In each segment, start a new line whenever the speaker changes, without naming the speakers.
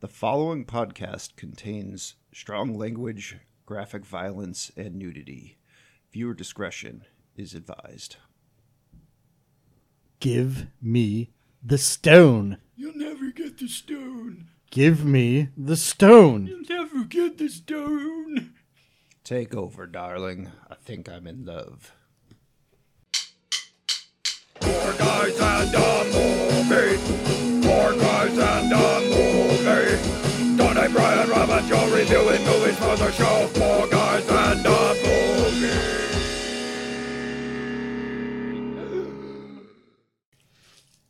The following podcast contains strong language, graphic violence, and nudity. Viewer discretion is advised.
Give me the stone.
You'll never get the stone.
Give me the stone.
You'll never get the stone.
Take over, darling. I think I'm in love.
Four guys and a movie. Four guys and a movie. Don and Brian, Rob and Joe reviewing movies for the show. Four guys and a movie.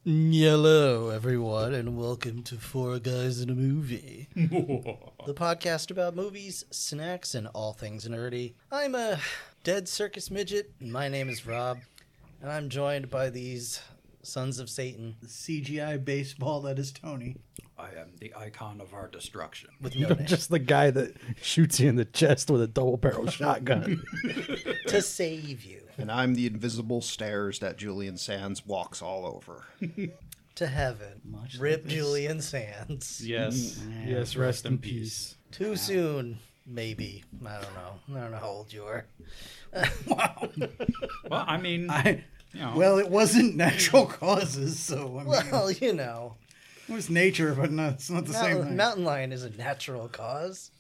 Hello, everyone, and welcome to Four Guys in a Movie, the podcast about movies, snacks, and all things nerdy. I'm a dead circus midget, and my name is Rob, and I'm joined by these sons of Satan
CGI baseball that is Tony.
I am the icon of our destruction.
with no name
Just the guy that shoots you in the chest with a double barrel shotgun.
to save you,
And I'm the invisible stairs that Julian Sands walks all over.
to heaven. Rip Julian Sands.
Yes.
yes, rest in peace.
Too soon, maybe. I don't know. I don't know how old you are.
Well, I mean,
I,
you know,
well, it wasn't natural causes, so I mean,
Well, you know,
it was nature, but no, it's not the same
mountain,
thing.
mountain lion is a natural cause.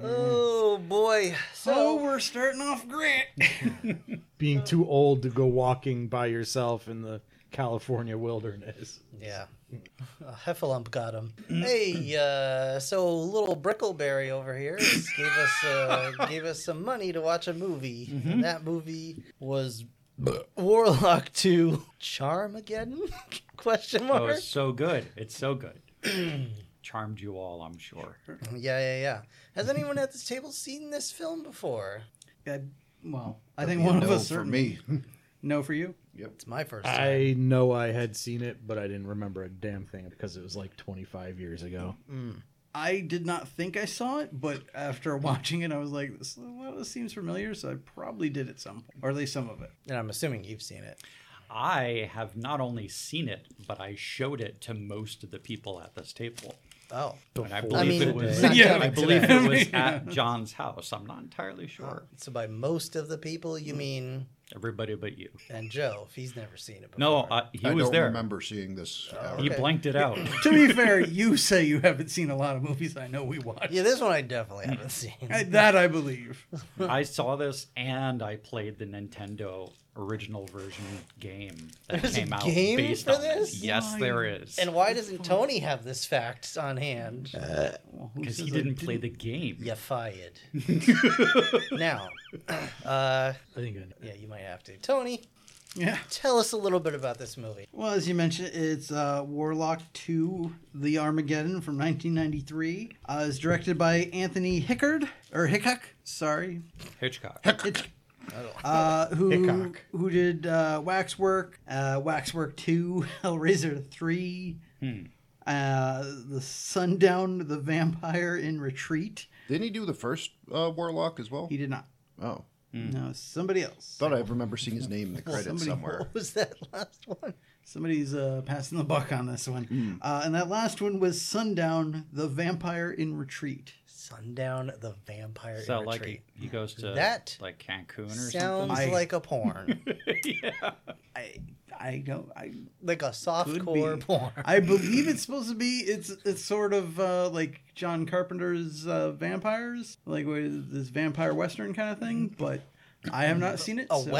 Oh boy!
So
So
we're starting off great.
Being too old to go walking by yourself in the California wilderness.
yeah, uh, Heffalump got him.
Mm.
hey, uh, so little Brickleberry over here is- gave us uh, gave us some money to watch a movie.
Mm-hmm.
And that movie was Warlock Two: Charmageddon? Question
oh,
mark.
it's so good. It's so good. Charmed you all, I'm sure.
Yeah, yeah, yeah. Has anyone at this table seen this film before?
I, well, I think one of
No,
us
for
certainly.
me.
No, for you.
It's my first time.
I know I had seen it, but I didn't remember a damn thing because it was like 25 years ago.
I did not think I saw it, but after watching it, I was like, this, well, this seems familiar, so I probably did at some point, or at least some of it.
and I'm assuming you've seen it.
I have not only seen it, but I showed it to most of the people at this table.
Oh,
And I
I
believe
mean,
it was.
not
Yeah,
coming
I
to
believe
that.
it was at John's house. I'm not entirely sure.
So by most of the people,
Mm.
you mean
Everybody but you.
and Joe, if he's never seen it before.
No, uh, he
I
was
don't
there.
remember seeing this. hour.
He
Okay.
blanked it out.
To be fair, you say you haven't seen a lot of movies. I know we watched.
yeah, this one I definitely haven't seen.
I- that I believe.
I saw this and I played the Nintendo original version game that
There's a
came out
game
based
for
on it.
this?
Yes, there is.
And why doesn't Tony have this fact on hand?
Uh,
Well, who
Because
says
he
I
didn't play the game.
you fired. now, uh,
I think I know.
yeah, you might have to. Tony,
Yeah.
tell us a little bit about this movie.
Well, as you mentioned, it's uh, Warlock 2, The Armageddon from 1993. Uh, it's directed by Anthony Hickard, or Hickok, sorry.
Hitchcock.
Hitch- uh, who,
Hickok.
who did uh, Waxwork, uh, Waxwork 2, Hellraiser 3, uh, The Sundown, The Vampire in Retreat.
Didn't he do the first uh, Warlock as well?
He did not.
Oh.
No, somebody else.
Thought I remember seeing his name in the credits
somebody-
somewhere.
What was that last one?
Somebody's uh, passing the buck on this one. Uh, and that last one was Sundown, The Vampire in Retreat.
Sundown, the Vampire
So
in
like he,
Retreat.
he goes to
That
like Cancun or
Sounds
something.
I-
like a porn,
I I don't I
like a
Could
softcore
be.
porn.
I believe it's supposed to be it's it's sort of uh, like John Carpenter's uh, vampires, like with this vampire western kind of thing. But I have not seen it.
Oh,
so-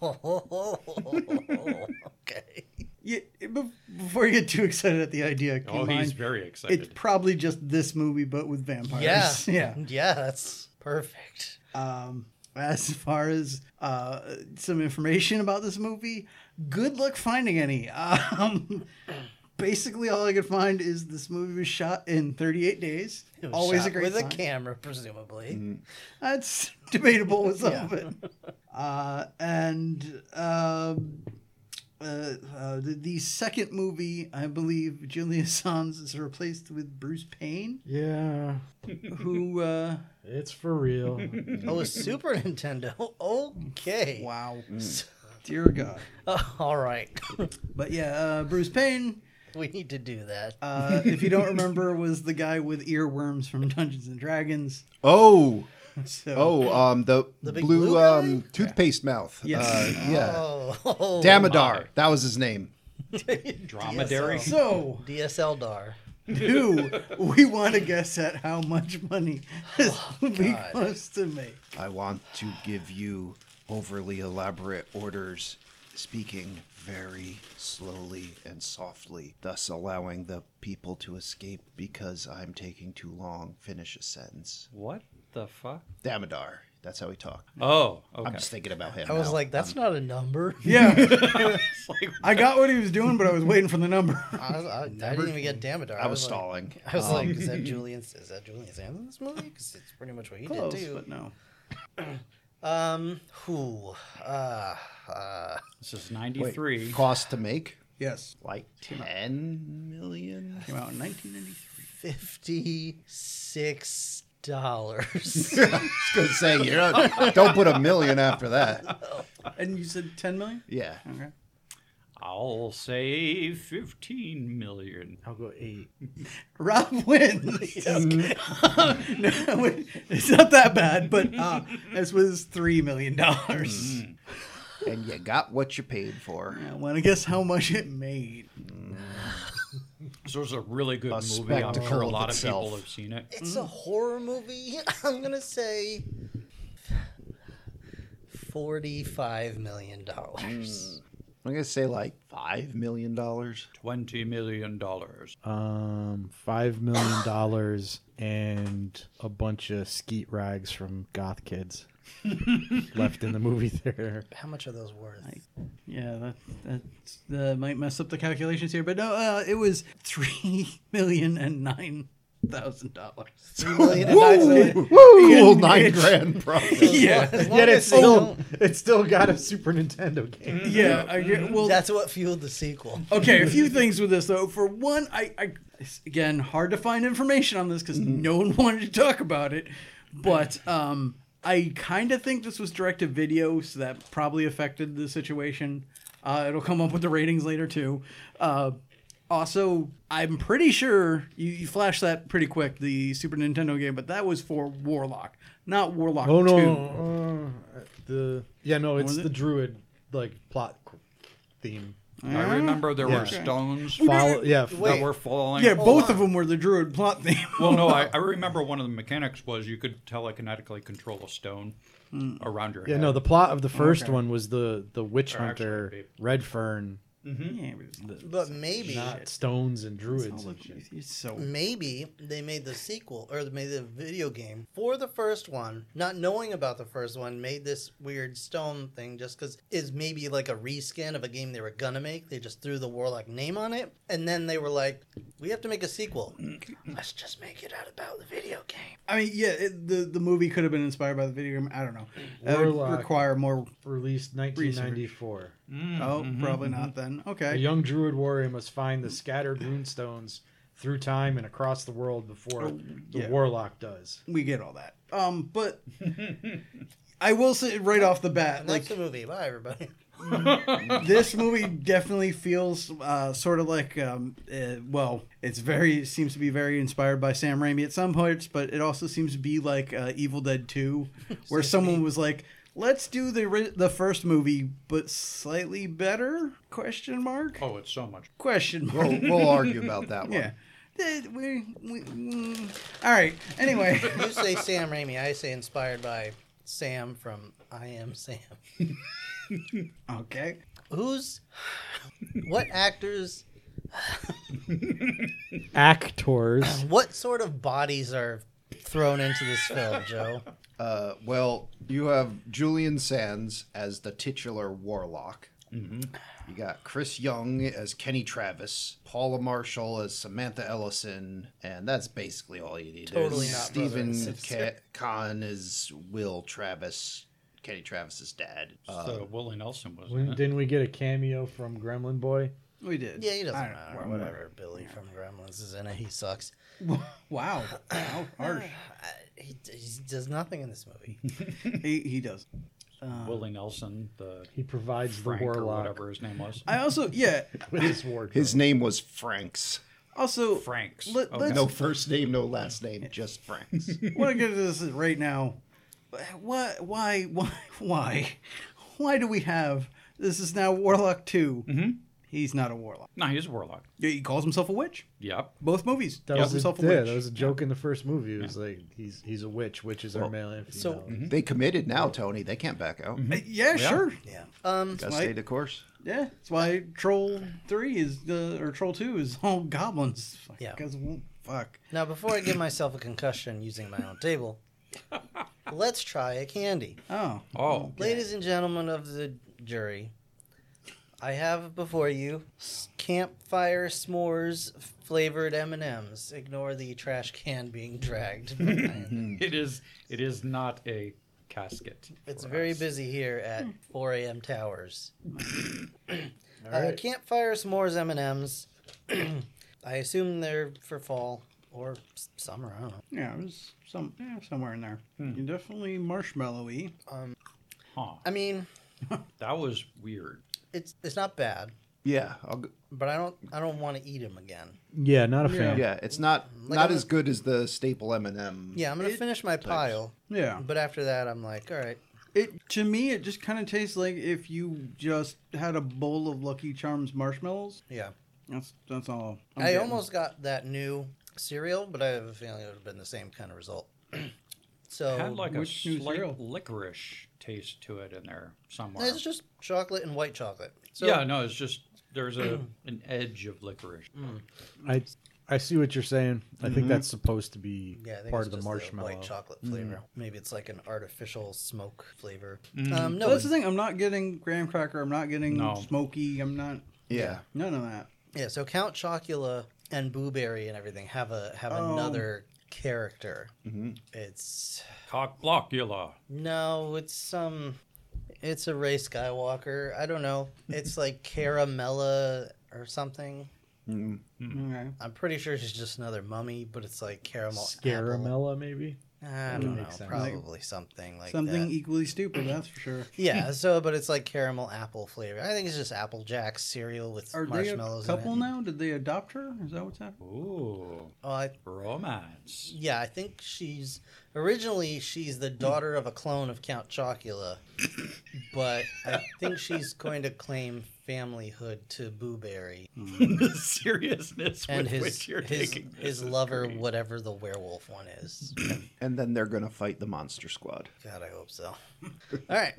what? Oh, okay.
Yeah, be- before you get too excited at the idea, keep
Oh,
in
he's
mind,
very
It's
excited.
probably just this movie, but with vampires.
Yeah.
yeah.
Yeah, that's perfect.
Um, as far as uh, some information about this movie, good luck finding any. Um, basically, all I could find is this movie was shot in 38 days.
It was
Always a
shot
great
with
sign. Mm-hmm.
a camera, presumably.
That's debatable with some
Yeah.
of it. Uh, and um, uh, uh, the, the second movie, I believe, Julia Sands is replaced with Bruce Payne,
Yeah,
who. Uh,
it's for real.
Oh, a Super Nintendo. Okay.
wow. Dear God.
all right.
But yeah, uh, Bruce Payne
we need to do that.
Uh, if you don't remember, was the guy with earworms from Dungeons and Dragons.
Oh,
So,
oh, um, the,
big
blue,
blue guy?
um toothpaste mouth.
Yes.
Uh, yeah.
Oh,
Damodar. That was his name.
Dromedary.
so
DSL Dar.
do we want to guess at how much money this movie
Oh, God.
wants to make?
I want to give you overly elaborate orders, speaking very slowly and softly, thus allowing the people to escape because I'm taking too long. Finish a sentence.
What the fuck?
Damodar. That's how he talked.
Oh, okay.
I'm just thinking about him.
I was
now.
like, that's not a number.
Yeah,
It's like,
I got what he was doing, but I was waiting for the number.
I, was, I, I didn't even get Damodar.
I was
like-
stalling.
I was like, is
Um,
that Julian? Is that Julian Sands in this movie? Because it's pretty much what he
Close,
did too.
but no.
Um, who? Uh, uh,
this is
Wait,
93.
cost to make
Yes,
like 10 million.
came out in 1993.
fifty-six dollars.
I was gonna say you don't, don't put a million after that.
And you said 10 million?
Yeah,
Okay.
I'll say 15 million.
I'll go eight.
Rob wins. no, it- it's not that bad, but uh, this was $3 million.
Mm-hmm.
and you got what you paid for.
I want to guess how much it made.
This was a really good
A
movie. I'm sure
spectacle
a
of
lot of
itself.
people have seen it.
it's a horror movie. I'm gonna say forty-five million dollars.
I'm gonna say like five million dollars.
20 million dollars.
Um, five million dollars and a bunch of skeet rags from goth kids left in the movie theater.
Mm. How much are those worth?
Yeah, that that's, that might mess up the calculations here, but no, uh, it was three million and nine thousand dollars.
Three million and nine million.
Cool nine grand profit.
Yeah,
As long
Yet it's
as they
still
don't-
it's still got a Super Nintendo game.
yeah. I get- well,
That's what fueled the sequel.
okay. A few things with this though. For one, I, I it's, again hard to find information on this because no one wanted to talk about it, but um, I kind of think this was direct to video, so that probably affected the situation. Uh, it'll come up with the ratings later too. Uh, also, I'm pretty sure you, you flashed that pretty quick, the Super Nintendo game, but that was for Warlock, not Warlock
Oh
2.
no, uh, the yeah no, it's
was it?
the druid like plot qu- theme.
I remember there were
Yeah.
stones
Follow, yeah, f-
that were falling.
Yeah, both of them were the Druid plot theme.
Well, no, I, I remember one of the mechanics was you could telekinetically control a stone
Hmm.
around your
yeah.
head.
No, the plot of the first one was the the witch
Or actually,
hunter,
maybe.
Redfern,
Yeah, it was-
But maybe,
not stones and druids. and shit.
it's so
maybe they made the sequel or they made the video game for the first one, not knowing about the first one, made this weird stone thing just because it's maybe like a reskin of a game they were gonna make. They just threw the warlock name on it, and then they were like, "We have to make a sequel. Let's just make it out about the video game."
I mean, yeah, it, the the movie could have been inspired by the video game. I don't know. That would
Warlock.
require more.
Released 1994.
Oh, probably not then.
A
Okay.
young druid warrior must find the scattered runestones through time and across the world before the
yeah.
warlock does.
We get all that. Um, but I will say right off the bat,
And that's
like
the movie. Bye, everybody.
this movie definitely feels uh, sort of like um, uh, well, it's very it seems to be very inspired by Sam Raimi at some parts, but it also seems to be like uh, Evil Dead Two, where someone was like, "Let's do the ri- the first movie, but slightly better?" Question mark.
Oh, it's so much.
Question mark.
We'll, we'll argue about that one.
Yeah. Eh, We, we, mm. All right. Anyway,
You say Sam Raimi. I say inspired by Sam from I Am Sam.
okay.
Who's what actors?
Actors.
What sort of bodies are thrown into this film, Joe?
Uh, well, you have Julian Sands as the titular warlock. You got Chris Young as Kenny Travis, Paula Marshall as Samantha Ellison, and that's basically all you need.
Totally
There's
not brother
Stephen
and
Ca- Kahn is Will Travis, Kenny Travis's dad. Uh,
so Willie Nelson was in
When,
it.
didn't we get a cameo from Gremlin Boy?
We did.
Yeah, he doesn't
I don't
matter. Whatever. Billy from Gremlins is in it. He sucks.
Wow. Wow. Harsh.
He, he does nothing in this movie.
he, he does.
Willie Nelson, the
He provides
Frank
the
or
warlock
whatever his name was.
I also yeah.
with his wardrobe.
His name was Franks.
Also,
Franks.
Let,
Okay.
us
No first name, no last name, just Franks.
want to get into this right now. What? Why? Why? Why? Why do we have this? Is now Warlock 2 Mm-hmm. He's not a warlock.
No, he's a warlock.
Yeah, He calls himself a witch.
Yep.
Both movies.
that was,
calls
a,
himself a
yeah,
witch.
that was a joke in the first movie. It was like he's he's a witch. Witches are male and female.
so-
Mm-hmm.
they committed now, Tony. They can't back out.
Uh, yeah, sure.
Yeah. Um,
Gotta
Right.
stay the course.
Yeah, that's why Troll Three is the or Troll Two is all goblins. Fuck,
Yeah.
'cause, well, fuck.
now, before I give myself a concussion using my own table, let's try a candy.
Oh,
Oh,
Ladies and gentlemen of the jury, I have before you s- campfire s'mores flavored M&Ms. Ignore the trash can being dragged. behind.
it is. It is not a casket.
it's
for
very
us.
busy here at 4 a.m. Towers. Uh,
right.
campfire s'mores M&Ms. I assume they're for fall or s- summer. I don't know.
yeah, it was some yeah, somewhere in there.
Hmm.
Definitely marshmallowy.
Huh.
I mean,
That was weird.
it's it's not bad,
Yeah, I'll, g-
but I don't I don't want to eat them again.
yeah, not a fan.
yeah. It's not
Like
not
I'm a-
as good as the staple M and m
Yeah, I'm gonna finish my pile,
Oh.
Yeah,
but after that, I'm like, all right.
it to me it just kind of tastes like if you just had a bowl of Lucky Charms marshmallows.
Yeah,
That's that's all. I'm
i
getting.
almost got that new cereal, but I have a feeling it would have been the same kind of result. so
Had like a
which new cereal?
slight licorice taste to it in there somewhere.
it's just chocolate and white chocolate. So
yeah, no, it's just there's a an edge of licorice.
Mm.
I I see what you're saying. I think that's supposed to be
Yeah, I think
part
it's
of the
just
marshmallow. Mm.
white chocolate flavor. Maybe it's like an artificial smoke flavor. Um, no,
But that's the
it's-
thing. I'm not getting graham cracker. I'm not getting
No.
smoky. I'm not
yeah.
none of that.
yeah. So Count Chocula and Blueberry and everything have a have
Oh.
another character. It's
Cock blockula.
No, it's some. It's a Ray Skywalker. I don't know. It's like Caramella or something.
Mm-hmm.
Okay.
I'm pretty sure she's just another mummy, but it's like caramel. apple.
Scaramella, maybe.
I
That
don't know.
makes sense.
Probably something like
Something
that.
equally stupid. That's for sure.
Yeah. So, but it's like caramel apple flavor. I think it's just Apple Jack cereal with
Are they a
marshmallows.
couple
in it.
now? Did they adopt her? Is that what's happening?
Ooh,
Oh, I,
romance.
yeah. I think she's originally she's the daughter of a clone of Count Chocula, but I think she's going to claim familyhood to Boo Berry.
the seriousness
Hmm. and
with
his
which you're
his,
taking this
his
is
lover,
great.
whatever the werewolf one is.
And then they're gonna fight the monster squad.
God, I hope so. All right,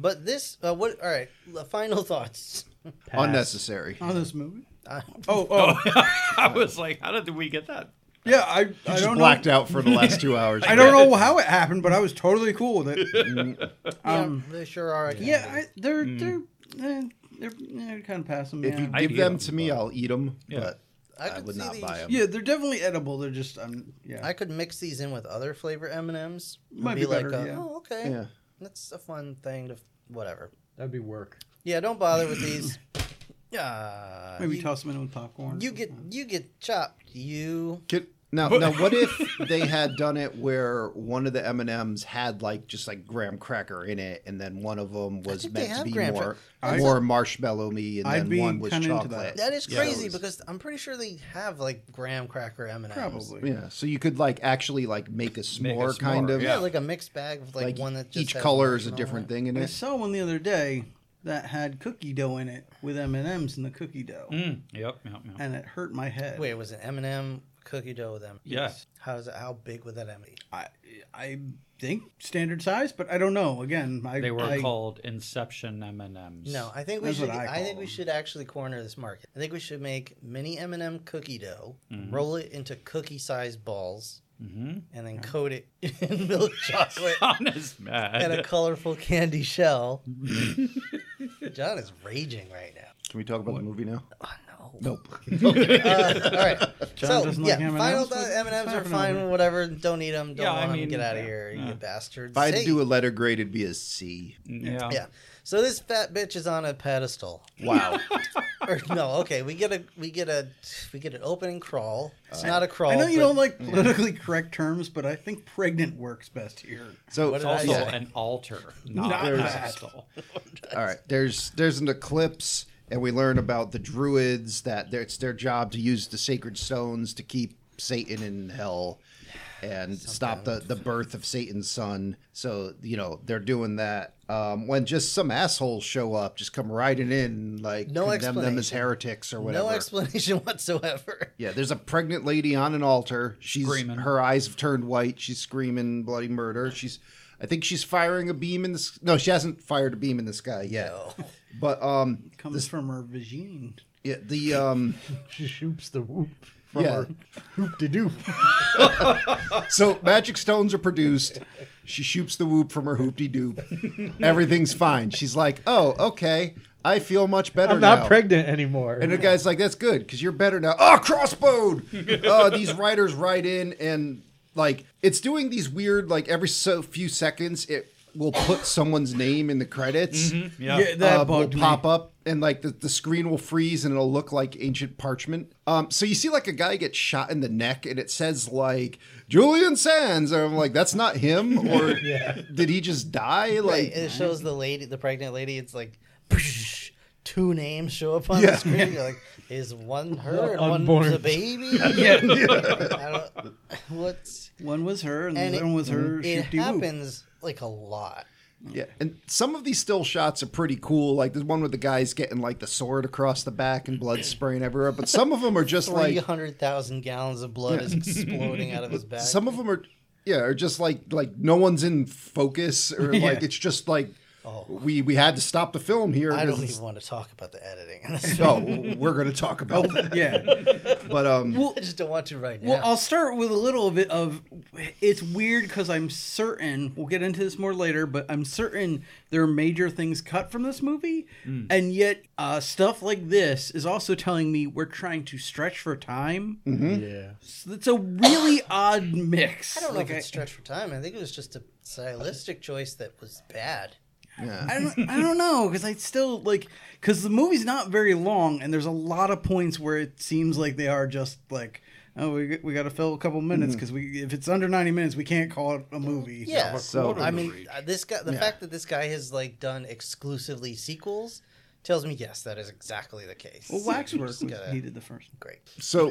but this uh, what? All right, the final thoughts.
Pass.
Unnecessary.
On this movie?
Uh,
Oh, oh,
I was like, how did we get that?
yeah. I, I
Just
don't
blacked
know.
out for the last two hours.
I don't know how it happened, but I was totally cool with it. um,
yeah, they sure are. a
yeah,
candy.
I, they're they're eh, they're, eh, kind of pass 'em,
If
yeah.
you
I
give
eat
them
'em,
to me, I'll eat them.
Yeah.
But I,
could
would
see
not
these-
buy them.
yeah, they're definitely edible. They're just I'm yeah.
I could mix these in with other flavor M and M's.
Might be better,
like, uh,
yeah.
oh, okay,
Yeah.
that's a fun thing to whatever.
That'd be work.
Yeah, don't bother with these. Yeah,
Maybe
you,
toss them in with popcorn.
you get you get chopped. You
Can- now, now, what if they had done it where one of the M and M's had like just like graham cracker in it, and then one of them was
think they
meant to
have
be
graham
more
cracker.
more marshmallowy, and
I'd
then
be
one was
kinda into
chocolate.
that is
Yeah.
crazy
So-
because I'm pretty sure they have like graham cracker M and M's.
probably.
Yeah, so you could like actually like make a s'more,
s'more,
kind of.
Yeah, like a mixed bag of like,
Like
one that just
each
has
color is a
marshmallow
different
in it.
thing in
I
it.
saw one the other day that had cookie dough in it with M and M's in the cookie dough,
Hmm.
Mm, yep, yep, yep.
and it hurt my head.
Wait, was it M and M cookie dough with M?
Yes.
How is it? How big would that M be?
I I think standard size, but I don't know. Again, I
They were
I,
called Inception M&Ms.
No, I think we
That's
should.
what
I,
I call
think we
them.
should actually corner this market. I think we should make mini M and M cookie dough, roll it into cookie sized balls, and then coat it in milk chocolate
Mm-hmm. John is mad.
and a colorful candy shell. John is raging right now.
Can we talk about the movie now?
Oh, no. No.
Nope.
Uh, All right.
John
so
doesn't
yeah,
like M&Ms?
final
What- what's
M and M's are
happening over
fine. Whatever. Don't eat them. Don't
Yeah, I
want 'em.
mean,
Get out of
yeah,
here,
yeah.
you bastards.
If I had to
Hey.
do a letter grade, it'd be a C.
Yeah.
Yeah. So this fat bitch is on a pedestal.
Wow.
Or no, okay, we get a we get a we get an opening crawl. It's not a crawl.
I know you
but-
don't like politically correct terms, but I think pregnant works best here.
So
What
It's
did I
also
say?
an altar, not,
Not
a
that.
pedestal.
All right. There's there's an eclipse, and we learn about the druids that they're- it's their job to use the sacred stones to keep Satan in hell and stop the, the birth of Satan's son. So you know they're doing that. Um, when just some assholes show up, just come riding in, and, like
No
condemn them as
explanation.
heretics or whatever.
no explanation whatsoever.
Yeah, there's a pregnant lady on an altar. She's
Screaming.
Her eyes have turned white. She's screaming bloody murder. She's, I think she's firing a beam in the. s- No, she hasn't fired a beam in the sky yet.
No.
But um,
Comes from her vagine.
yeah, the um,
She shoops the whoop from
Yeah.
her hoop de doop.
so magic stones are produced. She shoots the whoop from her hoopty doop. Everything's fine. She's like, oh, okay, I feel much better.
I'm not
now.
pregnant anymore.
And the guy's like, "That's good because you're better now." Oh, crossbowed! uh, these riders ride in and like it's doing these weird like every so few seconds it will put someone's name in the credits.
Mm-hmm.
Yeah.
that
uh, will
bugged me.
pop up and like the, the screen will freeze and it'll look like ancient parchment. Um, so you see like a guy get shot in the neck and it says like Julian Sands. And I'm like, that's not him, or did he just die?
Right,
Like,
and it shows the lady, the pregnant lady. It's like two names show up on
Yeah.
the screen. You're like, is one her and
Unborn.
one's a baby? yeah. I don't, what's
One was her, and,
and
the
it,
other one was her.
it
shifty whoop.
happens like a lot.
Yeah, and some of these still shots are pretty cool. Like there's one where the guy's getting like the sword across the back and blood spraying everywhere. But some of them are just
Three
like
hundred thousand gallons of blood is exploding out of his back.
some of them are yeah are just like like no one's in focus or like it's just like we we had to stop the film here.
Oh. I don't
'cause
even want to talk about the editing. in this
it's- Oh, we're gonna talk about that.
Yeah.
But um,
I just don't want to right now.
Well, I'll start with a little bit of it's weird because I'm certain we'll get into this more later, but I'm certain there are major things cut from this movie, and yet uh, stuff like this is also telling me we're trying to stretch for time.
Mm. yeah.
So it's a really odd mix.
I don't know
Like,
if it's stretched for time. I think it was just a stylistic choice that was bad.
yeah.
I don't, I don't know because I still like because the movie's not very long and there's a lot of points where it seems like they are just like oh we, we got to fill a couple minutes because we if it's under 90 minutes we can't call it a movie
Yeah,
so-
I mean, uh, this guy. The fact that this guy has like done exclusively sequels tells me yes, that is exactly the case.
well waxwork was
Just gotta-
needed the first
Great,
so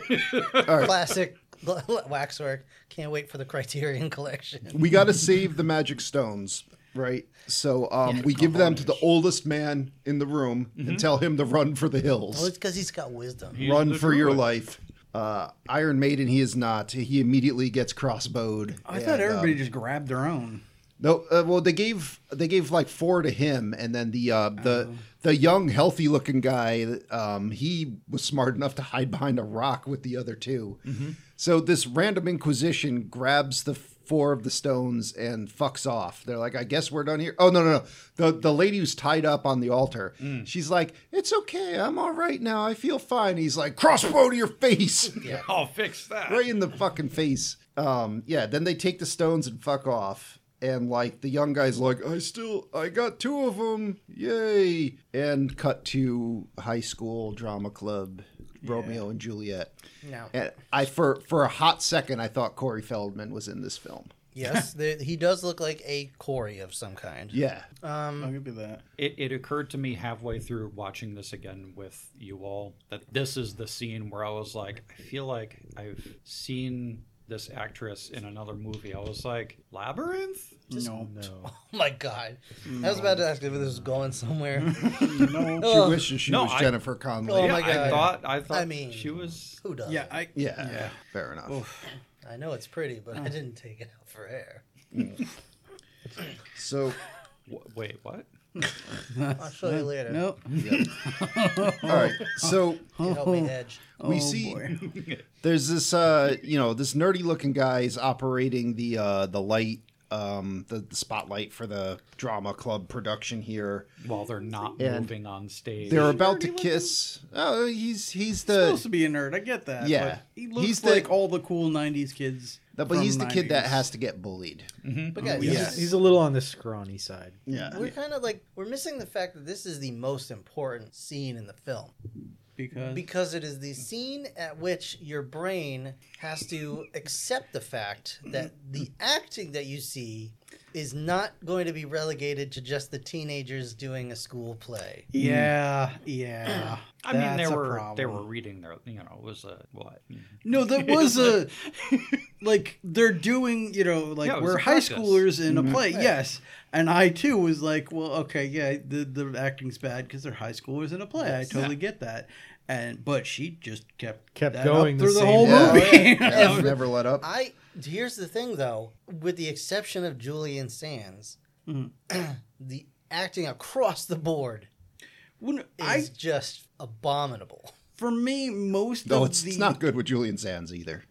classic waxwork. Can't wait for the Criterion Collection.
we got to save the magic stones, right? So um, we give them to the oldest man in the room and tell him to run for the hills.
Well, it's because he's got wisdom.
run for your life. Uh, Iron Maiden, he is not. He immediately gets crossbowed.
I thought
and,
everybody
um,
just grabbed their own.
no, uh, well, they gave they gave like four to him, and then the uh, the the young, healthy looking guy, um, he was smart enough to hide behind a rock with the other 2 So this random Inquisition grabs the four of the stones and fucks off. They're like, I guess we're done here. Oh no no no! The the lady who's tied up on the altar, she's like, It's okay, I'm all right now. I feel fine. He's like, crossbow to your face.
I'll fix that.
right in the fucking face. Um, yeah, then they take the stones and fuck off. And like the young guy's like, I still, I got two of them, yay! And cut to high school drama club, Romeo and Juliet.
No.
And I for for a hot second, I thought Corey Feldman was in this film.
Yes, there, he does look like a Corey of some kind. Um,
Yeah,
Uh,
I'll give you that.
It, it occurred to me halfway through watching this again with you all that this is the scene where I was like, I feel like I've seen this actress in another movie. I was like, Labyrinth?
no,
No.
Oh my god, I was
Mm.
about to ask if this was going somewhere.
no.
she
Ugh.
wishes she
No,
was
I-
Jennifer Connelly.
Oh my
I
God.
thought I thought
I mean-
she was
Who does?
Yeah, I
yeah, fair enough.
I know it's pretty, but
Mm.
I didn't take it out for air.
So
w- wait, what?
I'll show you later.
nope.
all right, so
You help me edge.
we
Oh,
see
boy.
there's this uh you know this nerdy looking guy is operating the uh the light um, the, the spotlight for the drama club production here.
while they're not
And-
moving on stage.
They're about to kiss. Oh, he's he's the
supposed to be a nerd. I get that.
Yeah.
but he looks
He's the-
like all the cool '90s kids.
No, but
from
he's the kid that
90s.
has to get bullied.
Mm-hmm.
But guys,
yeah.
this
He's,
is-
he's a little on the scrawny side.
Yeah.
we're kind of like we're missing the fact that this is the most important scene in the film
because
because it is the scene at which your brain has to accept the fact that the acting that you see is not going to be relegated to just the teenagers doing a school play.
yeah,
Mm.
yeah.
I mean,
That's
they
a
were they
problem.
were reading their, you know, it was a what?
No, that was a like they're doing, you know, like
Yeah, it was
we're
a
high
practice.
schoolers in a play. Yes, and I too was like, well, okay, yeah, the the acting's bad because they're high schoolers in a play. I totally get that. And but she just kept
Kept
that
going
up
the
through the,
same
whole
way.
Yeah. oh,
movie.
Yeah, never let up.
I here's the thing though, with the exception of Julian Sands,
Mm.
the acting across the board
When
is
I
just abominable.
for me, most
Though
of
it's,
the
it's not good with Julian Sands either.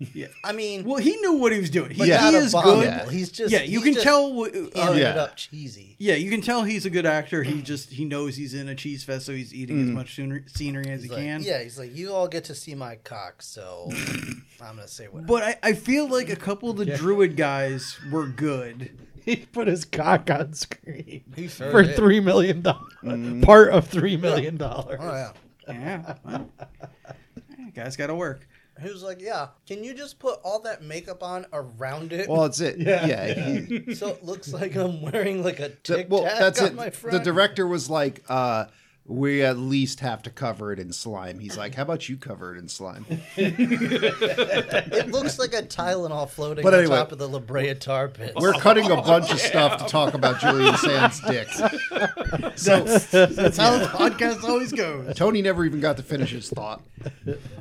I mean,
well, he knew what he was doing. He,
Yeah.
he
not
is
abominable.
good.
Yeah.
He's just
yeah, you
he's
can
just
tell. w-
hamming
Uh,
it
Yeah.
up cheesy.
yeah, you can tell he's a good actor. He just he knows he's in a cheese fest, so he's eating as much sooner, scenery as
He's
he
like,
can.
Yeah, he's like, you all get to see my cock, so I'm gonna say what.
But I, I feel like a couple of the druid guys were good.
He put his cock on screen
He sure
for
did.
three million dollars. Part of three million dollars.
Oh yeah.
Yeah. well, guys got to work.
He was like, yeah. Can you just put all that makeup on around it,
Well, it's it.
Yeah.
Yeah. he-
so it looks like I'm wearing like
the,
a tic tac
well, that's
on
it.
my front?
The director was like, uh, "We at least have to cover it in slime." He's like, "How about you cover it in slime?"
It looks like a Tylenol floating
But
on
anyway.
top of the La Brea tar pit.
Oh.
We're cutting a bunch of stuff to talk about Julian Sands' dick.
That's, that's how the podcast always goes.
Tony never even got to finish his thought.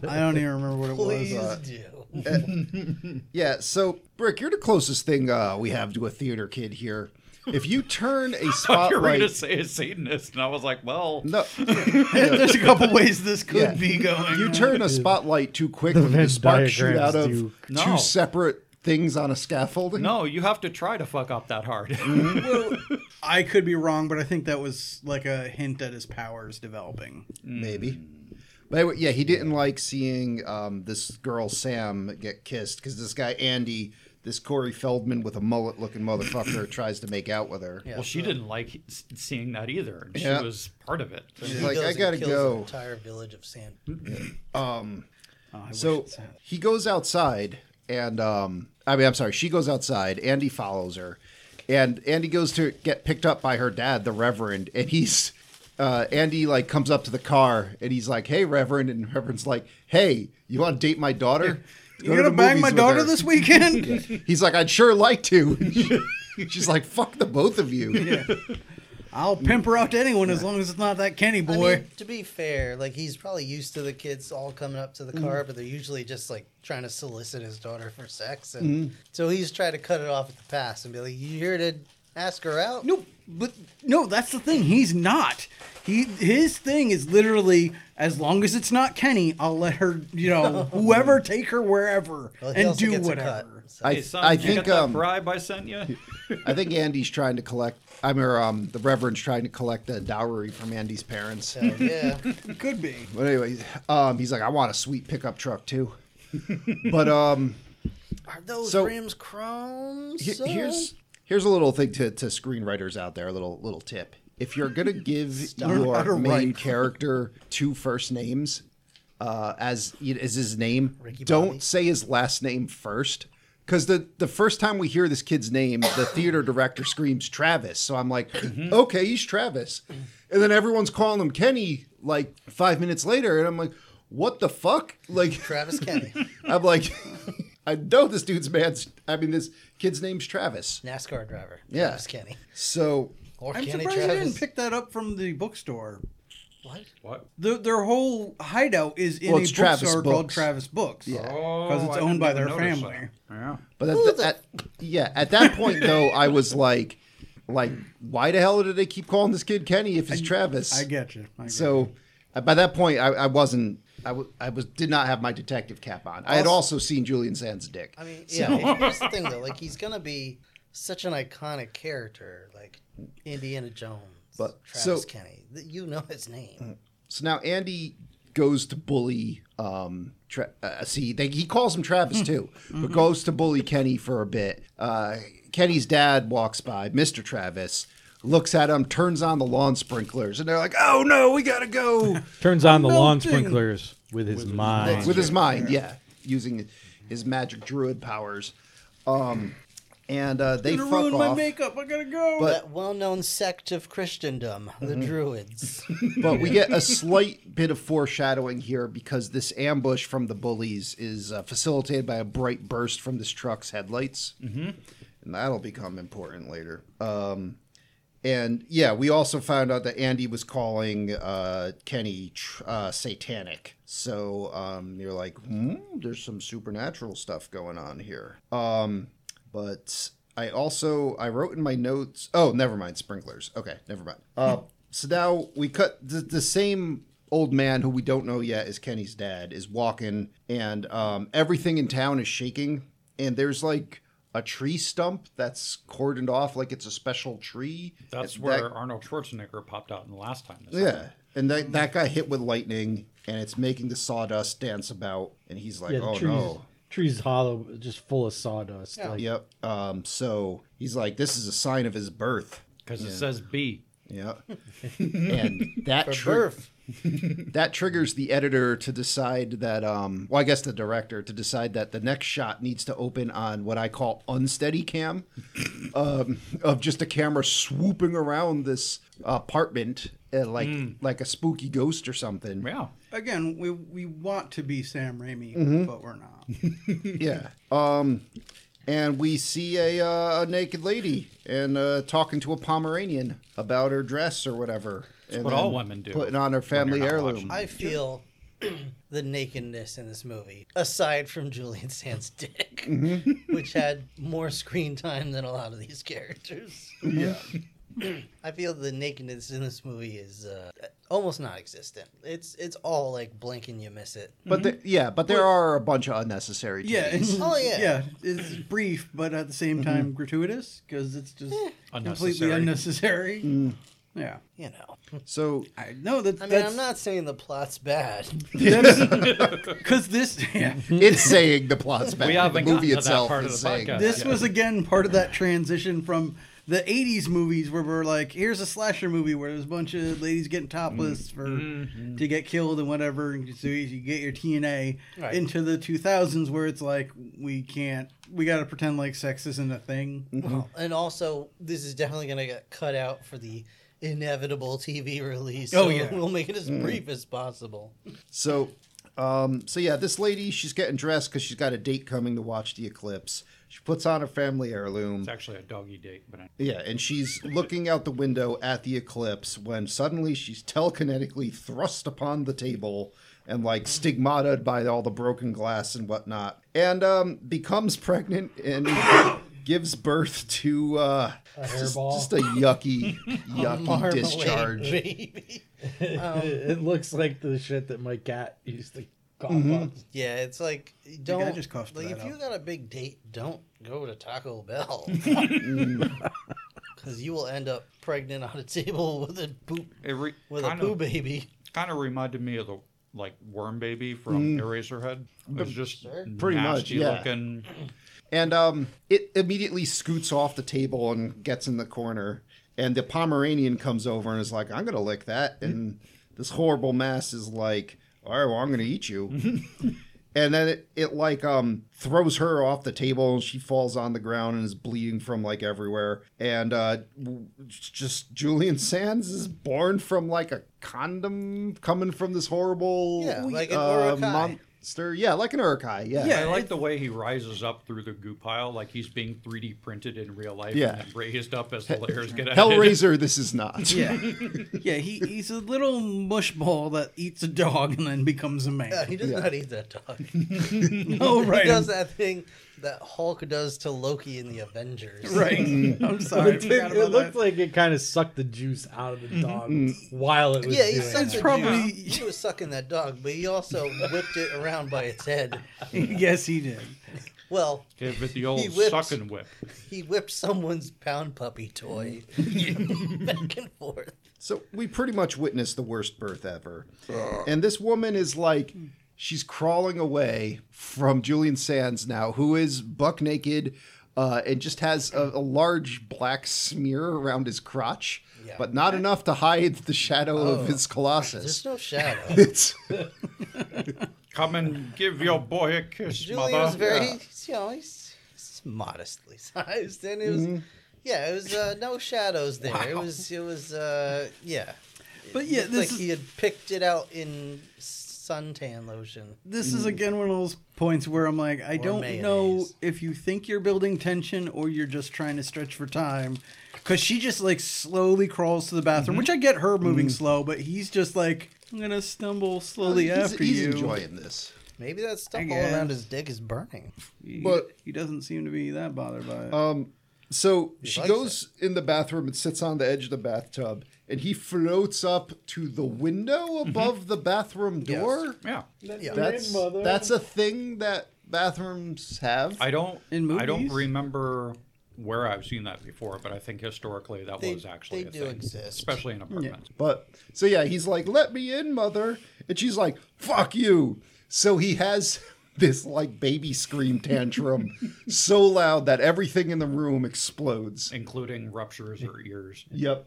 I don't even remember what it
Please
was. uh,
do.
Yeah, so Brick, you're the closest thing uh, we have to a theater kid here. If you turn a
You're going to
spotlight,
say a Satanist, and I was like, well,
no,
There's a couple ways this could
Yeah.
be going.
you turn a spotlight too quickly.
The Venn
The sparks shoot out
diagrams
of
do-
No.
two separate things on a scaffolding.
no, you have to try to fuck up that hard.
I could be wrong, but I think that was like a hint at his powers developing.
maybe.
Hmm.
But anyway, yeah, he didn't like seeing um, this girl Sam get kissed because this guy Andy, this Corey Feldman with a mullet-looking motherfucker, tries to make out with her.
well, she didn't like s- seeing that either. and She
Yeah.
was part of it.
She's like,
Goes
I
and
gotta
kills An
go.
entire village of sand.
Oh, I
So
wish it sounded-
he goes outside, and um, I mean, I'm sorry, she goes outside. Andy follows her, and Andy goes to get picked up by her dad, the Reverend, and he's. Uh, Andy like comes up to the car and he's like, "Hey, Reverend," and Reverend's like, "Hey, you want to date my daughter?
you gonna bang my daughter this weekend?
week?" He's like, "I'd sure like to." She's like, "Fuck the both of you."
I'll pimp her out to anyone as long as it's not that Kenny
I
boy.
mean, to be fair, like he's probably used to the kids all coming up to the
Mm.
car, but they're usually just like trying to solicit his daughter for sex, and
Mm-hmm.
so he's trying to cut it off at the pass and be like, "You here to ask her out?"
No, but no, that's the thing. He's not. He his thing is literally as long as it's not Kenny, I'll let her, you know, whoever take her wherever
Well, he
and
also
do
gets a
whatever.
cut, so-
I,
Hey, son,
I
you
think
got that
um,
bribe I sent you?
I think Andy's trying to collect. I mean, um, the Reverend's trying to collect the dowry from Andy's parents.
So, yeah,
Could be.
But anyway, um, he's like, I want a sweet pickup truck too. but um,
are those
So-
rims chrome?
he-
son?
here's here's a little thing to, to screenwriters out there, a little little tip. If you're gonna give
how to
your main
write.
character two first names uh, as as his name,
Ricky
don't
Bobby.
say his last name first. Because the, the first time we hear this kid's name, the theater director screams Travis. So I'm like,
Mm-hmm.
okay, he's Travis. And then everyone's calling him Kenny like five minutes later. And I'm like, what the fuck? Like,
Travis Kenny,
I'm like, I know this dude's man's. I mean, this kid's name's Travis.
NASCAR driver.
Yeah.
Travis Kenny.
So
Or
I'm
Kenny
surprised you
Travis.
didn't pick that up from the bookstore.
What?
What?
Their their whole hideout is in
Well,
a
it's
bookstore
Travis
called
Books.
Travis Books. Yeah.
Oh,
Because it's
I
owned
didn't
by
even
their
notice
family.
that. Yeah.
But at, the, at yeah, at that point though, I was like, like, why the hell did they keep calling this kid Kenny if he's Travis?
I get you. I get you.
So uh, by that point, I, I wasn't. I, w- I was did not have my detective cap on. I had also seen Julian Sands' dick.
I mean, yeah. here's the thing though. Like he's gonna be such an iconic character, like Indiana Jones,
But-
Travis
so- Mm.
Kenny. Th- You know his name.
So now Andy goes to bully. Um, Tra- uh, see, they, he calls him
Hmm.
Travis too,
Mm-hmm.
but goes to bully Kenny for a bit. Uh, Kenny's dad walks by, Mr. Travis, looks at him, turns on the lawn sprinklers, and they're like, "Oh no, we gotta go!"
Turns on the lawn
melting.
sprinklers with his mind.
with his mind, yeah, using his magic druid powers. Um, and uh, they
gonna
fuck
ruin my
off.
makeup. I gotta go.
But-
that well-known sect of Christendom, the
Mm-hmm.
Druids.
but we get a slight bit of foreshadowing here because this ambush from the bullies is uh, facilitated by a bright burst from this truck's headlights, mm-hmm. and that'll become important later. Um, and yeah, we also found out that Andy was calling uh, Kenny tr- uh, satanic. So um, you're like, hmm, there's some supernatural stuff going on here. Um, but I also I wrote in my notes. Oh, never mind, sprinklers. Okay, never mind. Uh, so now we cut the, the same old man who we don't know yet is Kenny's dad is walking, and um, everything in town is shaking, and there's like. A tree stump that's cordoned off like it's a special tree.
That's
That-
where Arnold Schwarzenegger popped out in the last time. This
yeah, and that that got hit with lightning, and it's making the sawdust dance about, and he's like,
Yeah, the
"Oh
trees,
no."
trees hollow, just full of sawdust. like-
Yep. Um, so he's like, "This is a sign of his birth."
Because it says B.
Yeah, and that
For
trigger
birth.
that triggers the editor to decide that. Um, well, I guess the director to decide that the next shot needs to open on what I call unsteady cam, um, of just a camera swooping around this apartment, uh, like like a spooky ghost or something.
Mm. Yeah.
Again, we we want to be Sam Raimi,
Mm-hmm.
but we're not.
Yeah. Um, and we see a, uh, a naked lady and uh, talking to a Pomeranian about her dress or whatever. and
what all
then
women do
Putting on her family
not
heirloom.
watching.
I feel the nakedness in this movie, aside from Julian Sand's dick,
Mm-hmm.
which had more screen time than a lot of these characters.
yeah.
I feel the nakedness in this movie is uh, almost non-existent. It's it's all like blink and you miss it.
But
Mm-hmm.
the, yeah, but there are a bunch of unnecessary.
Yeah.
titties.
It's,
Oh, yeah.
Yeah. It's brief, but at the same time gratuitous because it's just
Eh.
completely unnecessary. Yeah.
You know,
So
I know that.
I mean,
that's,
I'm not saying the plot's bad.
because this. Yeah.
it's saying the plot's bad.
We haven't
the movie
gotten to that
itself
part of
is
the
saying
podcast.
This
Yeah.
was again part of that transition from the 80s movies where we're like, here's a slasher movie where there's a bunch of ladies getting topless for to get killed and whatever, and so you get your TNA
Right.
into the 2000s where it's like we can't, we got to pretend like sex isn't a thing.
Well, and also, this is definitely going to get cut out for the inevitable TV release.
Oh,
so
yeah.
we'll make it as brief as possible.
So, um, so yeah, this lady she's getting dressed because she's got a date coming to watch the eclipse. She puts on her family heirloom.
It's actually a doggy date, but I,
Yeah, and she's looking out the window at the eclipse when suddenly she's telekinetically thrust upon the table and like stigmatized by all the broken glass and whatnot, and um, becomes pregnant and gives birth to uh, just,
hairball.
just a yucky, yucky
Marmalade
discharge.
baby.
it looks like the shit that my cat used to cough up.
Yeah, it's like don't.
just coughed
like,
that
if you
out.
got a big date, don't go to Taco Bell. Because you will end up pregnant on a table with a poop
it re-
with
kind,
a poo
of,
baby.
kind of reminded me of the like worm baby from Eraserhead. It was just
Mm. Pretty much,
nasty
yeah.
looking.
And um, it immediately scoots off the table and gets in the corner. And the Pomeranian comes over and is like, I'm going to lick that.
Mm-hmm.
And this horrible mass is like, All right, well, I'm going to eat you.
Mm-hmm.
and then it, it like um, throws her off the table and she falls on the ground and is bleeding from like everywhere. And uh, w- just Julian Sands is born from like a condom coming from this horrible
Yeah, like an
uh,
urukai.
monster. Yeah, like an urukai.
Yeah,
I like the way he rises up through the goo pile, like he's being 3D printed in real life
Yeah.
and then raised up as the layers get added.
Hellraiser, this is not.
Yeah. yeah, he, he's a little mushball that eats a dog and then becomes a man.
Uh,
Yeah, he does
Yeah.
not eat that dog.
Oh,
He
right.
does that thing that Hulk does to Loki in the Avengers.
Right. I'm sorry. I
It, did-
forgot about
it looked
that.
like it kind of sucked the juice out of the dog while it was
Yeah, he
doing
sucked
it.
the
probably-
juice. he was sucking that dog, but he also whipped it around by its head.
yes, he did.
Well,
Give it the old
He whipped.
suck and whip.
he whipped someone's pound puppy toy back and forth.
So we pretty much witnessed the worst birth ever. And this woman is like, she's crawling away from Julian Sands now, who is buck naked uh, and just has a, a large black smear around his crotch,
Yeah.
but not enough to hide the shadow of his
There's
colossus.
no shadow.
It's
Come and give your boy a kiss,
Julie
mother.
was very, he's, you know, he's, he's modestly sized, and it was, yeah, it was uh, no shadows there. It was, it was, uh, yeah.
But yeah,
It's like
this is,
he had picked it out in suntan lotion.
this
Hmm.
is again one of those points where I'm like, I don't know
mayonnaise.
if you think you're building tension or you're just trying to stretch for time. Because she just like slowly crawls to the
Mm-hmm.
bathroom, which I get her moving slow, but he's just like, I'm going to stumble slowly
Uh, he's,
after
he's
you.
enjoying this.
Maybe that stuff all
guess.
around his dick is burning.
He-
But- Uh,
he doesn't seem to be that bothered by it.
So she
likes
goes in the bathroom and sits on the edge of the bathtub, and he floats up to the window above the bathroom door.
Yeah.
Yeah.
That's
Grandmother.
that's a thing that bathrooms have.
I don't
In
I don't
movies?
remember where I've seen that before, but I think historically that
They-
was actually
they
a
do
thing,
exist.
especially in apartments.
but so yeah, he's like, "Let me in, mother," and she's like, "Fuck you." So he has this like baby scream tantrum so loud that everything in the room explodes.
including ruptures or ears.
Yep.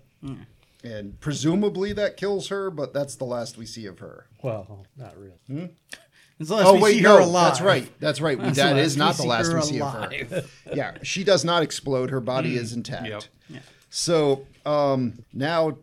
And presumably that kills her, but that's the last we see of her.
Well, not really.
Unless
oh
we
wait,
see
no,
her alive.
that's right, that's right. We, that
the
is
last
not
we
the
see
last
her
we see of her. Yeah, she does not explode. Her body
Mm.
is intact.
Yep.
So um, now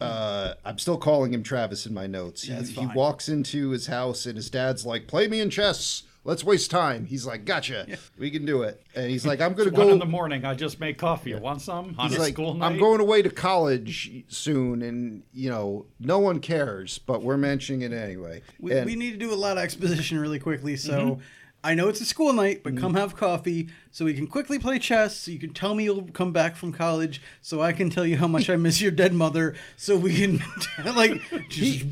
uh, I'm still calling him Travis in my notes. He, he walks into his house and his dad's like, "Play me in chess. Let's waste time." He's like, "Gotcha. We can do it." And he's like, "I'm gonna
One in the
go."
morning, I just made coffee. You want some on
He's
a
like,
school night?
"I'm going away to college soon, and you know, no one cares, but we're mentioning it anyway."
We,
And- Mm-hmm.
we need to do a lot of exposition really quickly. So I know it's a school night, but come have coffee so we can quickly play chess. So you can tell me you'll come back from college so I can tell you how much I miss your dead mother. So we can, like, just.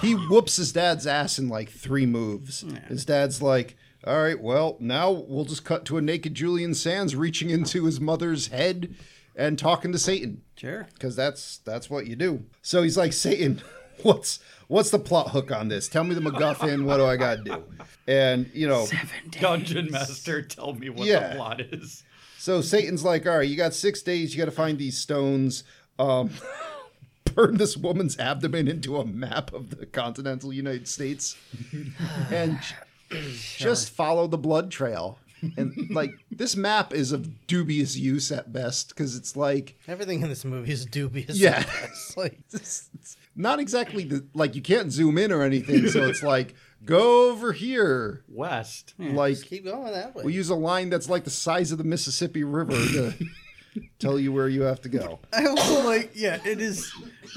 he whoops his dad's ass in like three moves. His dad's like, "All right, well, now we'll just cut to a naked Julian Sands reaching into his mother's head and talking to Satan."
Sure.
because that's that's what you do. So he's like, Satan, what's what's the plot hook on this? Tell me the MacGuffin. What do I got to do? And you know,
Dungeon master, tell me what
Yeah.
the plot is.
so Satan's like, all right, you got six days. You got to find these stones. Um, burn this woman's abdomen into a map of the continental United States, and just follow the blood trail. And like this map is of dubious use at best because it's like
Everything in this movie is dubious.
Yeah.
It's like,
it's not exactly the like you can't zoom in or anything so it's like go over here
West.
like
keep going that way.
we use a line that's like the size of the mississippi river to tell you where you have to go
I also like, yeah, it is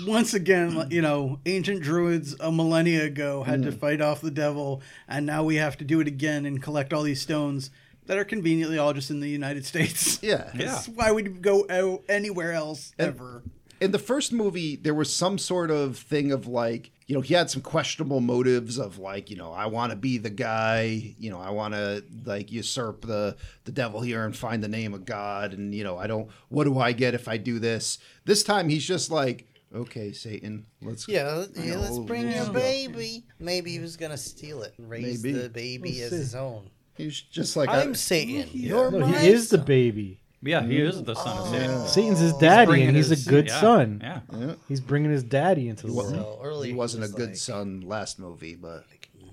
once again, like, you know, ancient druids a millennia ago had
Mm.
to fight off the devil, and now we have to do it again and collect all these stones that are conveniently all just in the United States.
yeah
Yeah.
That's why we'd go o- anywhere else ever.
in the first movie there was some sort of thing of like you know he had some questionable motives of like you know i want to be the guy you know i want to like usurp the the devil here and find the name of god and you know i don't what do i get if i do this this time he's just like okay satan let's
yeah, let- yeah, let's
No,
bring your
no.
baby. Maybe he was gonna steal it and raise
Maybe.
the baby as his own.
He's just like uh,
I'm
I-
Satan.
Yeah.
You're
No,
my
he is the
son.
baby.
Yeah, he is the son of Satan.
Satan's his daddy,
bringing
and he's
his-
a good
yeah,
son.
Yeah.
He's bringing his daddy into the world.
So early
he wasn't a
was
good
like,
son last movie, but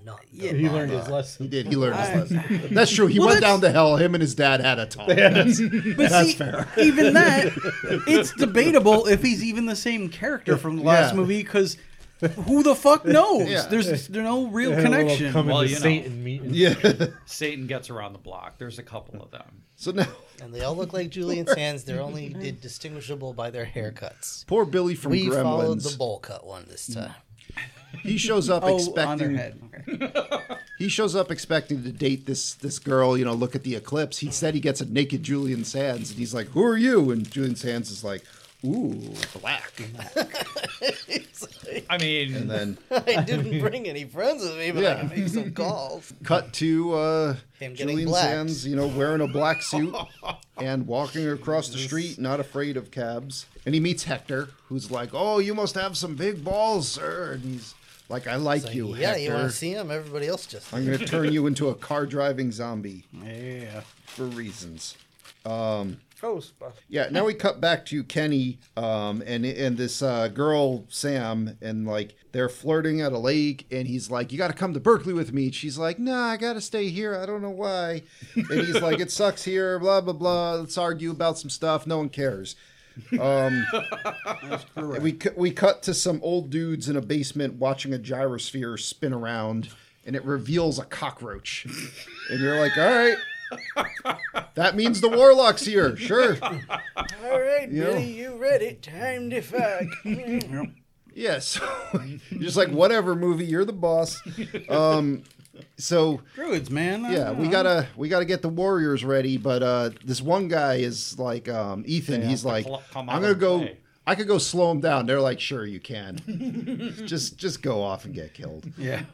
Not
He learned his
he
lesson.
did. He learned his lesson. That's true. He went down to hell. Him and his dad had a talk. That's-
But see, even that, it's debatable if he's even the same character from the last
Yeah.
movie because who the fuck knows?
Yeah.
There's there's no real
Had a little
connection.
Coming
Well,
to
you know.
Satan meeting.
yeah.
Satan gets around the block. There's a couple of them.
So now,
And they all look like Julian Sands. They're only did distinguishable by their haircuts.
poor Billy from
We followed the
Gremlins.
bowl cut one this time.
He shows up
Oh, on their
expecting
head. Okay.
he shows up expecting to date this this girl, you know, look at the eclipse. He said he gets a naked Julian Sands and he's like, "Who are you?" And Julian Sands is like, "Ooh, black."
I mean,
And then
I didn't bring any friends with me, but I
Yeah.
can make some calls.
cut to uh,
Him getting
Julian
blacked.
Sands, you know, wearing a black suit and walking across the street, not afraid of cabs. And he meets Hector, who's like, "Oh, you must have some big balls, sir." And he's like, "I like
Like,
you,
yeah,
Hector.
you want to see him? Everybody else just.
I'm going to turn you into a car driving zombie
Yeah.
for reasons."
Ghostbusters.
Yeah, now we cut back to Kenny um, and and this uh, girl Sam, and like they're flirting at a lake, and he's like, "You got to come to Berkeley with me." And she's like, "Nah, I got to stay here. I don't know why." And he's like, "It sucks here. Blah blah blah. Let's argue about some stuff. No one cares." Um, we cu- we cut to some old dudes in a basement watching a gyrosphere spin around, and it reveals a cockroach, and you're like, "All right." That means the warlock's here. Sure.
All right,
Yeah.
Billy, you read it. Time to fuck.
Yes. You're just like whatever movie, you're the boss. Um so
Druids, man. Uh, I
yeah,
don't
we
know.
gotta we gotta get the warriors ready, but uh this one guy is like um Ethan, he's like
cl- come
I'm
out
gonna
and
go
play."
I could go slow him down. They're like, sure you can. just just go off and get killed.
Yeah.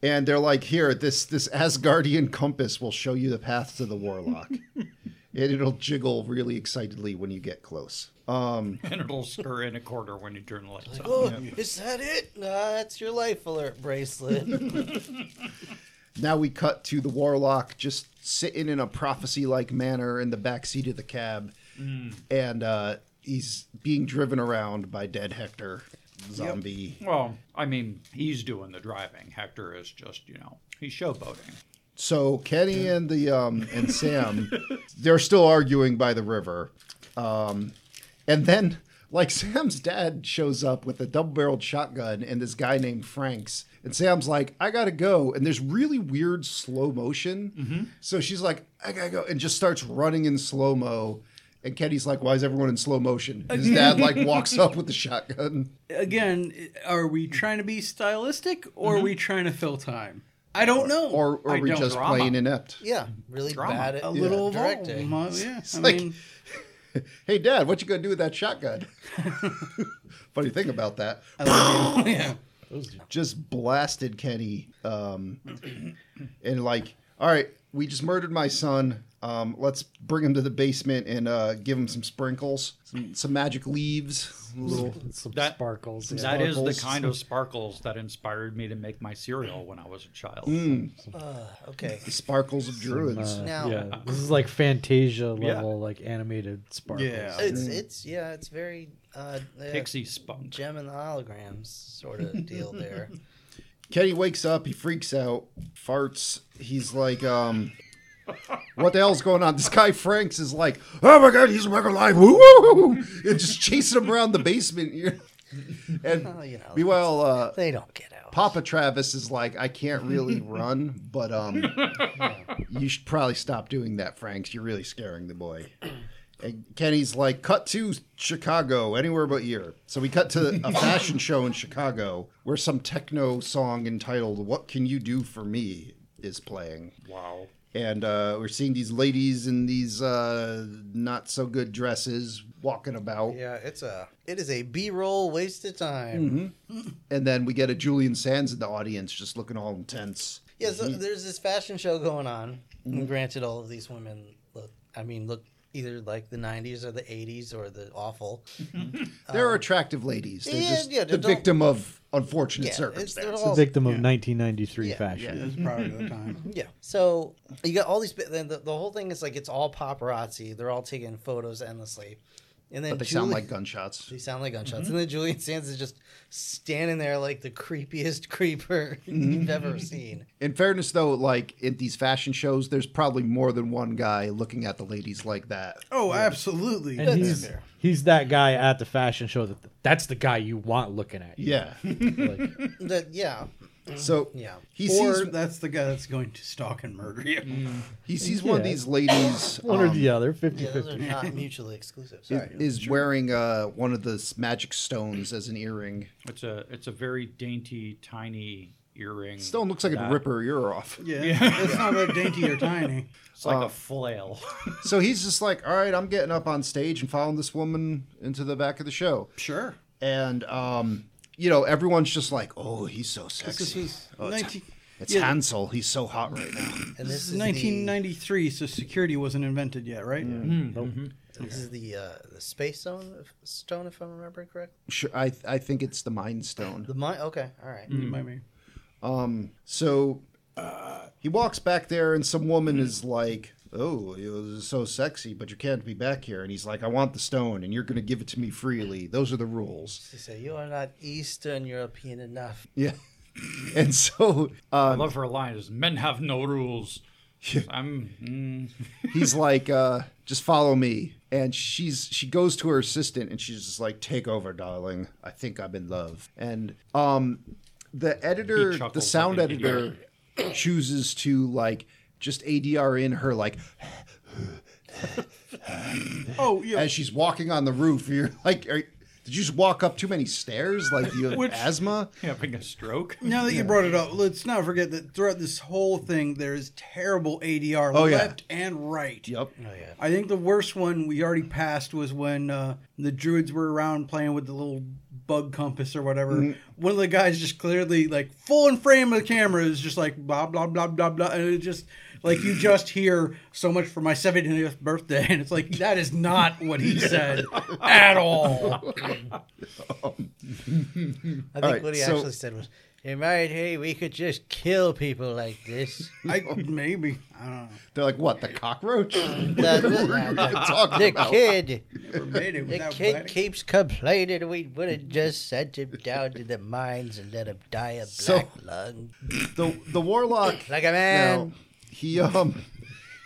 And they're like, here, this this Asgardian compass will show you the path to the warlock. and it'll jiggle really excitedly when you get close. Uh,
and it'll stir in a quarter when you turn the lights on.
oh, is that it? Nah, that's your life alert bracelet.
Now we cut to the warlock just sitting in a prophecy like manner in the back seat of the cab, and uh, he's being driven around by dead Hector, zombie.
Well, I mean, he's doing the driving. Hector is just, you know, he's showboating.
So Kenny and the um, and Sam, they're still arguing by the river, um, and then like Sam's dad shows up with a double-barreled shotgun and this guy named Franks, and Sam's like, "I gotta go," and there's really weird slow motion.
Mm-hmm.
So she's like, "I gotta go," and just starts running in slow mo. And Kenny's like, "Why is everyone in slow motion?" His dad like walks up with the shotgun.
Again, are we trying to be stylistic or are we trying to fill time? I don't know.
Mm-hmm. Or, or
I
are we
don't
just
drama.
plain inept?
yeah, really
Drama.
bad at
a little of all.
directing.
Mo- Yeah. I
like-
mean,
Hey, Dad, what you gonna do with that shotgun? Funny thing about that,
yeah.
just blasted Kenny. Um, and like, all right, we just murdered my son. Um, let's bring him to the basement and uh, give him some sprinkles, some, some magic leaves. a little-
Some
That-
sparkles. yeah.
That is the
Sparkles.
kind of sparkles that inspired me to make my cereal when I was a child.
Mm.
Uh, Okay.
the sparkles of
um,
druids.
Uh,
Now-
yeah, this is like Fantasia level, like animated sparkles.
Yeah.
It's it's yeah, it's very uh, uh,
Pixie spunk.
gem and the holograms sort of deal there.
Kenny wakes up, he freaks out, farts. He's like, um, what the hell's going on? This guy Franks is like, oh my god, he's back alive! Woo! And just chasing him around the basement.
Well,
and
you know,
meanwhile, uh,
they don't get out.
Papa Travis is like, I can't really run, but um, you should probably stop doing that, Franks. You're really scaring the boy. And Kenny's like, cut to Chicago, anywhere but here. So we cut to a fashion show in Chicago where some techno song entitled "What Can You Do for Me" is playing
Wow.
and uh, we're seeing these ladies in these uh, not so good dresses walking about.
Yeah, it's a it is a B roll waste of time.
Mm-hmm. And then we get a Julian Sands in the audience just looking all intense.
Yeah, so
Mm-hmm.
there's this fashion show going on. And granted, all of these women look, I mean, look either like the 90s or the 80s or the awful.
They're attractive ladies. Um, They're
yeah,
just
yeah,
the
don't-
victim of unfortunate
Yeah, it's- they're
circumstances.
all-
Victim of 1993
Yeah,
fashion.
That's probably the time.
Yeah. So you got all these, then the, the whole thing is like it's all paparazzi. They're all taking photos endlessly. And then
But they
Julie-
sound like Mm-hmm. gunshots.
They sound like gunshots. And then Julian Sands is just standing there like the creepiest creeper
Mm-hmm.
you've ever seen.
In fairness, though, like in these fashion shows, there's probably more than one guy looking at the ladies like that.
Oh, absolutely.
And he's he's that guy at the fashion show that that's the guy you want looking at you.
Yeah.
Like,
That yeah,
So
Yeah.
he
or
sees Mm-hmm.
that's the guy that's going to stalk and murder you.
he sees one of
Yeah.
these ladies.
One or
um,
the other, 50
Yeah,
50.
those are not mutually exclusive.
is,
Sorry.
is wearing uh, one of the magic stones as an earring.
It's a it's a very dainty, tiny earring.
Stone looks like it'd
that-
rip her ear off.
Yeah, it's not that dainty or tiny.
It's like
Oh.
a flail.
So he's just like, all right, I'm getting up on stage and following this woman into the back of the show.
Sure.
And, um, you know, everyone's just like, oh, he's so
This
sexy.
was
Oh, it's
19
it's
yeah.
Hansel. He's so hot right now.
and
this is
the-
1993, so security wasn't invented yet, right?
This is the uh, the space stone, if- stone, if I'm remembering correct.
Sure, I, I think it's the Mind Stone.
The mine. Okay, all right.
Might be.
So uh, he walks back there, and some woman is like, oh, you're so sexy, but you can't be back here. And he's like, I want the stone, and you're going to give it to me freely. Those are the rules.
She said, "You are not Eastern European enough."
Yeah. And so uh,
I love her line is men have no rules. I'm mm,
he's like, uh, just follow me. And she's she goes to her assistant and she's just like, take over, darling. I think I'm in love. And um, the editor,
chuckles
the sound
like an
editor, chooses to like just ADR in her like
Oh yeah,
as she's walking on the roof. You're like, are, did you just walk up too many stairs? Like you have
Which-
asthma?
having a stroke.
Now that you brought it up, let's not forget that throughout this whole thing, there is terrible ADR
Oh, yeah.
left and right.
Yep.
Oh yeah.
I think the worst one we already passed was when uh, the druids were around playing with the little bug compass or whatever.
Mm-hmm.
One of the guys just clearly like full in frame of the camera is just like blah blah blah blah blah, and it just like you just hear so much for my 70th birthday, and it's like that is not what he said at all.
I think
right,
what he
so-
actually said was, "In my day, we could just kill people like this.
I maybe I don't know.
They're like, what? The cockroach?
The, the-
Talking
the
about.
kid,
Never made it
the
without
kid
planning.
keeps complaining. We would have just sent him down to the mines and let him die of
So-
black lung,
The the warlock
like a
Now,
man."
he um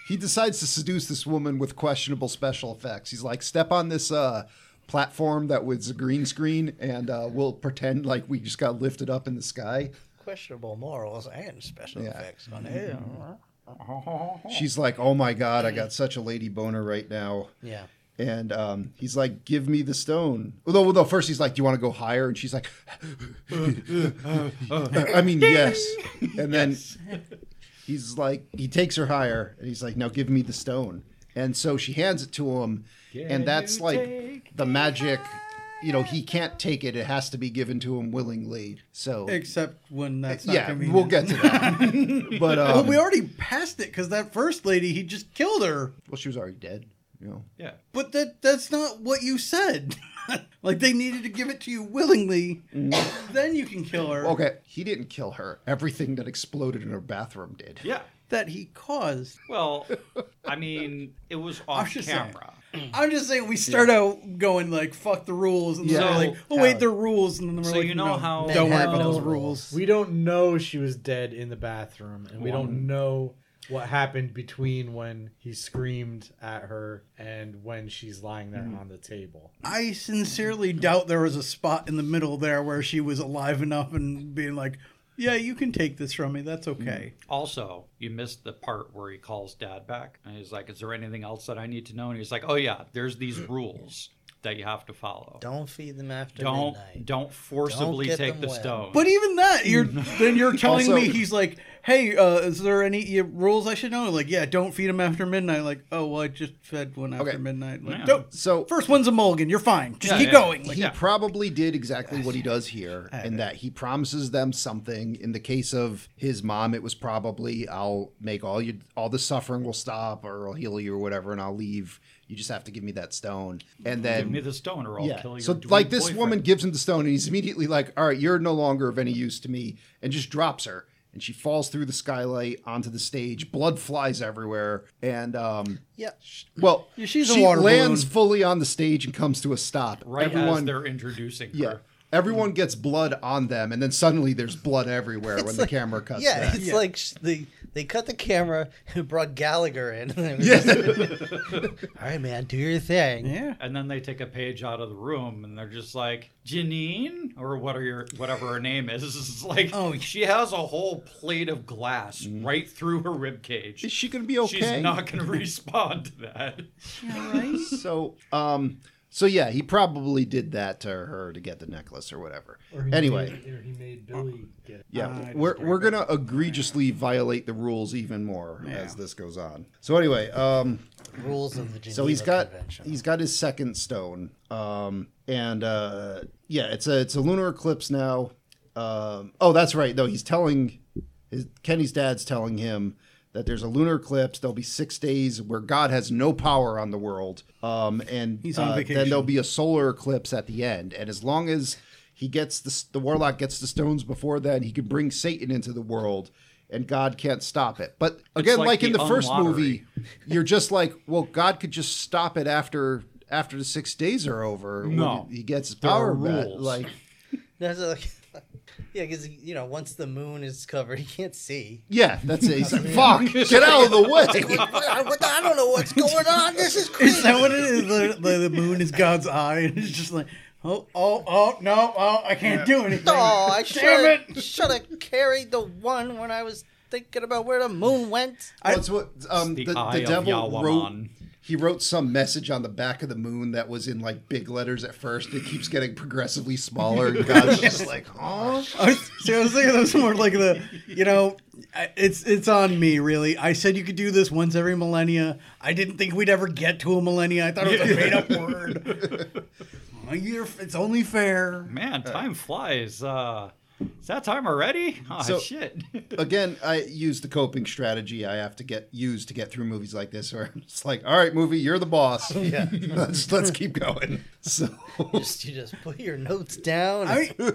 he decides to seduce this woman with questionable special effects. He's like, step on this uh platform that was a green screen and uh, we'll pretend like we just got lifted up in the sky.
Questionable morals and special
Yeah. Mm-hmm.
effects on it.
She's like, Oh my god, I got such a lady boner right now.
Yeah.
And um, he's like, Give me the stone. Although no, first he's like, Do you want to go higher? And she's like I mean yes. And then he's like he takes her higher and he's like now give me the stone and so she hands it to him and that's like the magic you know he can't take it it has to be given to him willingly so
Except when that's not
yeah
convenient.
we'll get to that but um,
Well, we already passed it because that first lady, he just killed her.
well she was already dead you know
Yeah.
But that that's not what you said. like they needed to give it to you willingly, then you can kill her.
okay he didn't kill her everything that exploded in her bathroom did
Yeah.
That he caused.
Well, I mean, it was off
just saying.
camera.
I'm just saying we start out going like fuck the rules, and then
Yeah.
we're like, oh
So-
wait, they're rules, and then we're
So
like,
you know
no,
how-
don't worry
Manhattan
about
knows
those rules.
We don't know she was dead in the bathroom, and we don't know what happened between when he screamed at her and when she's lying there on the table.
I sincerely doubt there was a spot in the middle there where she was alive enough and being like, yeah, you can take this from me. That's okay.
Also, you missed the part where he calls dad back and he's like, Is there anything else that I need to know? And he's like, Oh, yeah, there's these rules that you have to follow.
Don't feed them after
Don't
midnight.
don't forcibly
get
take
them
the
wet.
stone.
But even that, you're then you're telling
Also-
me he's like, "Hey, uh, is there any uh, rules I should know?" Like, yeah, don't feed him after midnight. Like, oh well, I just fed one after
Okay.
midnight. Like,
Yeah.
don't.
so
First one's a mulligan. You're fine. Just
Yeah,
keep
yeah.
going. Like,
he probably did exactly what he does here in
bet.
that he promises them something in the case of his mom it was probably i'll make all you all the suffering will stop or i'll heal you or whatever and i'll leave you just have to give me that stone and then
Give me the stone or I'll
yeah
kill your
so
dweeb
like this
boyfriend.
woman gives him the stone and he's immediately like all right you're no longer of any use to me and just drops her and she falls through the skylight onto the stage blood flies everywhere and um
Yeah.
well
Yeah, she's a
she
water
lands
balloon.
fully on the stage and comes to a stop
right as
everyone
they're introducing
yeah.
her.
Everyone gets blood on them, and then suddenly there's blood everywhere when the camera cuts.
Yeah,
back.
it's like sh- the They cut the camera and brought Gallagher in. They were
Yes.
just- All right, man, do your thing.
Yeah.
And then they take a page out of the room and they're just like, Janine? Or what are your whatever her name is. It's like
Oh,
oh, she has a whole plate of glass right through her rib cage.
Mm. Is she gonna be okay?
She's not gonna respond to that.
so um so yeah he probably did that to her to get the necklace or whatever anyway
or he Ah, made Billy get it.
yeah
I
we're,
just
we're gonna egregiously violate the rules even more as this goes on so anyway um
Rules of the Geneva
so he's got
Convention.
he's got his second stone um and uh yeah it's a it's a lunar eclipse now um oh that's right no he's telling his kenny's dad's telling him that there's a lunar eclipse there'll be six days where god has no power on the world um and
He's on
then
vacation.
there'll be a solar eclipse at the end and as long as he gets the, s- the warlock gets the stones before then he can bring satan into the world and god can't stop it but again like,
like
in the
the
first
unlottery.
movie you're just like, well, God could just stop it after after the six days are over. when
No.
he gets his
There
power
are
back.
rules.
Like,
That's like, yeah, because you know, once the moon is covered, he can't see.
yeah, that's it. He's like, fuck, get out of the way.
What, what- I don't know what's going on. This is crazy.
Is that what it is? The, the, the moon is God's eye, and it's just like, oh, oh, oh, no, oh, I can't do anything.
Oh, I
Damn
should should have carried the one when I was thinking about where the moon went.
Well, it's what um, the,
The
the,
Eye of
devil
Yawaman.
wrote. He wrote some message on the back of the moon that was in like big letters at first. It keeps getting progressively smaller, and God's just like, huh?
I was, see, I was thinking that was more like the, you know, I- it's it's on me really. I said you could do this once every millennia. I didn't think we'd ever get to a millennia. I thought it was a made up word. Well, you're- It's only fair.
Man, time flies. Uh is that time already? Oh
So-
shit.
Again, I use the coping strategy I have to get used to get through movies like this, where I'm just like, all right, movie, you're the boss. Yeah, let's let's keep going. So
Just you just put your notes down. and-
I,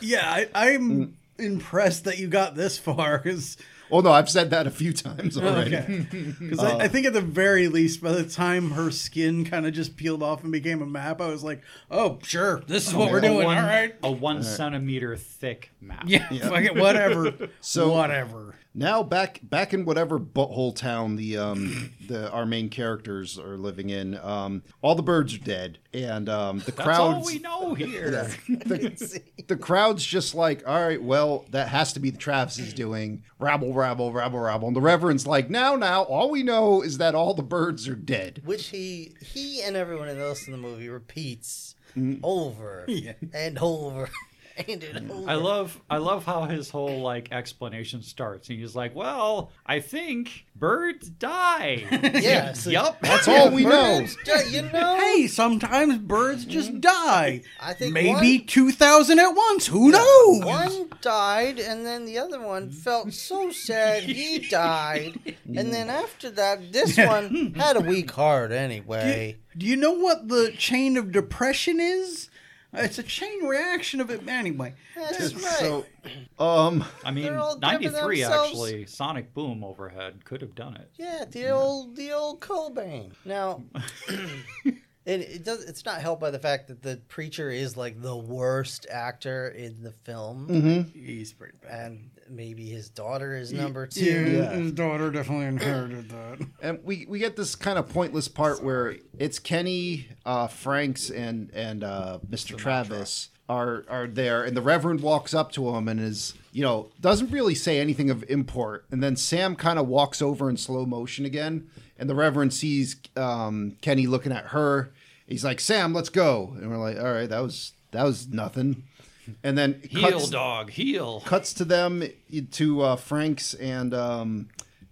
yeah, I, I'm impressed that you got this far because
Oh no, I've said that a few times already.
I, I think at the very least, by the time her skin kind of just peeled off and became a map, I was like, oh sure, this is what we're
A
doing.
one-
All right,
A one centimeter thick map.
yeah, fuck it, whatever.
So-
whatever.
Now back back in whatever butthole town the um the our main characters are living in, um all the birds are dead and um the
That's all
crowds
we know here.
the, the crowd's just like, all right, well that has to be the Travis is doing rabble rabble rabble rabble, and the Reverend's like, now now all we know is that all the birds are dead.
which he he and everyone else in the movie repeats
Mm-hmm.
over and over and and over.
I love I love how his whole like explanation starts. And he's like, Well, I think birds die.
Yeah, so-
yup.
That's all we know.
Birds, yeah, you know.
Hey, sometimes birds just die.
Mm-hmm. I think
Maybe 2,000 at once. Who knows?
one, one died, and then the other one
Mm-hmm.
felt so sad he died, and then
Mm.
after that, this one had a weak heart anyway.
Do you know what the chain of depression is? It's a chain reaction of it. Anyway,
That's right.
So um
I mean,
all dipping
93
themselves.
actually, Sonic Boom overhead could have done it.
Yeah, the old the old Cobain. Now, it, it does. It's not helped by the fact that the preacher is like the worst actor in the film,
Mm. mm-hmm.
he's pretty bad.
and maybe his daughter is number
Yeah,
two.
his daughter definitely inherited that.
and we we get this kind of pointless part where it's Kenny, uh, Franks, and and uh, Mr. Travis are are there, and the Reverend walks up to him and is you know doesn't really say anything of import, and then Sam kind of walks over in slow motion again, and the Reverend sees um, Kenny looking at her. He's like, "Sam, let's go," and we're like, "All right, that was that was nothing." And then it
Heal,
cuts-
dog, heal.
cuts to them to uh, Frank's and um,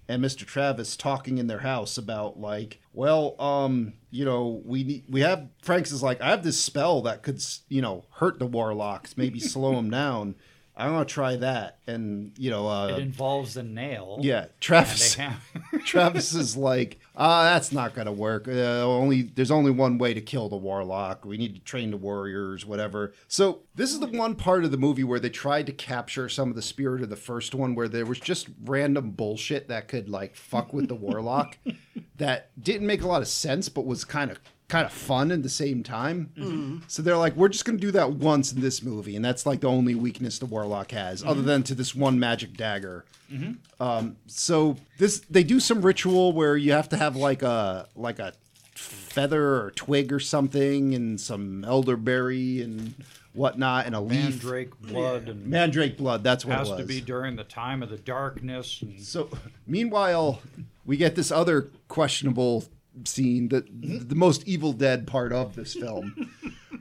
and Mr. Travis talking in their house about like, well, um, you know, we need, we have Frank's is like, I have this spell that could s- you know hurt the warlocks, maybe slow them down. I want to try that, and you know,
It
uh,
involves a nail.
yeah,
And
Travis.
they have
Travis is like, ah, that's not gonna work. Uh, only there's only one way to kill the warlock. We need to train the warriors, whatever. So this is the one part of the movie where they tried to capture some of the spirit of the first one, where there was just random bullshit that could like fuck with the warlock, that didn't make a lot of sense, but was kind of kind of fun at the same time. So they're like, we're just going to do that once in this movie, and that's like the only weakness the warlock has, other than to this one magic dagger. Um, so this they do some ritual where you have to have like a like a feather or twig or something, and some elderberry and whatnot, and a leaf.
Mandrake blood and
Mandrake blood. That's what
has
it was.
to be during the time of the darkness. And
So, meanwhile, we get this other questionable scene that the most Evil Dead part of this film,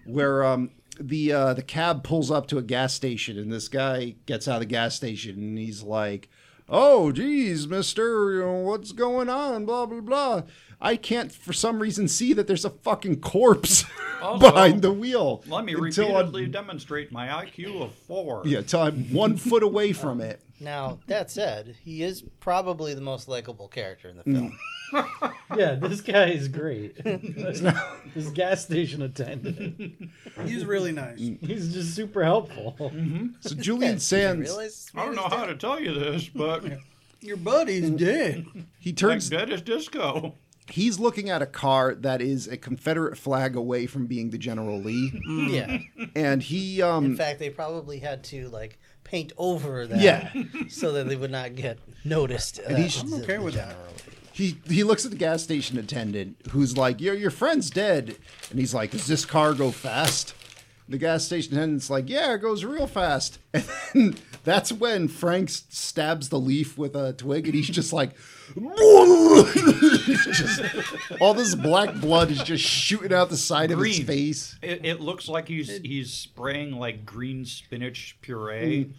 where um, the uh, the cab pulls up to a gas station, and this guy gets out of the gas station, and he's like. Oh geez, Mister, you know, what's going on? Blah blah blah. I can't, for some reason, see that there's a fucking corpse
Also,
behind the wheel.
let me
until I'm-
repeatedly demonstrate my IQ of four.
yeah, until I'm one foot away from it.
Now that said, he is probably the most likable character in the film.
Yeah, this guy is great. this gas station attendant.
He's really nice.
He's just super helpful.
So Julian
You
Sands,
realize this
I
man
don't know
is
how to tell you this, but
Your buddy's dead.
he
like
turns
dead as disco.
he's looking at a car that is a Confederate flag away from being the General Lee,
dead? Yeah.
and he
In
um
fact, they probably had to like paint over that,
Yeah.
so that they would not get noticed. And
he's-
I'm okay with that.
he he looks at the gas station attendant who's like, "Your your friend's dead," and he's like, "Does this car go fast?" The gas station attendant's like, "Yeah, it goes real fast." And then that's when Frank s- stabs the leaf with a twig, and he's just like. It's just- all this black blood is just shooting out the side of his
Green.
face.
It, it looks like he's he's spraying like green spinach puree.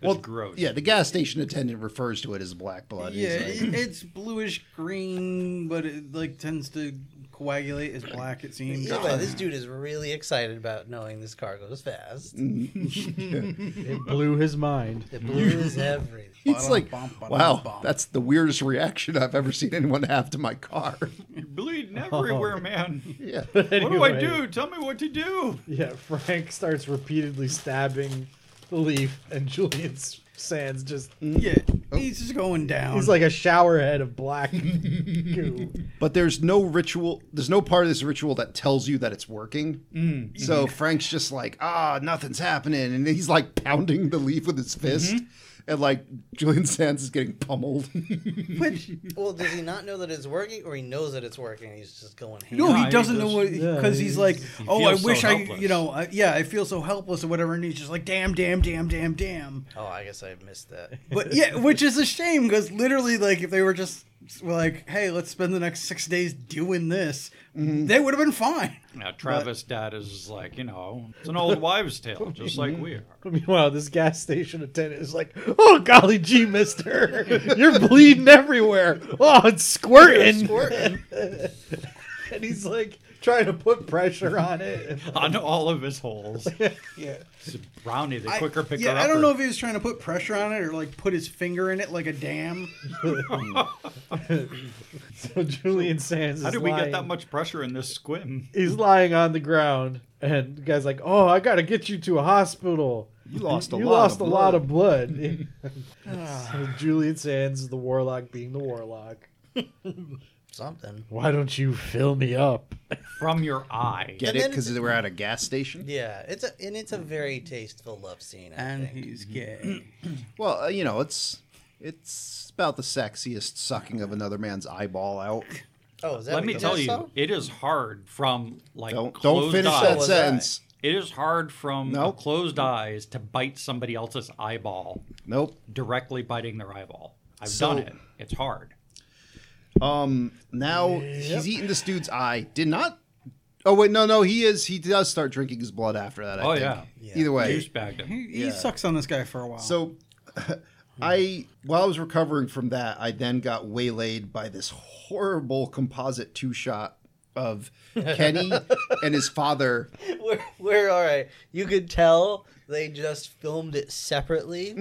It's gross.
Yeah, the gas station attendant refers to it as black blood. He's
Yeah,
like-
it- it's bluish green, but it like tends to coagulate as black. It seems.
Yeah, but this dude is really excited about knowing this car goes fast.
It blew his mind.
It blows everything.
It's like, wow, that's the weirdest reaction I've ever seen anyone have to my car.
You're bleeding everywhere, man.
Yeah.
What do I
Anyway.
do? Tell me what to do.
Yeah, Frank starts repeatedly stabbing the leaf, and Julian S- Sands just.
Yeah, he's just going down.
He's like a showerhead of black goo.
But there's no ritual, there's no part of this ritual that tells you that it's working.
Mm-hmm.
So Frank's just like, ah, nothing's happening. And he's like pounding the leaf with his fist.
Mm-hmm.
And like Julian Sands is getting pummeled.
Which-
Well, does he not know that it's working, or he knows that it's working and he's just going ham?
no,
Yeah,
he
he
doesn't know what
just-
yeah,
because he's
he's-
like,
he
oh, I
feels so
wish I,
helpless.
you know, I, yeah, I feel so helpless or whatever, and he's just like, damn, damn, damn, damn, damn.
Oh, I guess I missed that.
But yeah, which is a shame because literally, like, if they were just like, hey, let's spend the next six days doing this, they would have been fine.
Now Travis Dad is like, you know, it's an old wives' tale, just like we are.
Meanwhile, this gas station attendant is like, "Oh golly gee, Mister, you're bleeding everywhere. Oh, it's squirting." and he's like trying to put pressure on it.
On all of his holes.
Yeah.
It's a brownie, the
I-
quicker picker
yeah, I don't know if he was trying to put pressure on it or like put his finger in it like a dam.
So Julian Sands is
How did we
lying.
get that much pressure in this squim?
He's lying on the ground, and the guy's like, "Oh, I gotta get you to a hospital.
You lost a
you
lot
lost
of
a lot
blood."
of blood." so Julian Sands, the warlock, being the warlock.
Something.
Why don't you fill me up?
From your eye.
Get
And
it?
then-
Because they were at a gas station?
Yeah, it's a and it's a very tasteful love scene. I
And
think.
he's gay.
Well, uh, you know, it's it's about the sexiest sucking of another man's eyeball out.
Oh, is that
Let me
what
tell
that
you,
song?
it is hard from like
Don't, don't
closed
finish
eyes.
that
eyes.
sentence.
It is hard from
Nope.
closed eyes to bite somebody else's eyeball,
Nope.
directly biting their eyeball. I've
So-
done it. It's hard.
Now he's eating this dude's eye. Did not. Oh wait, no, no, he is. He does start drinking his blood after that. I
Oh,
think.
yeah.
Either way,
Juice bagged him.
He, he sucks on this guy for a while.
so I while I was recovering from that, I then got waylaid by this horrible composite two shot of Kenny and his father.
we're, we're all right. You could tell they just filmed it separately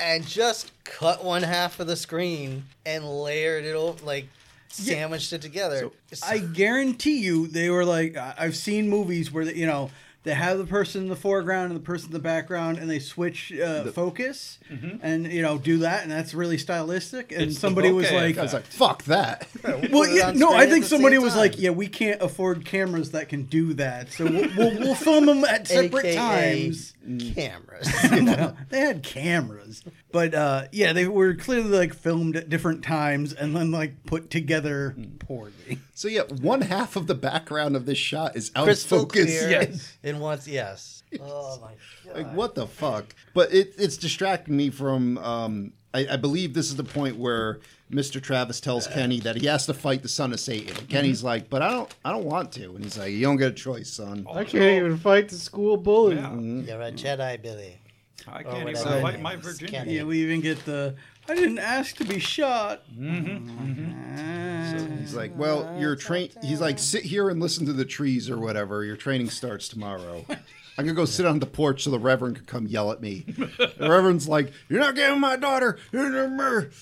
and just cut one half of the screen and layered it over, like sandwiched it together. So
I guarantee you, they were like, I- I've seen movies where, they, you know, They have the person in the foreground and the person in the background, and they switch uh, focus
Mm-hmm.
and you know do that, and that's really stylistic. And
It's the
somebody was
bokeh
like,
effect.
I was like, fuck that.
"Well,
Put it
yeah,
on
no,
screen
I
at
think
the same
somebody was
time.
like, yeah, we can't afford cameras that can do that, so we'll we'll, we'll film them at separate
AKA
times." Mm.
cameras.
well, they had cameras, but uh, yeah, they were clearly like filmed at different times and then like put together
Mm.
poorly.
So yeah, one half of the background of this shot is out of
Crystal
focus.
clear.
Yes.
And once, yes. Oh my god.
Like what the fuck? But it, it's distracting me from. Um, I, I believe this is the point where Mr. Travis tells Kenny that he has to fight the son of Satan. Kenny's like, but I don't, I don't want to. And he's like, you don't get a choice, son.
I can't even fight the school bully.
Yeah.
You're a Jedi, Billy.
I can't even
whatever.
fight my
Can't
virginity.
Yeah, we even get the I didn't ask to be shot.
So he's like, well, you're train. He's like, sit here and listen to the trees or whatever. Your training starts tomorrow. I'm gonna go sit on the porch so the Reverend could come yell at me. The Reverend's like, "You're not giving my daughter." And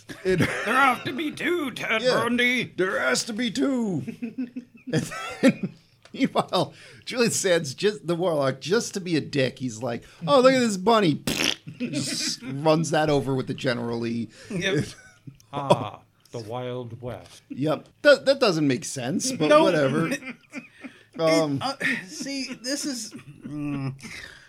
There have to be two, Ted
Yeah.
Bundy.
There has to be two. and then, meanwhile, Julian Sands, just the warlock, just to be a dick, he's like, "Oh, look at this bunny!" just runs that over with the General Lee.
Ah, the Wild West.
Yep, that, that doesn't make sense, but whatever. Um,
Uh, see, this is mm,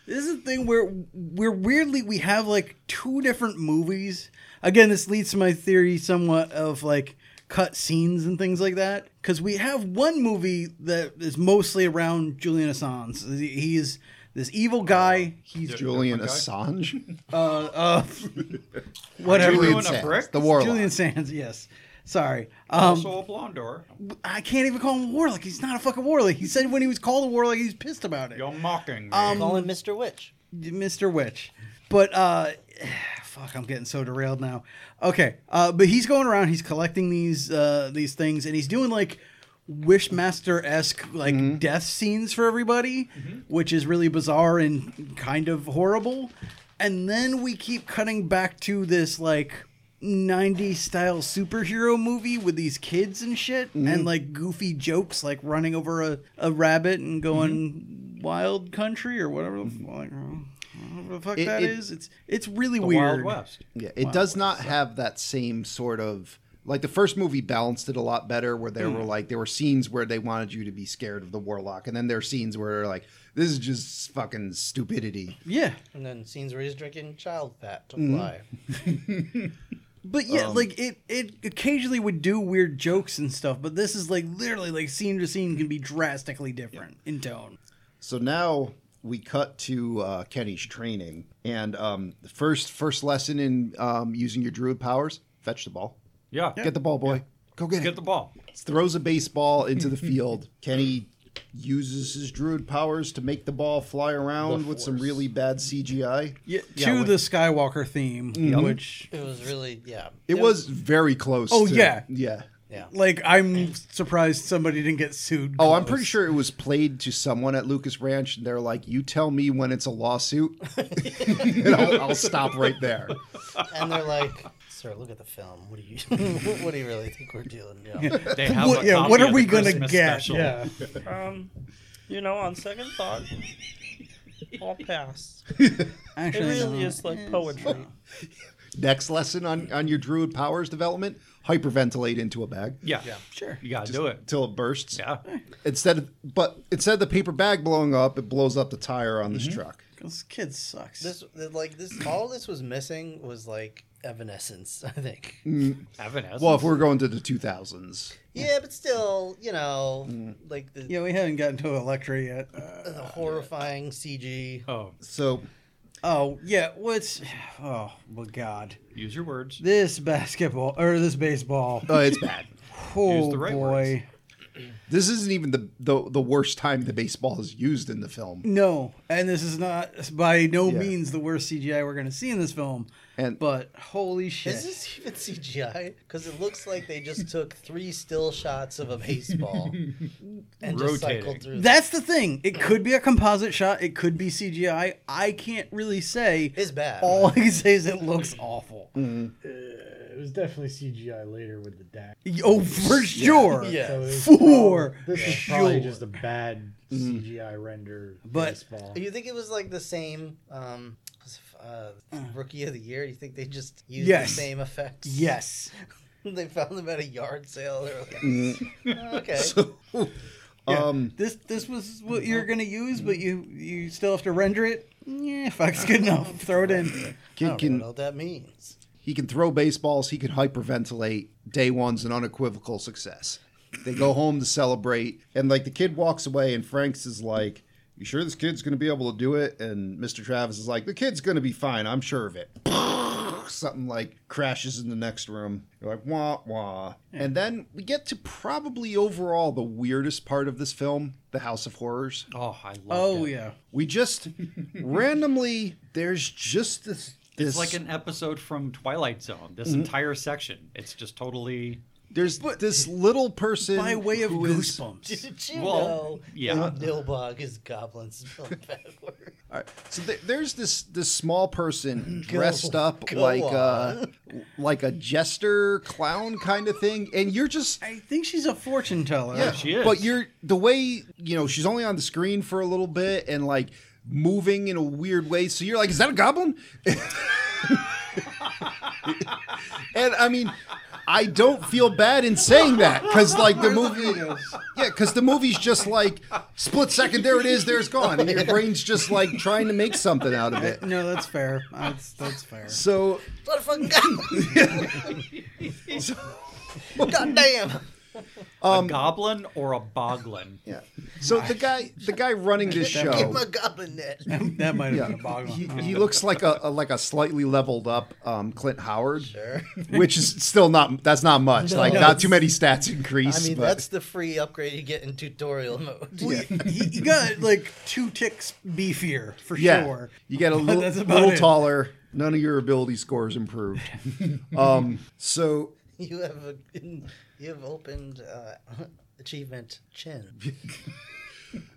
this is a thing where we're weirdly we have like two different movies. Again, this leads to my theory somewhat of like cut scenes and things like that because we have one movie that is mostly around Julian Assange. He's this evil guy. He's
Julian Assange,
uh, whatever.
Julian
doing a
Sands,
brick?
the warlock.
Julian Sands, yes. Sorry. Um,
also a blondor.
I can't even call him Warlock. He's not a fucking Warlock. He said when he was called a Warlock, he's pissed about it.
You're mocking me.
Um,
Call him Mr. Witch.
Mr. Witch. But uh fuck, I'm getting so derailed now. Okay. Uh but he's going around, he's collecting these uh these things and he's doing like Wishmaster-esque like death scenes for everybody, which is really bizarre and kind of horrible. And then we keep cutting back to this like 90s style superhero movie with these kids and shit and like goofy jokes like running over a, a rabbit and going wild country or whatever the fuck, I don't know what the fuck
It-
that
it-
is. It's it's really
the
weird.
Wild West.
Yeah, it does not have that same sort of like the first movie balanced it a lot better where there were like there were scenes where they wanted you to be scared of the warlock and then there are scenes where they're like this is just fucking stupidity.
Yeah.
And then scenes where he's drinking child fat to
Mm-hmm.
fly.
But yeah, like it it occasionally would do weird jokes and stuff, but this is like literally like scene to scene can be drastically different in tone.
So now we cut to uh, Kenny's training and um, the first first lesson in um, using your druid powers, fetch the ball.
Yeah.
Get the ball, boy. Go get,
Get
it.
the ball.
throws a baseball into the field. Kenny uses his druid powers to make the ball fly around with some really bad CGI.
Yeah, to the Skywalker theme, which
It was really, yeah.
It was very close.
Oh,
to-
yeah.
yeah.
Yeah.
like I'm surprised somebody didn't get sued.
Oh, I'm pretty sure it was played to someone at Lucas Ranch, and they're like, "You tell me when it's a lawsuit, and I'll, I'll stop right there."
And they're like, Sir, look at the film. What do you what do you really think we're doing? Yeah.
They have
What-
a
yeah,
copy
what are
of
we
the
gonna
Christmas
get?
Special.
Yeah.
Um, you know, on second thought, I'll pass. It
Actually,
really
no.
is like poetry.
Next lesson on on your druid powers development: hyperventilate into a bag
Yeah. Sure. You gotta do it.
until it bursts.
Yeah.
Instead, of, but instead of the paper bag blowing up, it blows up the tire on
Mm-hmm.
this truck.
This kid sucks.
This like this all this was missing was like evanescence, I think.
Mm.
Evanescence.
Well, Oh, if we're going to the 2000s,
Yeah, but still, you know,
Mm.
like the,
yeah, we haven't gotten to Electra yet.
the horrifying CG.
oh,
so
Oh yeah, what's oh my god.
use your words.
This basketball or this baseball.
uh, it's bad.
Oh
the right
boy.
This isn't even the, the the worst time the baseball is used in the film.
No, and this is not by no
Yeah.
means the worst CGI we're going to see in this film.
And-
but holy shit.
Is this even CGI? Because it looks like they just took three still shots of a baseball and just
Rotating.
cycled through. them.
That's the thing. It could be a composite shot, it could be CGI. I can't really say.
It's bad.
All I can say is it looks awful.
It was definitely CGI later with the DAC.
Oh, for sure.
Yeah.
So it was
For
prob- this is probably
sure.
just a bad CGI render.
But-
baseball.
You think it was like the same um, uh, rookie of the year? You think they just used
Yes.
the same effects?
Yes.
they found them at a yard sale. They were like, "Oh, okay.
So, um,
This this was what you're gonna use, but you
Mm-hmm.
you still have to render it. Yeah, fuck's good enough. Throw it in.
I
can,
don't even know
can
what that means.
he can throw baseballs? He can hyperventilate. Day one's an unequivocal success. They go home to celebrate, and like the kid walks away, and Frank's is like, "You sure this kid's going to be able to do it?" And Mr. Travis is like, "The kid's going to be fine. I'm sure of it." Something like crashes in the next room. You're like, wah, wah. And then we get to probably overall the weirdest part of this film the House of Horrors.
Oh, I love
Oh
it.
yeah.
We just randomly there's just this
It's
this
like an episode from Twilight Zone. This entire section, it's just totally.
there's this little person
By way of
who is-
goosebumps.
Did you
Well,
know
yeah.
that Nilbog is goblins spelled backwards?
All right, so there- there's this this small person dressed up
go
like a like a jester clown kind of thing, and you're just
I think she's a fortune teller.
yeah,
she is.
but you're the way you know she's only on the screen for a little bit and like moving in a weird way, so you're like, is that a goblin? and I mean, I don't feel bad in saying that because like the movie,
Uh,
yeah, because the movie's just like split second, there it is, there's gone, and your brain's just like trying to make something out of it.
No, that's fair. Uh, That's that's fair.
So
What a fucking goblin! God damn!
Um,
a goblin or a boglin?
yeah, so the guy, the guy running this
Get
show.
my goblin net.
That might have
Yeah.
been a bog
He,
one.
he looks like a, a- like a slightly leveled up um, Clint Howard, which is still not that's not much. like not too many stats
I
increase.
mean,
but-
that's the free upgrade you get in tutorial mode.
He, he got like two ticks beefier for
yeah.
sure.
You get a
But
little,
that's about
little
it.
taller. None of your ability scores improved. um, so
You have a, you have opened uh, achievement chin.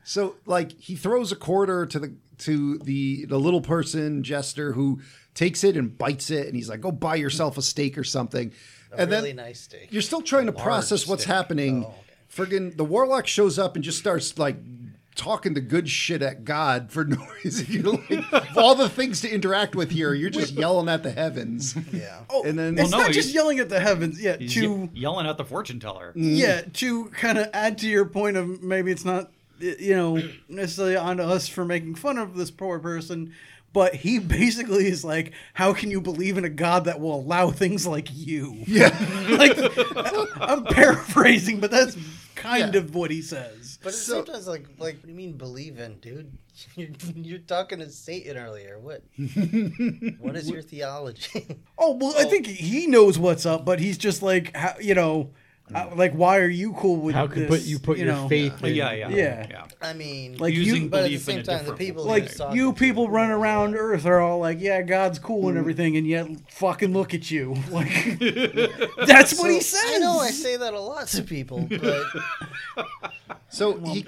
So like he throws a quarter to the to the the little person jester who takes it and bites it and he's like, "Go buy yourself a steak or something."
A
and
really
then
nice steak.
you're still trying to process what's
steak.
happening. Friggin' the warlock shows up and just starts like talking the good shit at God for no reason. You're like, of all the things to interact with here, you're just yelling at the heavens.
Yeah.
Oh,
And then
it's
no,
not just
he's-
yelling at the heavens. Yeah,
He's
to Mm,
ye- yelling at the fortune teller.
yeah
Mm.
to kind of add to your point of maybe it's not y- you know necessarily onto us for making fun of this poor person but he basically is like how can you believe in a god that will allow things like you yeah like i'm paraphrasing but that's kind
Yeah.
of what he says
But it's
So-
sometimes like like what do you mean believe in, dude? You're, you're talking to Satan earlier. What? what is your theology?
oh well i think he knows what's up but he's just like how, you know uh, like why are you cool with
Mm. How could put
this,
you put your
know?
faith? In,
Oh, Yeah, yeah,
Yeah.
I mean,
Like, you-
Using
but at the
belief in
same
a
time, the
different
people
way.
he
like
was talking
you
to
people
were
run around earth are all like yeah god's cool
Mm.
and everything and yet fucking look at you like that's what he says
I know I say that a lot to people, but
So he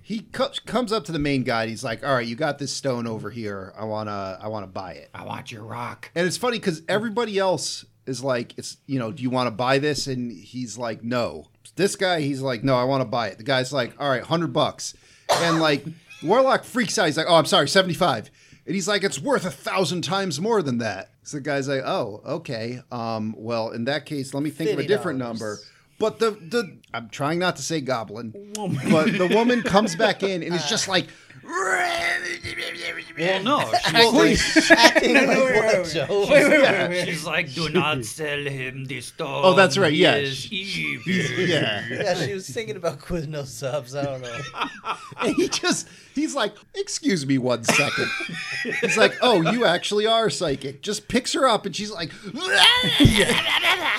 he co- comes up to the main guy. And he's like, "All right, you got this stone over here. I wanna I wanna buy it."
I want your rock.
And it's funny because everybody else is like, "It's you know, do you want to buy this?" And he's like, "No." This guy, he's like, "No, I want to buy it." The guy's like, "All right, hundred bucks," and like Warlock freaks out. He's like, "Oh, I'm sorry, seventy five. And he's like, "It's worth a thousand times more than that." So the guy's like, "Oh, okay. Um, well, in that case, let me think of a different
$50.
number." But the the I'm trying not to say goblin, but the woman comes back in and it's just like,
Well, no,
Please.
acting like
wait,
what,
wait, wait.
Joe?
she's, she's like, do not sell him this stone.
Oh, that's right,
He
yeah.
is evil."
yeah.
Yeah, she was thinking about Quiznos subs. I don't know.
And he just, he's like, excuse me one second. he's like, oh, you actually are psychic. Just picks her up and she's like,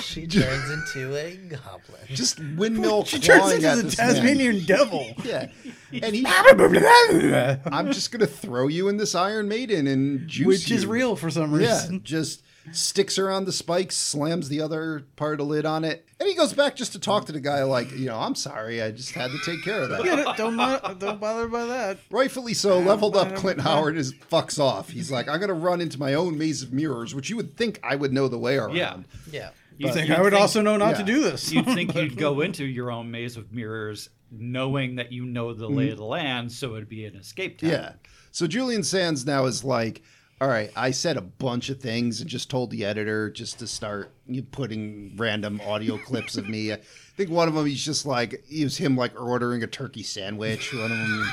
She turns into a goblin.
just windmill
she turns
clawing at
into the
this man.
tasmanian devil
Yeah. And he, I'm just going to throw you in this Iron Maiden and juice
which is
you.
real for some
Yeah.
reason
Just sticks her on the spikes, slams the other part of the lid on it. And he goes back just to talk to the guy like, you know, I'm sorry. I just had to take care of that.
Get it? don't mo- don't bother by that
Rightfully so, leveled up Clint Howard is fucks off. He's like, I'm gonna run into my own maze of mirrors, which you would think I would know the way around.
Yeah.
Yeah.
You
think
you'd
I would
think-
also know not to
yeah.
do this.
You'd think you'd go into your own maze of mirrors knowing that you know the
Mm.
lay of the land, so it'd be an escape tactic.
Yeah. So Julian Sands now is like, all right, I said a bunch of things and just told the editor just to start you putting random audio clips of me. I think one of them he's just like it was him like ordering a turkey sandwich. One of them,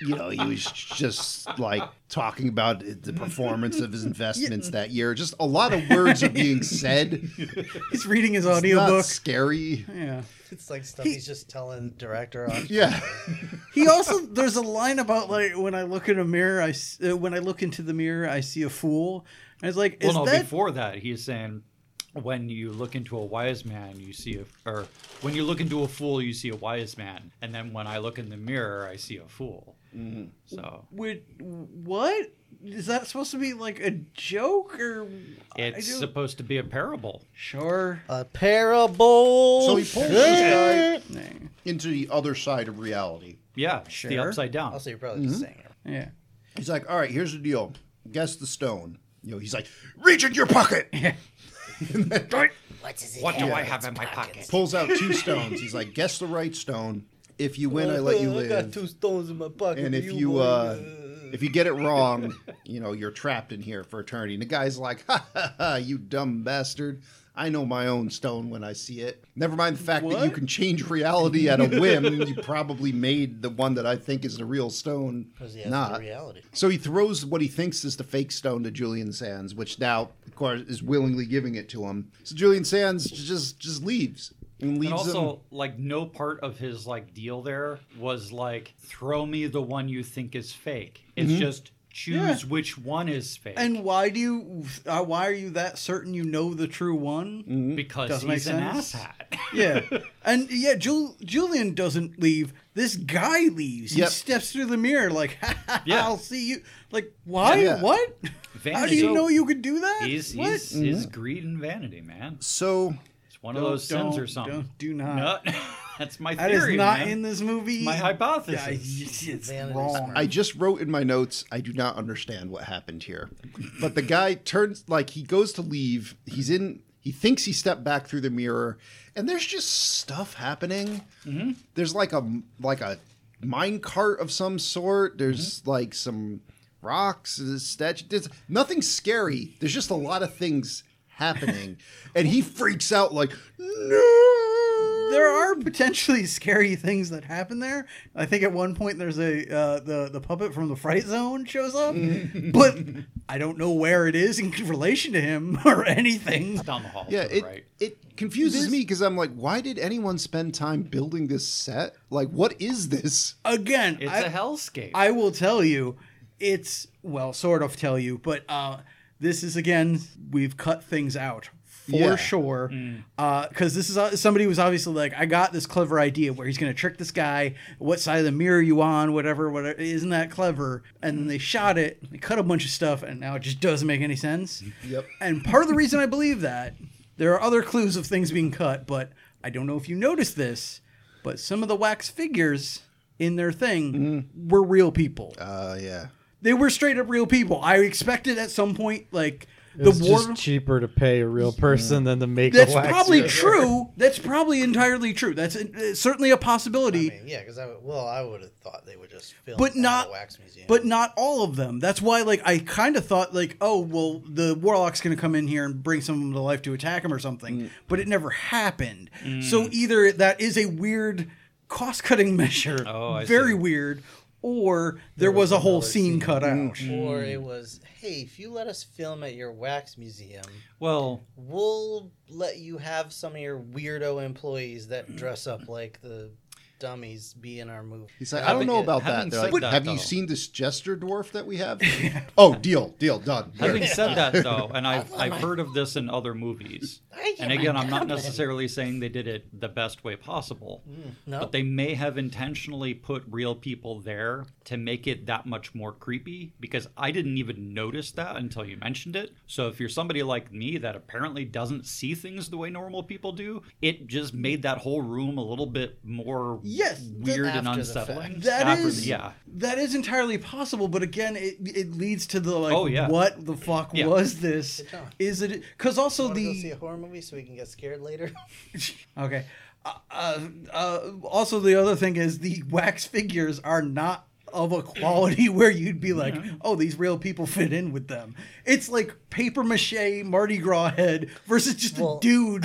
you know, he was just like talking about the performance of his investments that year. Just a lot of words are being said.
He's reading his
It's not
audiobook.
scary.
Yeah.
It's like stuff he's just telling the director off.
Yeah.
He also there's a line about like when I look in a mirror, I s- uh, when I look into the mirror, I see a fool. And it's like, is
Well, no,
that
before that, he's saying, when you look into a wise man, you see a, or when you look into a fool, you see a wise man, and then when I look in the mirror, I see a fool.
Mm-hmm.
So
Wait, what is that supposed to be like a joke or I
it's
do-
supposed to be a parable.
sure?
A parable.
So he pulls this guy
Nah.
into the other side of reality.
Yeah, it's the
Sure.
upside down.
also, you're probably
Mm-hmm.
just saying it.
Yeah.
He's like, all right, here's the deal. Guess the stone. You know, he's like, reach in your pocket.
What do I have in my pocket?
Pulls out two stones. He's like, guess the right stone. If you win, I let you
I got
live.
two stones in my pocket.
And if you
boy,
uh, if you get it wrong, you know you're trapped in here for eternity. And the guy's like, ha ha ha, you dumb bastard. I know my own stone when I see it. Never mind the fact that you can change reality at a whim. you probably made the one that I think is the real stone.
Because he has the
Not.
reality.
So he throws what he thinks is the fake stone to Julian Sands, which now, of course, is willingly giving it to him. So Julian Sands j- just just leaves and leaves
And also,
him.
like, no part of his like deal there was like throw me the one you think is fake. It's
Mm-hmm.
just choose which one is fake.
And why do you? Uh, why are you that certain you know the true one?
Mm. because
Mm-hmm. Doesn't make
he's an
sense.
asshat.
Yeah, and yeah, Jul- Julian doesn't leave. This guy leaves.
Yep.
He steps through the mirror like, ha, ha,
Yeah.
"I'll see you." Like, why?
Yeah.
What? How do
Vanity.
you know you could do that?
He's,
what? Mm-hmm.
he's, he's greed and vanity, man.
So
It's one of those sins
don't,
or something.
Don't, do not.
No, that's my
That
theory.
is not
man.
in this movie.
my hypothesis.
Yeah, it's, it's
Vanity's
wrong.
I just wrote in my notes, I do not understand what happened here. But the guy turns like he goes to leave. He's in. He thinks he stepped back through the mirror, and there's just stuff happening. There's like a like a mine cart of some sort. There's like some rocks, a statue. There's nothing scary. There's just a lot of things happening, and he freaks out like no.
there are potentially scary things that happen there. I think at one point there's a uh, the the puppet from the Fright Zone shows up, but I don't know where it is in relation to him or anything.
down the hall.
Yeah,
to the
it
right.
it confuses me because I'm like, why did anyone spend time building this set? Like, what is this?
Again,
It's
I,
a hellscape.
I will tell you, it's well, sort of tell you, but uh, this is again we've cut things out for
Yeah.
sure because this is uh, somebody was obviously like, I got this clever idea where he's gonna trick this guy. What side of the mirror you on? Whatever, whatever. Isn't that clever? And then they shot it. They cut a bunch of stuff, and now it just doesn't make any sense.
Yep.
And part of the reason I believe that there are other clues of things being cut, but I don't know if you noticed this, but some of the wax figures in their thing were real people.
Uh, Mm-hmm. yeah.
They were straight up real people. I expected at some point like
The
the
it's
war.
just cheaper to pay a real person than to make
That's
a wax
probably
figure.
true. That's probably entirely true. That's uh, certainly a possibility.
I mean, yeah, because I would- well, I would have thought they would just film,
But
at a
not-
wax museum.
but not all of them. That's why, like, I kind of thought, like, oh, well, the warlock's going to come in here and bring some of them to life to attack him or something, but it never happened. So either that is a weird cost cutting measure,
Oh, I
very
see.
weird, or there, was, a whole scene, cut out.
Hmm.
or it was, hey, if you let us film at your wax museum,
well,
we'll let you have some of your weirdo employees
Mm.
that dress up like the dummies be in our movie.
He's like,
Having-
I don't know about that.
having
They're like,
said that,
have you
though-
seen this jester dwarf that we have? oh, deal, deal, done.
having
Here.
said that though, and I've I've heard of this in other movies. And again, I'm not necessarily saying they did it the best way possible,
no.
but they may have intentionally put real people there to make it that much more creepy. Because I didn't even notice that until you mentioned it. So if you're somebody like me that apparently doesn't see things the way normal people do, it just made that whole room a little bit more
Yes, that-
weird and
after the
unsettling.
fact.
That
After the-
is-
yeah.
that is entirely possible, but again, it, it leads to the like,
Oh, yeah.
what the fuck
Yeah.
was this? Is it because also
Wanna go see
the
a horror movie so we can get scared later.
okay, uh, uh, uh, also the other thing is the wax figures are not of a quality where you'd be like, oh, these real people fit in with them. It's like paper mache Mardi Gras head versus just
Well,
a dude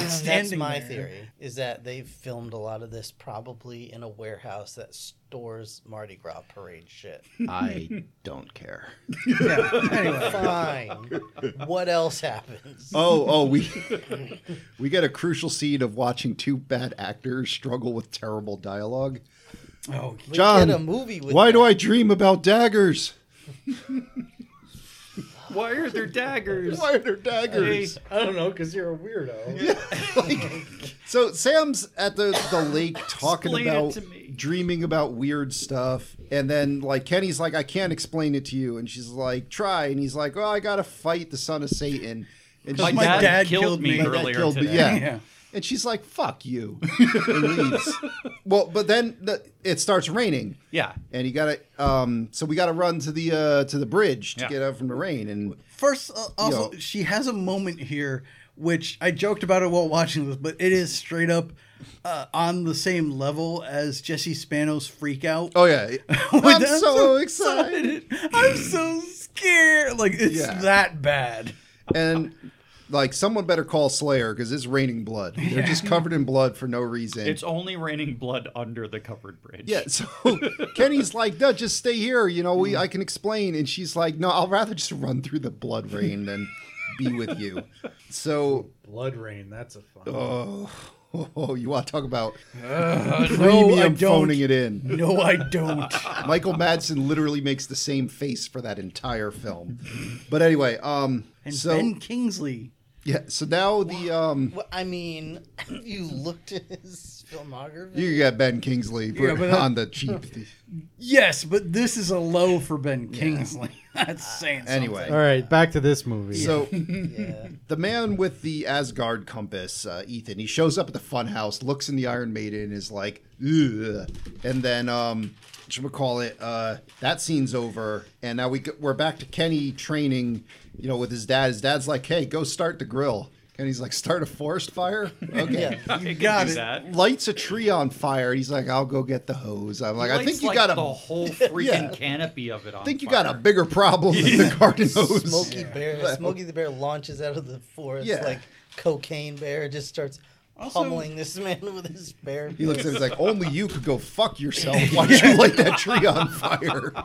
That's
standing.
my
there.
theory. Is that they've filmed a lot of this probably in a warehouse that stores Mardi Gras parade shit.
I don't care.
Yeah. Anyway,
Fine. what else happens?
Oh, oh, we we get a crucial scene of watching two bad actors struggle with terrible dialogue.
oh
we
John,
get a movie with
Why do I dream about daggers?
Why are there daggers?
Why are there daggers?
I don't know, because you're a weirdo.
So Sam's at the, the lake talking
Explain it
about
to me.
dreaming about weird stuff, and then like Kenny's like, I can't explain it to you, and she's like, try, and he's like, Oh, I gotta fight the son of Satan, and she's
My,
like,
dad,
dad
killed,
killed
me
me. My
dad
earlier
killed me,
today.
yeah.
yeah.
And she's like, "Fuck you," and leaves. Well, but then the, it starts raining.
Yeah.
and you gotta. Um, so we gotta run to the uh, to the bridge to
Yeah.
get out from the rain. And
First, uh, also,
Yo.
she has a moment here, which I joked about it while watching this, but it is straight up uh, on the same level as Jesse Spano's freak out.
oh yeah,
With
I'm
the-
so excited.
I'm so scared. Like, it's
Yeah.
that bad.
And like, someone better call Slayer because it's raining blood. They're just covered in blood for no reason.
It's only raining blood under the covered bridge.
yeah, so Kenny's like, no, just stay here. You know, we I can explain. And she's like, no, I'll rather just run through the blood rain than be with you. So,
Blood rain, that's a fun.
oh, you want to talk about
No, I
premium
don't.
phoning it in?
No, I don't.
Michael Madsen literally makes the same face for that entire film. But anyway, um,
And
so
Ben Kingsley.
yeah, so now the um,
Well, I mean, you looked at his filmography.
you got Ben Kingsley for-
Yeah, but that-
on the cheap.
Yes, but this is a low for Ben Kingsley. That's saying something.
Anyway,
All right, back to this movie.
So
yeah.
the man with the Asgard compass, uh, Ethan, he shows up at the funhouse, looks in the Iron Maiden, and is like, Ugh. and then um, call it. Uh, that scene's over, and now we go, we're back to Kenny training, you know, with his dad. His dad's like, hey, go start the grill. Kenny's like, start a forest fire. Okay.
Yeah.
you
got it.
That.
Lights a tree on fire. He's like, I'll go get the hose. I'm like, I think
Lights,
you
like,
got a,
the
I
whole freaking
Yeah.
canopy of it on.
think you
fire.
got a bigger problem than the garden hose.
Smokey Bear, Smokey the Bear launches out of the forest
Yeah.
like cocaine bear, just starts pummeling this man with his bear.
He looks at it he's like, only you could go fuck yourself. Why'd you light that tree on fire?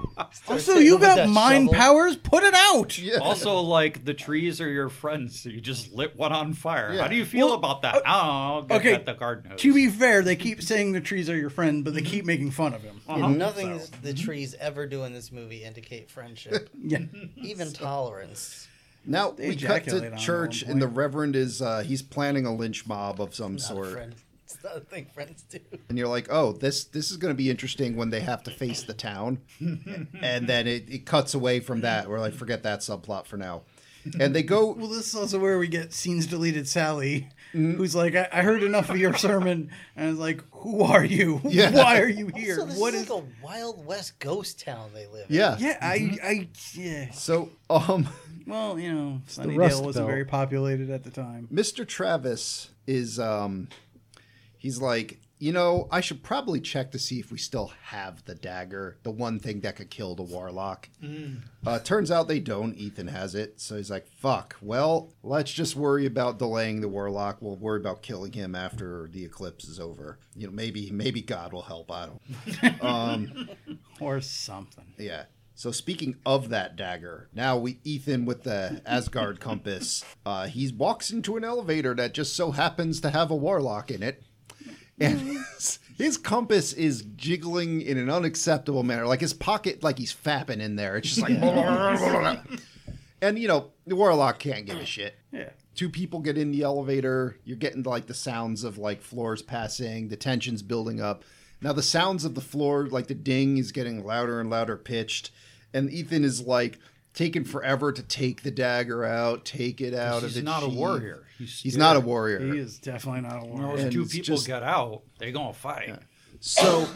Also, you
With
got
that
mind
shovel.
powers. Put it out.
Yeah.
Also, like the trees are your friends, so you just lit one on fire.
Yeah. uh,
How do you feel about that? oh, good
okay.
at the garden hose.
To be fair, they keep saying the trees are your friend, but they keep making fun of him.
Nothing is the trees ever do in this movie indicate friendship,
Yeah.
even tolerance.
Now we cut
ejaculate on him
to
at
church,
one
and the
point.
reverend is uh, he's planning a lynch mob of some
Not a
sort.
friend. It's not a thing friends do.
And you're like, oh, this this is going to be interesting when they have to face the town. and then it, it cuts away from that. We're like, forget that subplot for now. And they go,
Well, this is also where we get scenes deleted Sally, who's like, I, I heard enough of your sermon, and I was like, Who are you?
Yeah.
Why are you here?
So this
What
is,
is.
like a Wild West ghost town they live in.
yeah.
Yeah, I, I, yeah.
So, um,
Well, you know,
Rust
Sunnydale wasn't
Belt.
very populated at the time.
Mr. Travis is, um, he's like, you know, I should probably check to see if we still have the dagger, the one thing that could kill the warlock. Uh, turns out they don't. Ethan has it. So he's like, fuck, well, let's just worry about delaying the warlock. We'll worry about killing him after the eclipse is over. You know, maybe, maybe God will help. I don't
Or something.
yeah. So speaking of that dagger, now we Ethan with the Asgard compass. Uh, he walks into an elevator that just so happens to have a warlock in it, and his, his compass is jiggling in an unacceptable manner, like his pocket, like he's fapping in there. It's just like, and you know the warlock can't give a shit.
Yeah.
Two people get in the elevator. You're getting like the sounds of like floors passing. The tension's building up. Now the sounds of the floor, like the ding, is getting louder and louder pitched. And Ethan is like taking forever to take the dagger out, take it out. of
he's
the
not a
sheath.
warrior. He's,
He's not a
scared.
warrior.
He is definitely not a
When
warrior.
Those
and
two
it's
people
just-
get out. They gonna fight.
So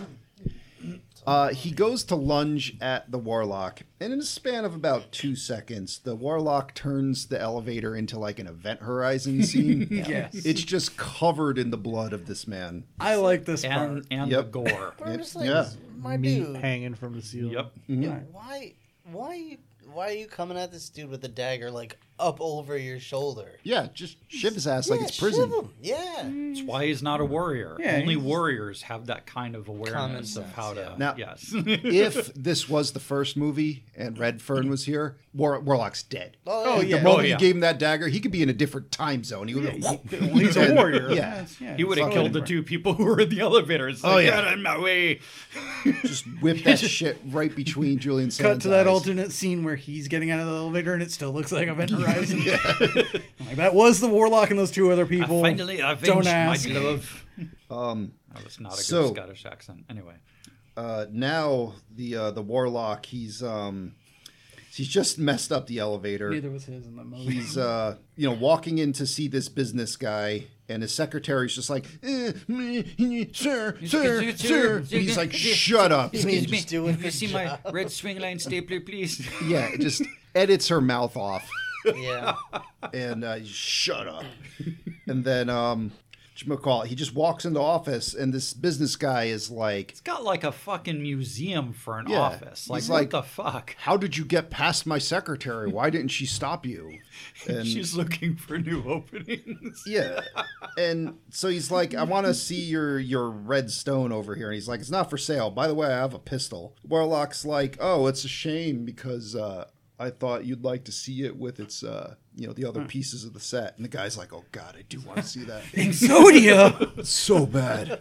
uh, he goes to lunge at the warlock, and in a span of about two seconds, the warlock turns the elevator into like an event horizon scene.
Yes.
It's just covered in the blood of this man.
I like this part.
and and
Yep.
the gore.
I'm just like,
yeah.
my
meat
dude,
hanging from the ceiling.
yep.
why, why, you, why are you coming at this dude with a dagger like up over your shoulder?
Yeah, just shiv his ass like
Yeah,
it's prison.
shiv him. Yeah,
That's why he's not a warrior.
Yeah,
Only
he's-
warriors have that kind of
Common
awareness of
sense,
how to.
Now-
yes.
if this was the first movie and Red Fern was here, War- Warlock's dead.
Oh,
The
yeah.
moment
Oh, yeah.
he gave him that dagger, he could be in a different time zone. He would have.
He's a warrior.
Yeah.
yeah,
he would have
it's
killed the
totally
two people who were in the elevator. It's
Oh,
like,
yeah.
"Get out of my way.
just whip that shit right between Julian Sands.
Cut to that
eyes.
alternate scene where he's getting out of the elevator and it still looks like Event Horizon. I'm like, that was the warlock and those two other
I
people.
finally avenged
don't
my
ask.
glove.
Um,
That was not a good
So-
Scottish accent. Anyway.
uh, now the uh, the warlock, he's um, he's just messed up the elevator.
Neither was his in the movie.
he's uh you know walking in to see this business guy and his secretary's just like eh, me, eh, sir sir sir and he's like shut up
Excuse me. doing
Can you
his
see my red swing line stapler, please?
yeah it just edits her mouth off
yeah.
and uh, he's, shut up and then um whatchamacallit, he just walks into office and this business guy is like
It's got like a fucking museum for an
Yeah.
office. Like,
He's
what
like-
the fuck?
how did you get past my secretary why didn't she stop you and
She's looking for new openings.
Yeah. And so he's like, I want to see your your red stone over here. And he's like, it's not for sale. By the way, I have a pistol. Warlock's like, oh, it's a shame because uh, I thought you'd like to see it with its, uh, you know, the other pieces of the set. And the guy's like, oh God, I do want to see that.
Exodia!
It's so bad.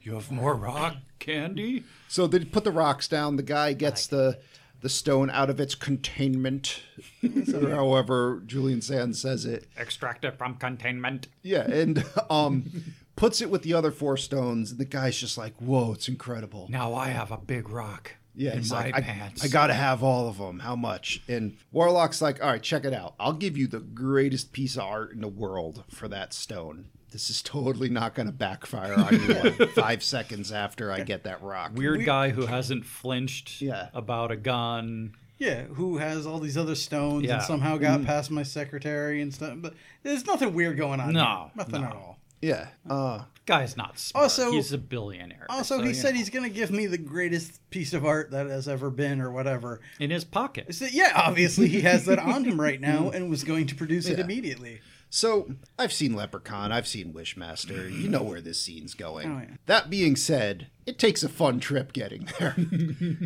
You have more rock candy?
So they put the rocks down. The guy gets the the stone out of its containment, or however Julian Sands says it.
Extract it from containment.
Yeah, and um puts it with the other four stones, and the guy's just like, "Whoa, it's incredible!"
Now I have a big rock
yeah,
in
he's
my
like, I-
pants.
I, gotta have all of them. How much?" And Warlock's like, "All right, check it out. I'll give you the greatest piece of art in the world for that stone. This is totally not gonna backfire on you like five seconds after I get that rock."
weird guy who hasn't flinched
Yeah.
about a gun.
yeah, who has all these other stones
Yeah.
and somehow got past my secretary and stuff. But there's nothing weird going on.
No,
here. Nothing at all.
Yeah. Uh,
Guy's not smart.
Also-
he's a billionaire.
Also,
so,
he
you
said
know,
he's going to give me the greatest piece of art that has ever been or whatever.
in his pocket.
So, yeah, obviously he has that on him right now and was going to produce it
Yeah.
immediately.
so I've seen Leprechaun, I've seen Wishmaster. You know where this scene's going.
Oh, yeah.
That being said, it takes a fun trip getting there.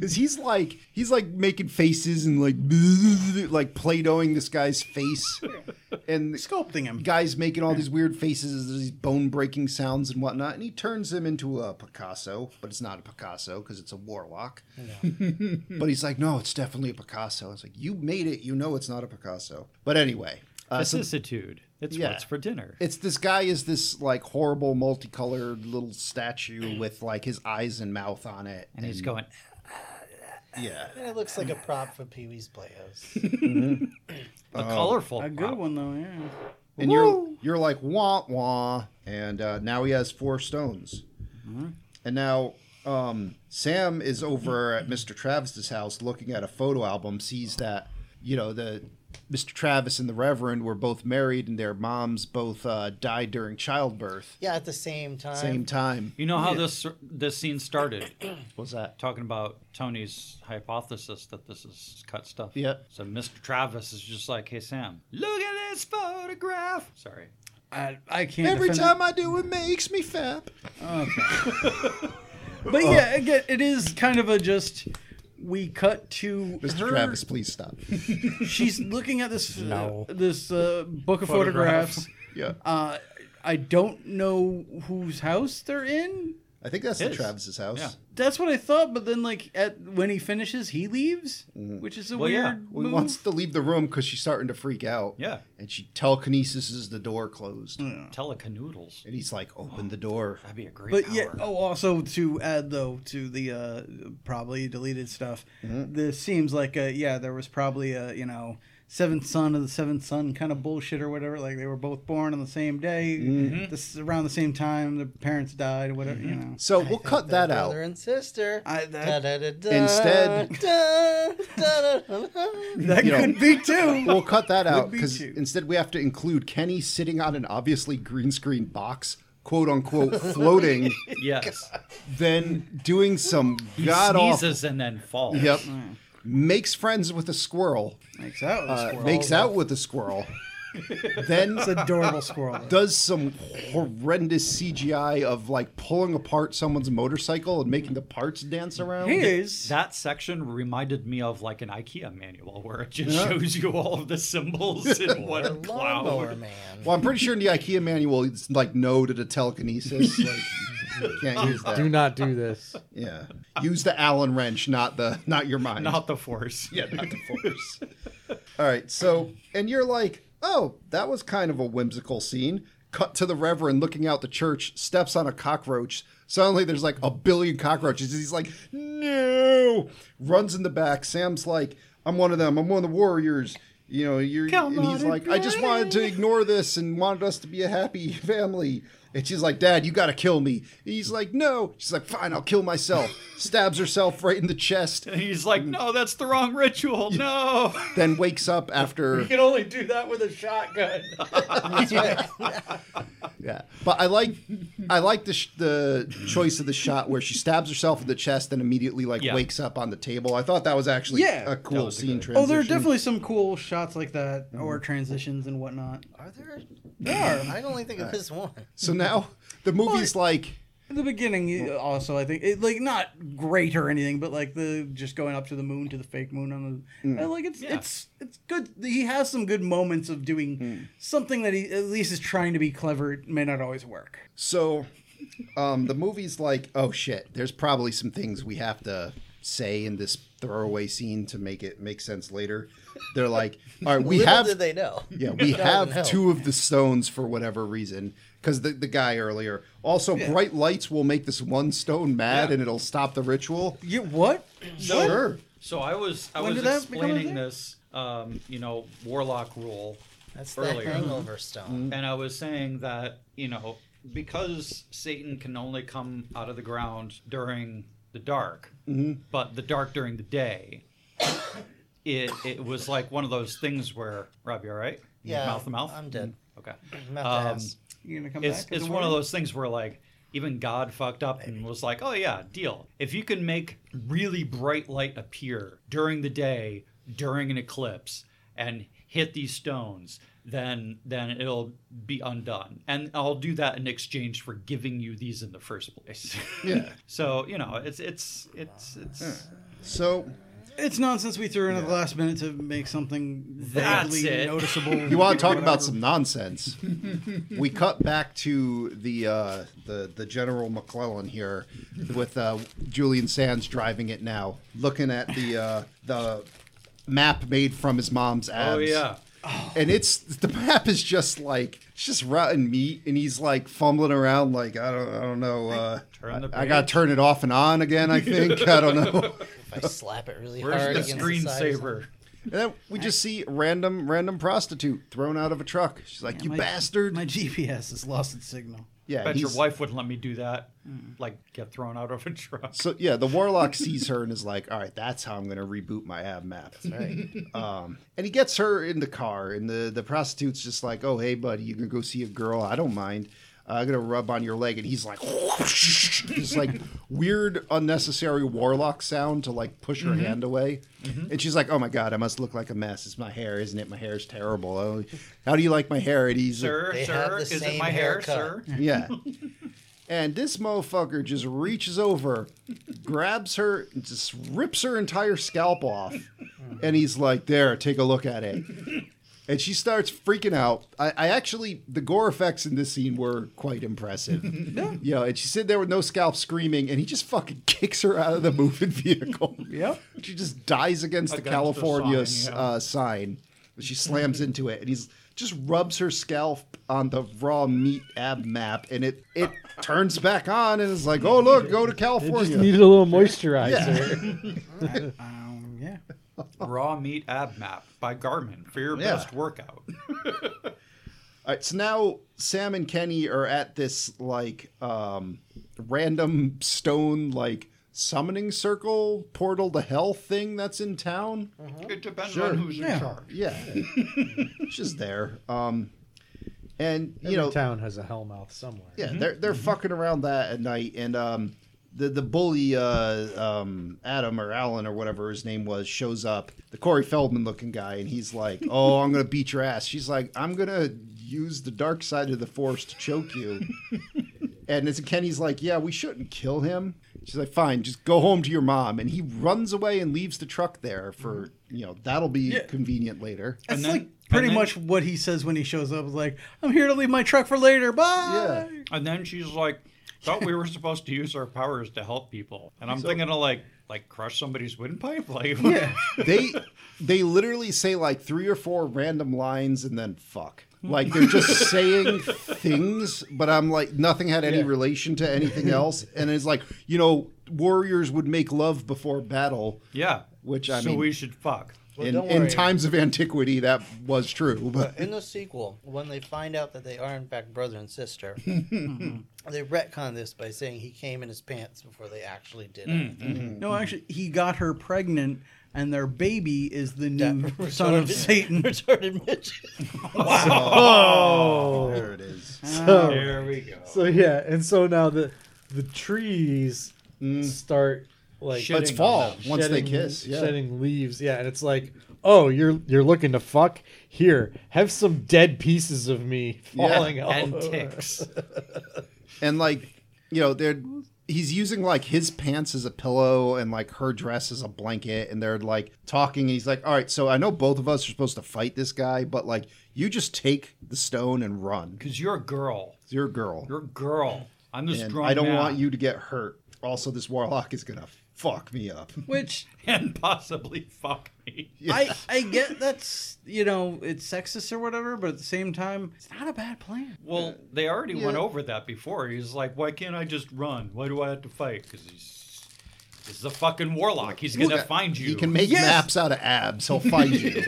Cuz he's like he's like making faces and like like play-dohing this guy's face and the
Sculpting him.
guy's making all these weird faces, these bone-breaking sounds and whatnot, and he turns him into a Picasso, but it's not a Picasso cuz it's a warlock. but he's like, "No, it's definitely a Picasso." I was like, "You made it. You know it's not a Picasso." But anyway, uh, so-
Vicissitude. It's
Yeah.
what's for dinner.
it's this guy is this like horrible multicolored little statue with like his eyes and mouth on it.
and he's going,
Yeah.
It looks like a prop for Pee Wee's Playhouse.
a colorful
A
prop.
good one, though, yeah.
And you're you're like wah wah and uh, now he has four stones. And now um, Sam is over at Mr. Travis's house looking at a photo album, sees that, you know, the Mr. Travis and the Reverend were both married and their moms both uh, died during childbirth.
yeah, at the same time.
Same time.
You know how this this scene started?
What's that?
Talking about Tony's hypothesis that this is cut stuff.
Yep.
So Mr. Travis is just like, "Hey Sam, look at this photograph." Sorry.
I, I can't.
Every
defend it.
time I do it makes me fap.
But yeah, again, it is kind of a just. We cut to
Mr.
her-
Travis, please stop.
She's looking at this uh, this uh, book of photographs.
Yeah.
Uh, I don't know whose house they're in.
I think that's the
His.
Travis's house.
Yeah.
That's what I thought, but then like at when he finishes, he leaves,
Mm-hmm.
which is a
Well,
weird
yeah.
Well, he
move.
wants to leave the room because she's starting to freak out.
Yeah.
And she telekinesis is the door closed.
Telecanoodles.
And he's like, open the door.
That'd be a great
But
power.
yeah, oh, also to add though to the
Mm-hmm.
uh, probably deleted stuff, this seems like a yeah, there was probably a you know seventh son of the seventh son kind of bullshit or whatever. Like they were both born on the same day,
Mm-hmm.
this around the same time. Their parents died, whatever. You know.
So we'll cut that out.
Brother and sister.
I,
Da,
that
da, da, da,
Instead-
da, da, da, da.
that
you know,
could be too.
We'll cut that out
be
because
too.
instead we have to include Kenny sitting on an obviously green screen box, quote unquote, floating,
Yes.
then doing some
He
god awful.
sneezes and then falls.
Yep. Makes friends with a squirrel.
makes out with a
uh,
squirrel.
makes out with a squirrel. then
It's adorable squirrel.
does some horrendous CGI of like pulling apart someone's motorcycle and making the parts dance around.
Here's
That section reminded me of like an IKEA manual where it just shows you all of the symbols in one
Lawnmower
cloud.
man.
Well, I'm pretty sure in the IKEA manual it's like no to the telekinesis. Like, you can't use that.
Do not do this.
Yeah. Use the Allen wrench, not the not your mind.
Not the force.
yeah, not the force. All right. So, and you're like, "Oh, that was kind of a whimsical scene." Cut to the reverend looking out the church, steps on a cockroach. Suddenly there's like a billion cockroaches. He's like, "No!" Runs in the back. Sam's like, "I'm one of them. I'm one of the warriors." You know, you're and he's like, "I just wanted to ignore this and wanted us to be a happy family." And she's like, "Dad, you got to kill me." And he's like, "No." She's like, "Fine, I'll kill myself." Stabs herself right in the chest.
And he's like, no, that's the wrong ritual. No.
then wakes up after
can only do that with a shotgun.
yeah but i like i like the sh- the choice of the shot where she stabs herself in the chest and immediately like
Yeah.
wakes up on the table i thought that was actually
Yeah.
a cool
was a
scene
good-
transition
oh, there are definitely some cool shots like that or transitions and whatnot.
Are there?
There are.
I only think of this one.
so now the movie's like
In the beginning, you- also, I think it, like not great or anything, but like the just going up to the moon to the fake moon on the
Mm.
uh, like it's
Yeah.
it's it's good. He has some good moments of doing
Mm.
something that he at least is trying to be clever. It may not always work.
so um the movie's like oh shit there's probably some things we have to say in this throwaway scene to make it make sense later they're like all right we
Little
have
did they know.
Yeah, we
Not in hell.
have two of the stones for whatever reason. Because the, the guy earlier. Also, bright lights will make this one stone mad
Yeah.
and it'll stop the ritual.
You what?
Sure.
So I was I
When
was
did that become a
explaining
thing?
this, um, you know, warlock rule
That's the
earlier.
hangover stone.
and I was saying that you know because Satan can only come out of the ground during the dark,
Mm-hmm.
but the dark during the day. It, it was like one of those things where Rob, you all right? You
Yeah,
mouth to mouth. Mm-hmm.
I'm dead.
Okay,
Mouth to
Um,
ass.
You gonna come
it's
back? as
it's
a
one of
warrior?
those things where like even God fucked up and was like, oh yeah, deal. If you can make really bright light appear during the day during an eclipse and hit these stones, then then it'll be undone. And I'll do that in exchange for giving you these in the first place.
Yeah.
so you know, it's it's it's it's.
So
It's nonsense we threw in at the last minute to make something
That's
vaguely
it.
noticeable.
you want to talk about some nonsense? we cut back to the uh, the the General McClellan here with uh, Julian Sands driving it now, looking at the uh, the map made from his mom's abs.
Oh yeah.
and it's the map is just like it's just rotten meat and he's like fumbling around like i don't i don't know uh
Turn the
I, I gotta
page.
turn it off and on again i think i don't know
If I slap it really hard
Where's the
against the side or something.
screensaver?
and then we just see random random prostitute thrown out of a truck she's like you
My-
bastard
My GPS has lost its signal.
yeah
Bet your
he's-
wife wouldn't let me do that.
Hmm.
Like get thrown out of a truck.
so yeah the warlock sees her and is like all right that's how i'm gonna reboot my ab map um and he gets her in the car and the the prostitute's just like oh hey buddy you can go see a girl i don't mind uh, i'm gonna rub on your leg and he's like just like weird unnecessary warlock sound to like push
Mm-hmm.
her hand away and she's like oh my god i must look like a mess it's my hair isn't it my hair's terrible oh how do you like my hair and he's like,
Sir,
They have
sir,
the
is it
same
my hair,
haircut.
sir?
yeah. And this motherfucker just reaches over, grabs her, and just rips her entire scalp off. And he's like, There, take a look at it. And she starts freaking out. I, I actually, the gore effects in this scene were quite impressive. Yeah. You know, and she's sitting there with no scalp screaming, and he just fucking kicks her out of the moving vehicle.
Yep.
She just dies against the
Against the
California
sign, yeah.
uh, sign. She slams into it, and he's just rubs her scalp on the raw meat ab map, and it it turns back on, and is like, "Oh look, go to
It just
California."
needed a little moisturizer.
Um, yeah.
Raw Meat Ab Map by Garmin for your
Yeah.
best workout.
All right, so now Sam and Kenny are at this like um, random stone like summoning circle portal to hell thing that's in town.
It depends
Sure.
on who's in charge.
Yeah, it's just there. Um, and you
Every
know,
town has a hellmouth somewhere.
yeah, they're they're fucking around that at night, and um, the the bully uh, um, Adam or Alan or whatever his name was shows up, the Corey Feldman looking guy, and he's like, "Oh, I'm gonna beat your ass." She's like, "I'm gonna use the dark side of the force to choke you." And it's Kenny's like, yeah, we shouldn't kill him. She's like, fine, just go home to your mom. And he runs away and leaves the truck there for, you know, that'll be convenient later.
That's
And then-
like
and
pretty
then-
much what he says when he shows up. Like, I'm here to leave my truck for later. Bye.
Yeah.
And then she's like, "Thought we were supposed to use our powers to help people." And I'm thinking of like, like crush somebody's windpipe, like,
they they literally say like three or four random lines and then fuck. Like they're just saying things, but I'm like nothing had any relation to anything else. And it's like, you know, warriors would make love before battle.
yeah.
Which, I
so
mean-
we should fuck.
Well,
in,
don't
in
worry.
times of antiquity, that was true. But
In the sequel, when they find out that they are in fact brother and sister,
Mm-hmm.
they retcon this by saying he came in his pants before they actually did it.
No, actually, he got her pregnant, and their baby is the new
That
son of
retarded-
Satan.
retarded midget.
there it is.
So,
There we go.
so yeah, and so now the the trees
Mm.
start like
Shit.
It's
Shitting on
fall
them.
once they
shedding-
kiss. Yeah.
shedding leaves. Yeah, and it's like, oh, you're you're looking to fuck here. Have some dead pieces of me
Yeah.
falling out.
And
Oh.
ticks.
and like you know they're he's using like his pants as a pillow and like her dress as a blanket and they're like talking and he's like all right so i know both of us are supposed to fight this guy but like you just take the stone and run
Because you're a girl.
it's your girl
You're a girl. I'm this
and
grown
i don't
man.
want you to get hurt also this warlock is gonna fuck me up
Which
and possibly fuck me.
I I get that's you know it's sexist or whatever, but at the same time, it's not a bad plan.
Well, they already went over that before. He's like, why can't I just run? Why do I have to fight? Because he's he's a fucking warlock. He's gonna find you.
he can make
Yes.
maps out of abs he'll find you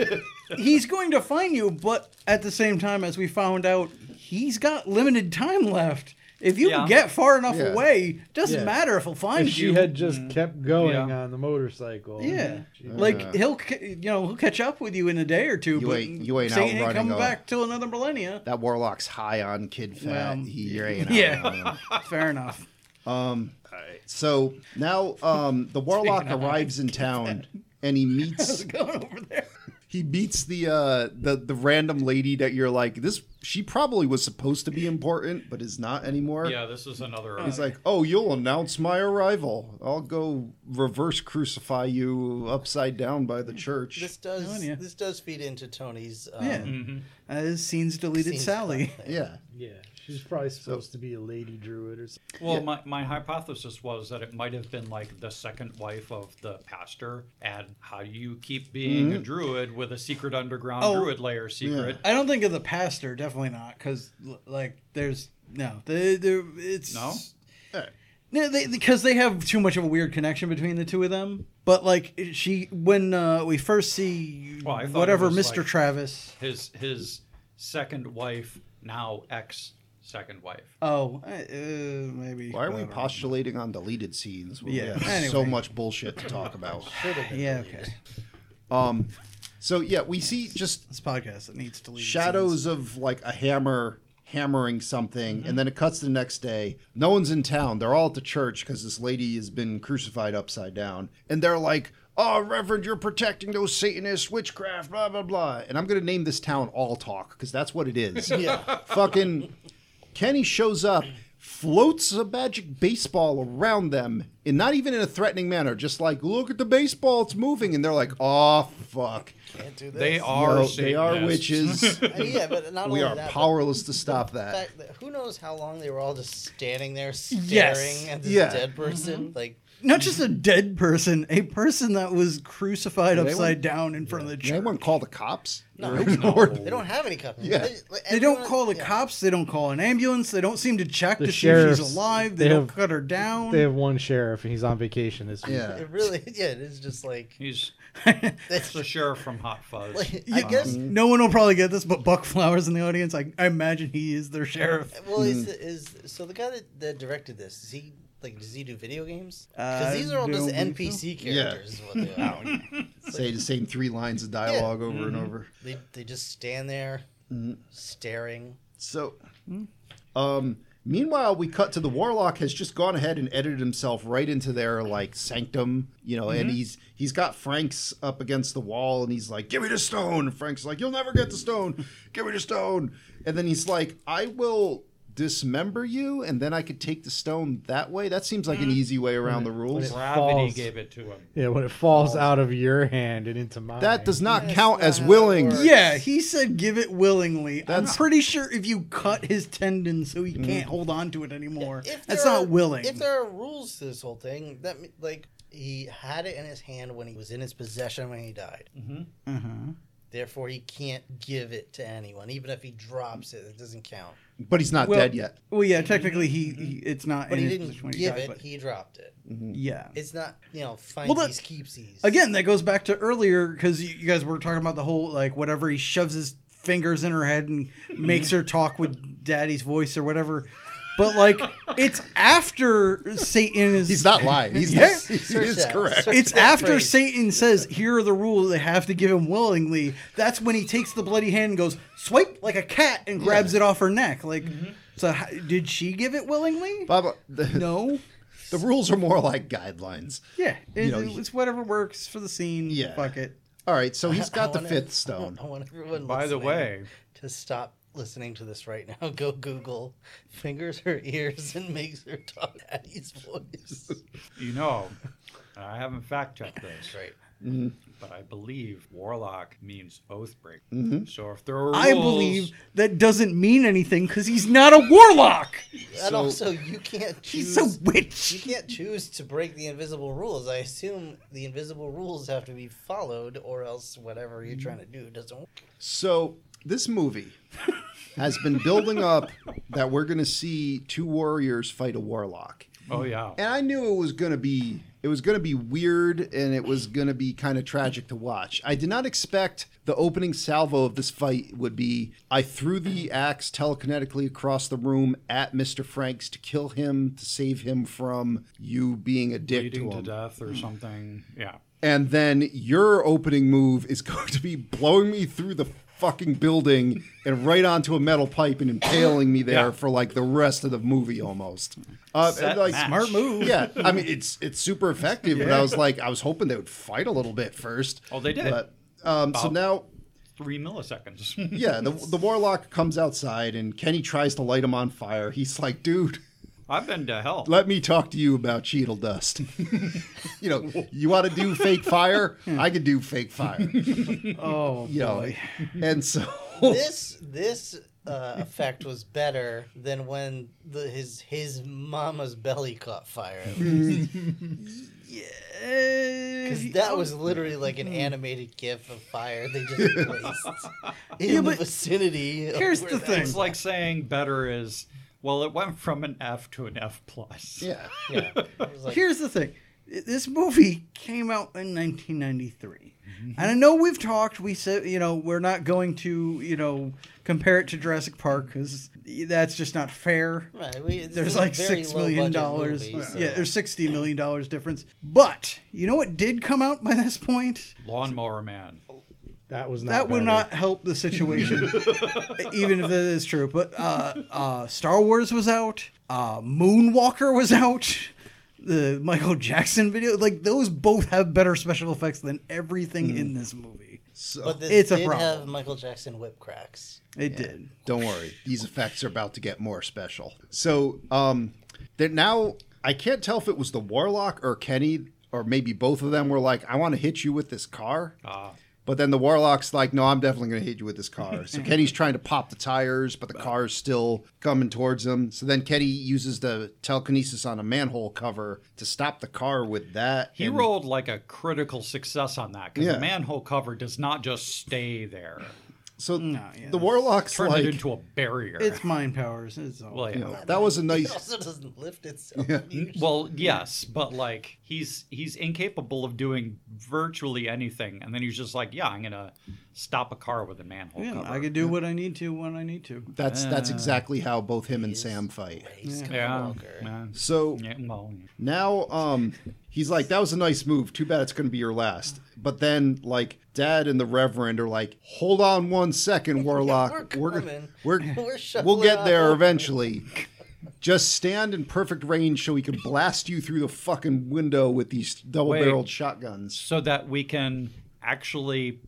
He's going to find you, but at the same time, as we found out, he's got limited time left. If you
Yeah.
get far enough
Yeah.
away, doesn't
Yeah.
matter if he'll find
If she
you.
had just kept going
Yeah.
on the motorcycle.
Yeah.
She-
Like
Mm. Yeah.
he'll, c- you know, he'll catch up with you in a day or two.
You
but
ain't- you ain't
Satan
outrunning
coming
a-
back till another millennia.
that warlock's high on kid fat
Well,
he you ain't
yeah.
on him.
Fair enough.
so now um the warlock arrives in town and he meets
Going over there.
he beats the uh the the random lady that you're like this she probably was supposed to be important but is not anymore
yeah, this is another.
he's like oh you'll announce my arrival i'll go reverse crucify you upside down by the church
This does
telling ya.
this does feed into Tony's um,
Oh, Yeah.
Mm-hmm.
As scenes deleted
scenes
Sally.
thing.
yeah
yeah. She's probably supposed to be a lady druid or something.
Well, my, my hypothesis was that it might have been like the second wife of the pastor, and how do you keep being
Mm-hmm.
a druid with a secret underground
Oh.
druid layer secret?
I don't think of the pastor. Definitely not, because like there's no, they, they're, it's
No?
no, they, because they have too much of a weird connection between the two of them. But like she, when uh, we first see
Well, I thought it
whatever
was,
Mister
like-
Travis.
His his second wife, now ex second wife.
Oh, uh, uh, maybe.
why are we
whatever.
postulating on deleted scenes when
Yeah,
we have so
anyway.
much bullshit to talk about Um,
Yeah. Okay.
so yeah we see just
This podcast that needs deleted
shadows of like a hammer hammering something and then it cuts to the next day no one's in town they're all at the church because this lady has been crucified upside down and they're like oh reverend you're protecting those satanists witchcraft blah blah blah and i'm gonna name this town all talk because that's what it is yeah fucking kenny shows up floats a magic baseball around them and not even in a threatening manner just like look at the baseball it's moving and they're like oh fuck
Can't do this.
They are
Oh, they are
Satanists.
witches
And yeah, but not
we
only
are
that, but
powerless to stop
the
that.
fact that who knows how long they were all just standing there staring
Yes.
at this
Mm-hmm.
Yeah.
dead person. Like
Not just a dead person, a person that was crucified upside down in front of the church.
They wouldn't call the cops.
No,
They're
no.
ignored.
They don't have any cops.
Yeah.
They don't call the cops. They don't call an ambulance. They don't seem to check
The
to see if she's
sheriffs,
alive. They,
they
don't
have-
cut her down.
They have one sheriff and he's on vacation this week.
Yeah.
It really, yeah, it is just like
He's
that's
the sheriff from Hot Fuzz.
like, I
Yeah,
guess.
no one will probably get this, but Buck Flowers in the audience, I, I imagine he is their sheriff.
Well, is, is so the guy that, that directed this? Is he like? Does he do video games? Because
I
these are all just
don't think
NPC characters. Is what they are.
Say the same three lines of dialogue over and over.
They they just stand there,
Hmm.
staring.
So,
Hmm.
um, meanwhile, we cut to the warlock has just gone ahead and edited himself right into their like sanctum, you know,
Mm-hmm.
and he's he's got Frank's up against the wall, and he's like, "Give me the stone." And Frank's like, "You'll never get the stone. Give me the stone." And then he's like, "I will." Dismember you, and then I could take the stone that way. That seems like an
Mm-hmm.
easy way around the rules.
Gravity
Falls.
gave it to him.
Yeah, when it falls out of your hand and into mine.
That does not count as willing.
Yeah, he said give it willingly.
That's-
I'm pretty sure if you cut his tendon so
Mm-hmm.
he can't hold on to it anymore,
If
that's
there
not
are-
willing.
If there are rules to this whole thing, that me- like he had it in his hand when he was in his possession when he died.
Uh-huh.
Therefore, he can't give it to anyone, even if he drops it. It doesn't count.
But he's not
Well-
dead yet.
Well, yeah, technically he, he it's not.
But
in
he
his
didn't
position when he
give
died,
it.
but-
He dropped it.
yeah.
It's not you know findies
Well, that-
keepsies.
Again, that goes back to earlier because you, you guys were talking about the whole like whatever he shoves his fingers in her head and makes her talk with daddy's voice or whatever. But like it's after Satan is
He's not lying. He's,
Yeah.
he's,
Search that.
correct.
Search
It's
that
after
phrase.
Satan says, "Here are the rules. They have to give him willingly." That's when he takes the bloody hand and goes swipe like a cat and grabs it off her neck. Like,
Mm-hmm.
so how, did she give it willingly?
Baba, the,
no.
the rules are more like guidelines.
Yeah, it,
You know,
it's whatever works for the scene.
Yeah.
fuck it.
All right, so he's got
I
the
want
fifth
ev- I
stone.
want- I want everyone.
By the
listening
way,
to stop listening to this right now. Go Google fingers her ears and makes her talk Addie's voice.
you know, and I haven't fact checked this,
Right.
but I believe warlock means oath breaker.
Mm-hmm.
So if there are rules,
I believe that doesn't mean anything because he's not a warlock.
and also, you can't choose.
He's a
you
witch.
can't choose to break the invisible rules. I assume the invisible rules have to be followed, or else whatever you're trying to do doesn't work.
So this movie has been building up that we're going to see two warriors fight a warlock.
Oh yeah,
And I knew it was going to be it was going to be weird and it was going to be kind of tragic to watch. I did not expect the opening salvo of this fight would be I threw the axe telekinetically across the room at Mr. Franks to kill him to save him from you being a dick to
bleeding to
him.
death or something. Yeah.
and then your opening move is going to be blowing me through the fucking building and right onto a metal pipe and impaling me there
Yeah.
for like the rest of the movie almost. Uh,
Set
and, like
match.
Smart move.
Yeah, I mean it's it's super effective, but I was like I was hoping they would fight a little bit first.
Oh, they did.
But um, so
About-
now
Three milliseconds.
yeah, the, the warlock comes outside and Kenny tries to light him on fire. He's like, dude,
I've been to hell.
let me talk to you about Cheetle Dust. you know, you want to do fake fire? I could do fake fire.
Oh,
you know, and so
This this uh, effect was better than when the, his his mama's belly caught fire.
Uh,
Because that was literally like
Mm-hmm.
an animated gif of fire they just placed in the
but
vicinity. Of
here's
where
the
that
thing.
was-
It's like saying better is well, it went from an F to an F plus.
yeah,
Yeah, it was like,
oh, Here's the thing. This movie came out in 1993.
Mm-hmm.
And I know we've talked, we said, you know, we're not going to, you know, compare it to Jurassic Park cuz that's just not fair.
right, we- this is
There's
a
like
very
6
low
million
budget
dollars.
movie, so-
Yeah, there's 60 million dollars difference. But, you know what did come out by this point?
Lawnmower man.
That was not.
that
better.
would not help the situation, even if that is true. But uh, uh, Star Wars was out, uh, Moonwalker was out, the Michael Jackson video. Like those both have better special effects than everything in this movie.
But this
It's a
did have
problem.
Michael Jackson whip cracks.
It did.
don't worry, these effects are about to get more special. So, um, that now I can't tell if it was the warlock or Kenny or maybe both of them were like, I want to hit you with this car.
Ah.
But then the warlock's like, no, I'm definitely going to hit you with this car. So Kenny's trying to pop the tires, but the car's still coming towards him. So then Kenny uses the telekinesis on a manhole cover to stop the car with that.
He
and-
rolled like a critical success on that because
Yeah.
the manhole cover does not just stay there.
So
yeah,
the warlock's
Turned
like,
it into a barrier.
It's mind powers. It's all.
well, yeah.
that was a
It
nice.
also doesn't lift itself. Yeah.
Well, yes, but like he's he's incapable of doing virtually anything, and then he's just like, yeah, I'm gonna stop a car with a manhole
Yeah,
cover.
I could do what I need to when I need to.
That's
Uh.
that's exactly how both him and Sam fight.
yeah,
Skywalker.
yeah,
So
yeah, well,
Now, um, he's like, that was a nice move. Too bad it's going to be your last. But then, like, Dad and the Reverend are like, hold on one second, Warlock.
we're coming.
We're,
We're
we're, we'll
shuffling
get there
out."
eventually. Just stand in perfect range so we can blast you through the fucking window with these double barreled shotguns.
so that we can actually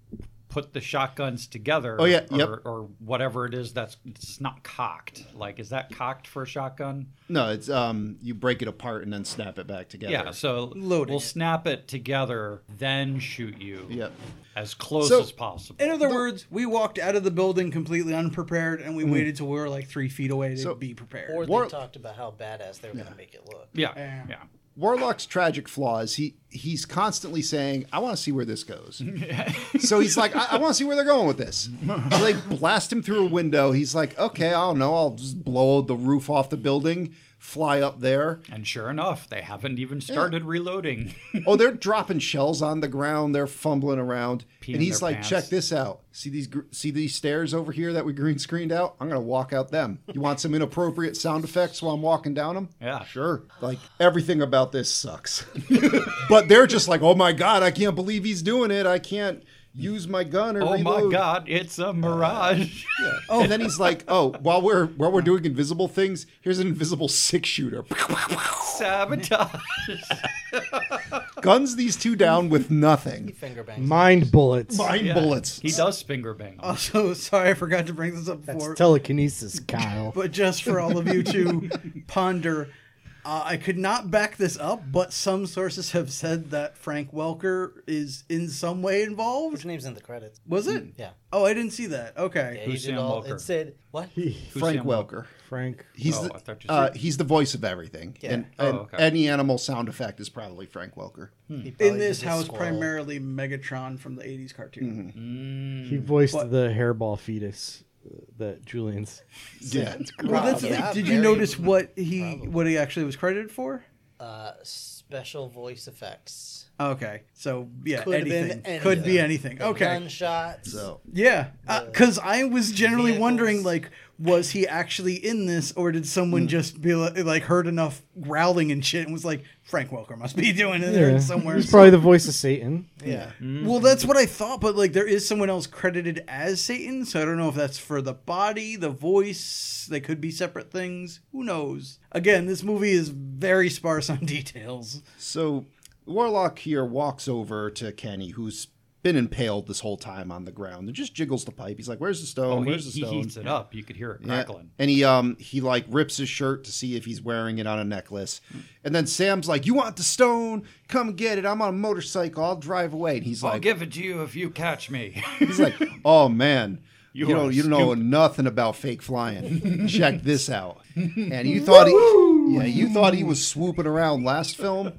put the shotguns together.
Oh, yeah,
or,
yep.
or whatever it is that's it's not cocked. Like, is that cocked for a shotgun?
No, it's um, you break it apart and then snap it back together.
Yeah, so
Loading
we'll
it.
snap it together, then shoot you.
Yep.
As close
So-
as possible.
In other words, we walked out of the building completely unprepared, and we waited till we were like three feet away to
So-
be prepared.
Or they
War-
talked about how badass they were going to make it look.
yeah,
Yeah.
yeah.
Warlock's tragic flaw is he he's constantly saying, "I want to see where this goes." so he's like, "I, I want to see where they're going with this." So they blast him through a window. He's like, "Okay, I don't know. I'll just blow the roof off the building, fly up there."
And sure enough, they haven't even started reloading.
Oh, they're dropping shells on the ground. They're fumbling around,
Peeing
and he's
their
like,
pants.
"Check this out. See these gr- see these stairs over here that we green screened out? I'm gonna walk out them. You want some inappropriate sound effects while I'm walking down them?
Yeah.
sure. Like everything about this sucks, but they're just like, "Oh my god, I can't believe he's doing it. I can't." Use my gun or
oh my
reload."
god, it's a mirage.
Oh, and then he's like, "Oh, while we're while we're doing invisible things, here's an invisible six shooter.
Sabotage.
Guns these two down with nothing.
Finger bangs.
Mind bullets.
Mine
Yeah.
bullets.
He does finger bang.
Uh,
them.
also, sorry, I forgot to bring this up
That's
before.
telekinesis, Kyle.
but just for all of you to ponder, uh, I could not back this up, but some sources have said that Frank Welker is in some way
His
involved.
name's in the credits.
Was it?
Mm, Yeah.
Oh, I didn't see that. Okay.
yeah
Who's
he did
Sam
all,
Walker?
It said, what?
Who's
Frank
Sam
Welker.
Frank.
He's
Oh,
the,
I thought you
uh,
said-
he's the voice of everything.
Yeah.
And,
Oh,
and
okay.
any animal sound effect is probably Frank Welker.
He probably
In this
did the
house,
squirrel. Mm-hmm.
primarily Megatron from the 80s cartoon.
He voiced
What?
the hairball fetus uh, that Julian's.
Yeah.
Well, that's the
Probably.
thing.
Yeah,
Did you
very-
notice what he what he actually was credited for?
Uh, special voice effects.
Okay, so yeah,
Could have been
anything could be anything. Okay,
Gunshots.
So
Yeah, because I was generally
vehicles.
wondering, like, was he actually in this, or did someone just be like, like, heard enough growling and shit, and was like, Frank Welker must be doing it there
Yeah.
somewhere.
He's probably the voice of Satan.
yeah. Well, that's what I thought, but like, there is someone else credited as Satan, so I don't know if that's for the body, the voice. They could be separate things. Who knows? Again, this movie is very sparse on details.
so Warlock here walks over to Kenny, who's been impaled this whole time on the ground, and just jiggles the pipe. He's like, "Where's the stone?
Oh, he,
Where's the
he
stone?"
heats it up. You could hear it
Yeah.
crackling.
And he um he like rips his shirt to see if he's wearing it on a necklace. And then Sam's like, "You want the stone? Come get it. I'm on a motorcycle. I'll drive away." And he's
I'll
like,
give it to you if you catch me.
he's like, "Oh man, you,
You
don't
are
you don't know nothing about fake flying. Check this out." And you thought he yeah, you thought he was swooping around last film.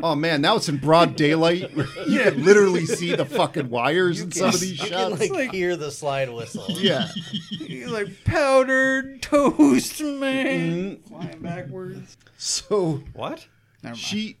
Oh man, now it's in broad daylight. You can literally see the fucking wires in some of these
You can
shots.
like, hear the slide whistle.
yeah.
He's like powdered toast, man, flying backwards.
So
what?
she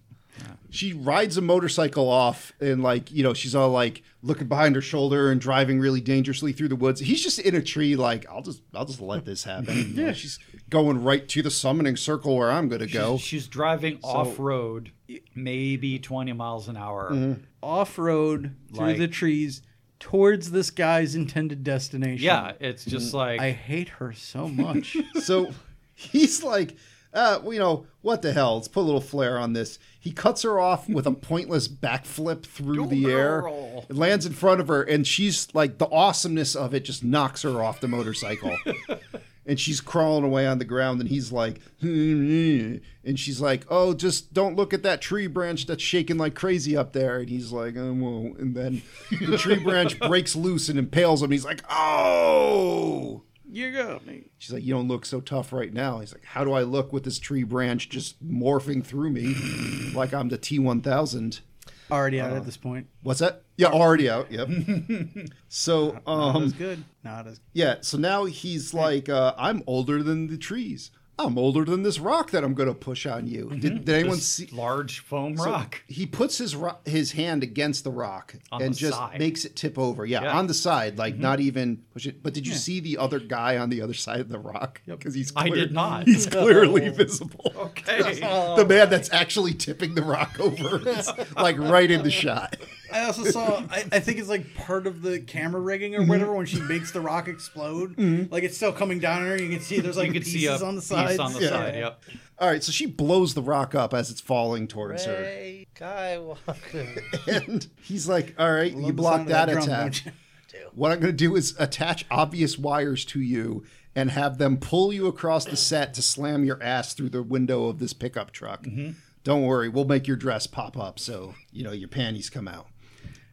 she rides a motorcycle off and like you know she's all like looking behind her shoulder and driving really dangerously through the woods he's just in a tree like i'll just i'll just let this happen yeah she's going right to the summoning circle where i'm gonna go
She's driving off road, maybe 20 miles an hour.
Mm-hmm.
off road through
Like-
the trees towards this guy's intended destination.
Yeah, it's just
Mm-hmm.
like
I hate her so much.
so he's like uh, well, you know what the hell let's put a little flair on this he cuts her off with a pointless backflip
Oh,
through the air
Girl.
It lands in front of her and she's like the awesomeness of it just knocks her off the motorcycle and she's crawling away on the ground and he's like and she's like oh just don't look at that tree branch that's shaking like crazy up there and he's like oh whoa. and then the tree branch breaks loose and impales him he's like oh
You got me.
she's like you don't look so tough right now he's like how do i look with this tree branch just morphing through me like i'm the t1000
Already out at this point.
what's that yeah already out yep so
Not as
um
good. Not as
yeah, so now he's like, uh, I'm older than the trees. I'm older than this rock that I'm going to push on you.
Mm-hmm.
Did, did anyone
This
see?
large foam
so
rock.
He puts his ro- his hand against the rock
On
and
the
just
side.
makes it tip over. Yeah,
Yeah. Mm-hmm.
on the side, like not even push it. But did you see the other guy on the other side of the rock? Because he's
I
clear-
did not. Oh.
He's clearly visible.
Okay.
The man that's actually tipping the rock over is like right in the shot.
I also saw. I, I think it's like part of the camera rigging or whatever when she makes the rock explode. Like it's still coming down on her. Mm-hmm. You can see there's like
You can
pieces
see a
on the
piece
sides.
on the
Yeah.
side. Yep.
All right, so she blows the rock up as it's falling towards her.
Ray Skywalker.
and he's like, "All right,
Love
you
the
block
sound of
that,
drum,
attack.
don't you?
What I'm going to do is attach obvious wires to you and have them pull you across the set to slam your ass through the window of this pickup truck.
Mm-hmm.
Don't worry, we'll make your dress pop up so you know your panties come out."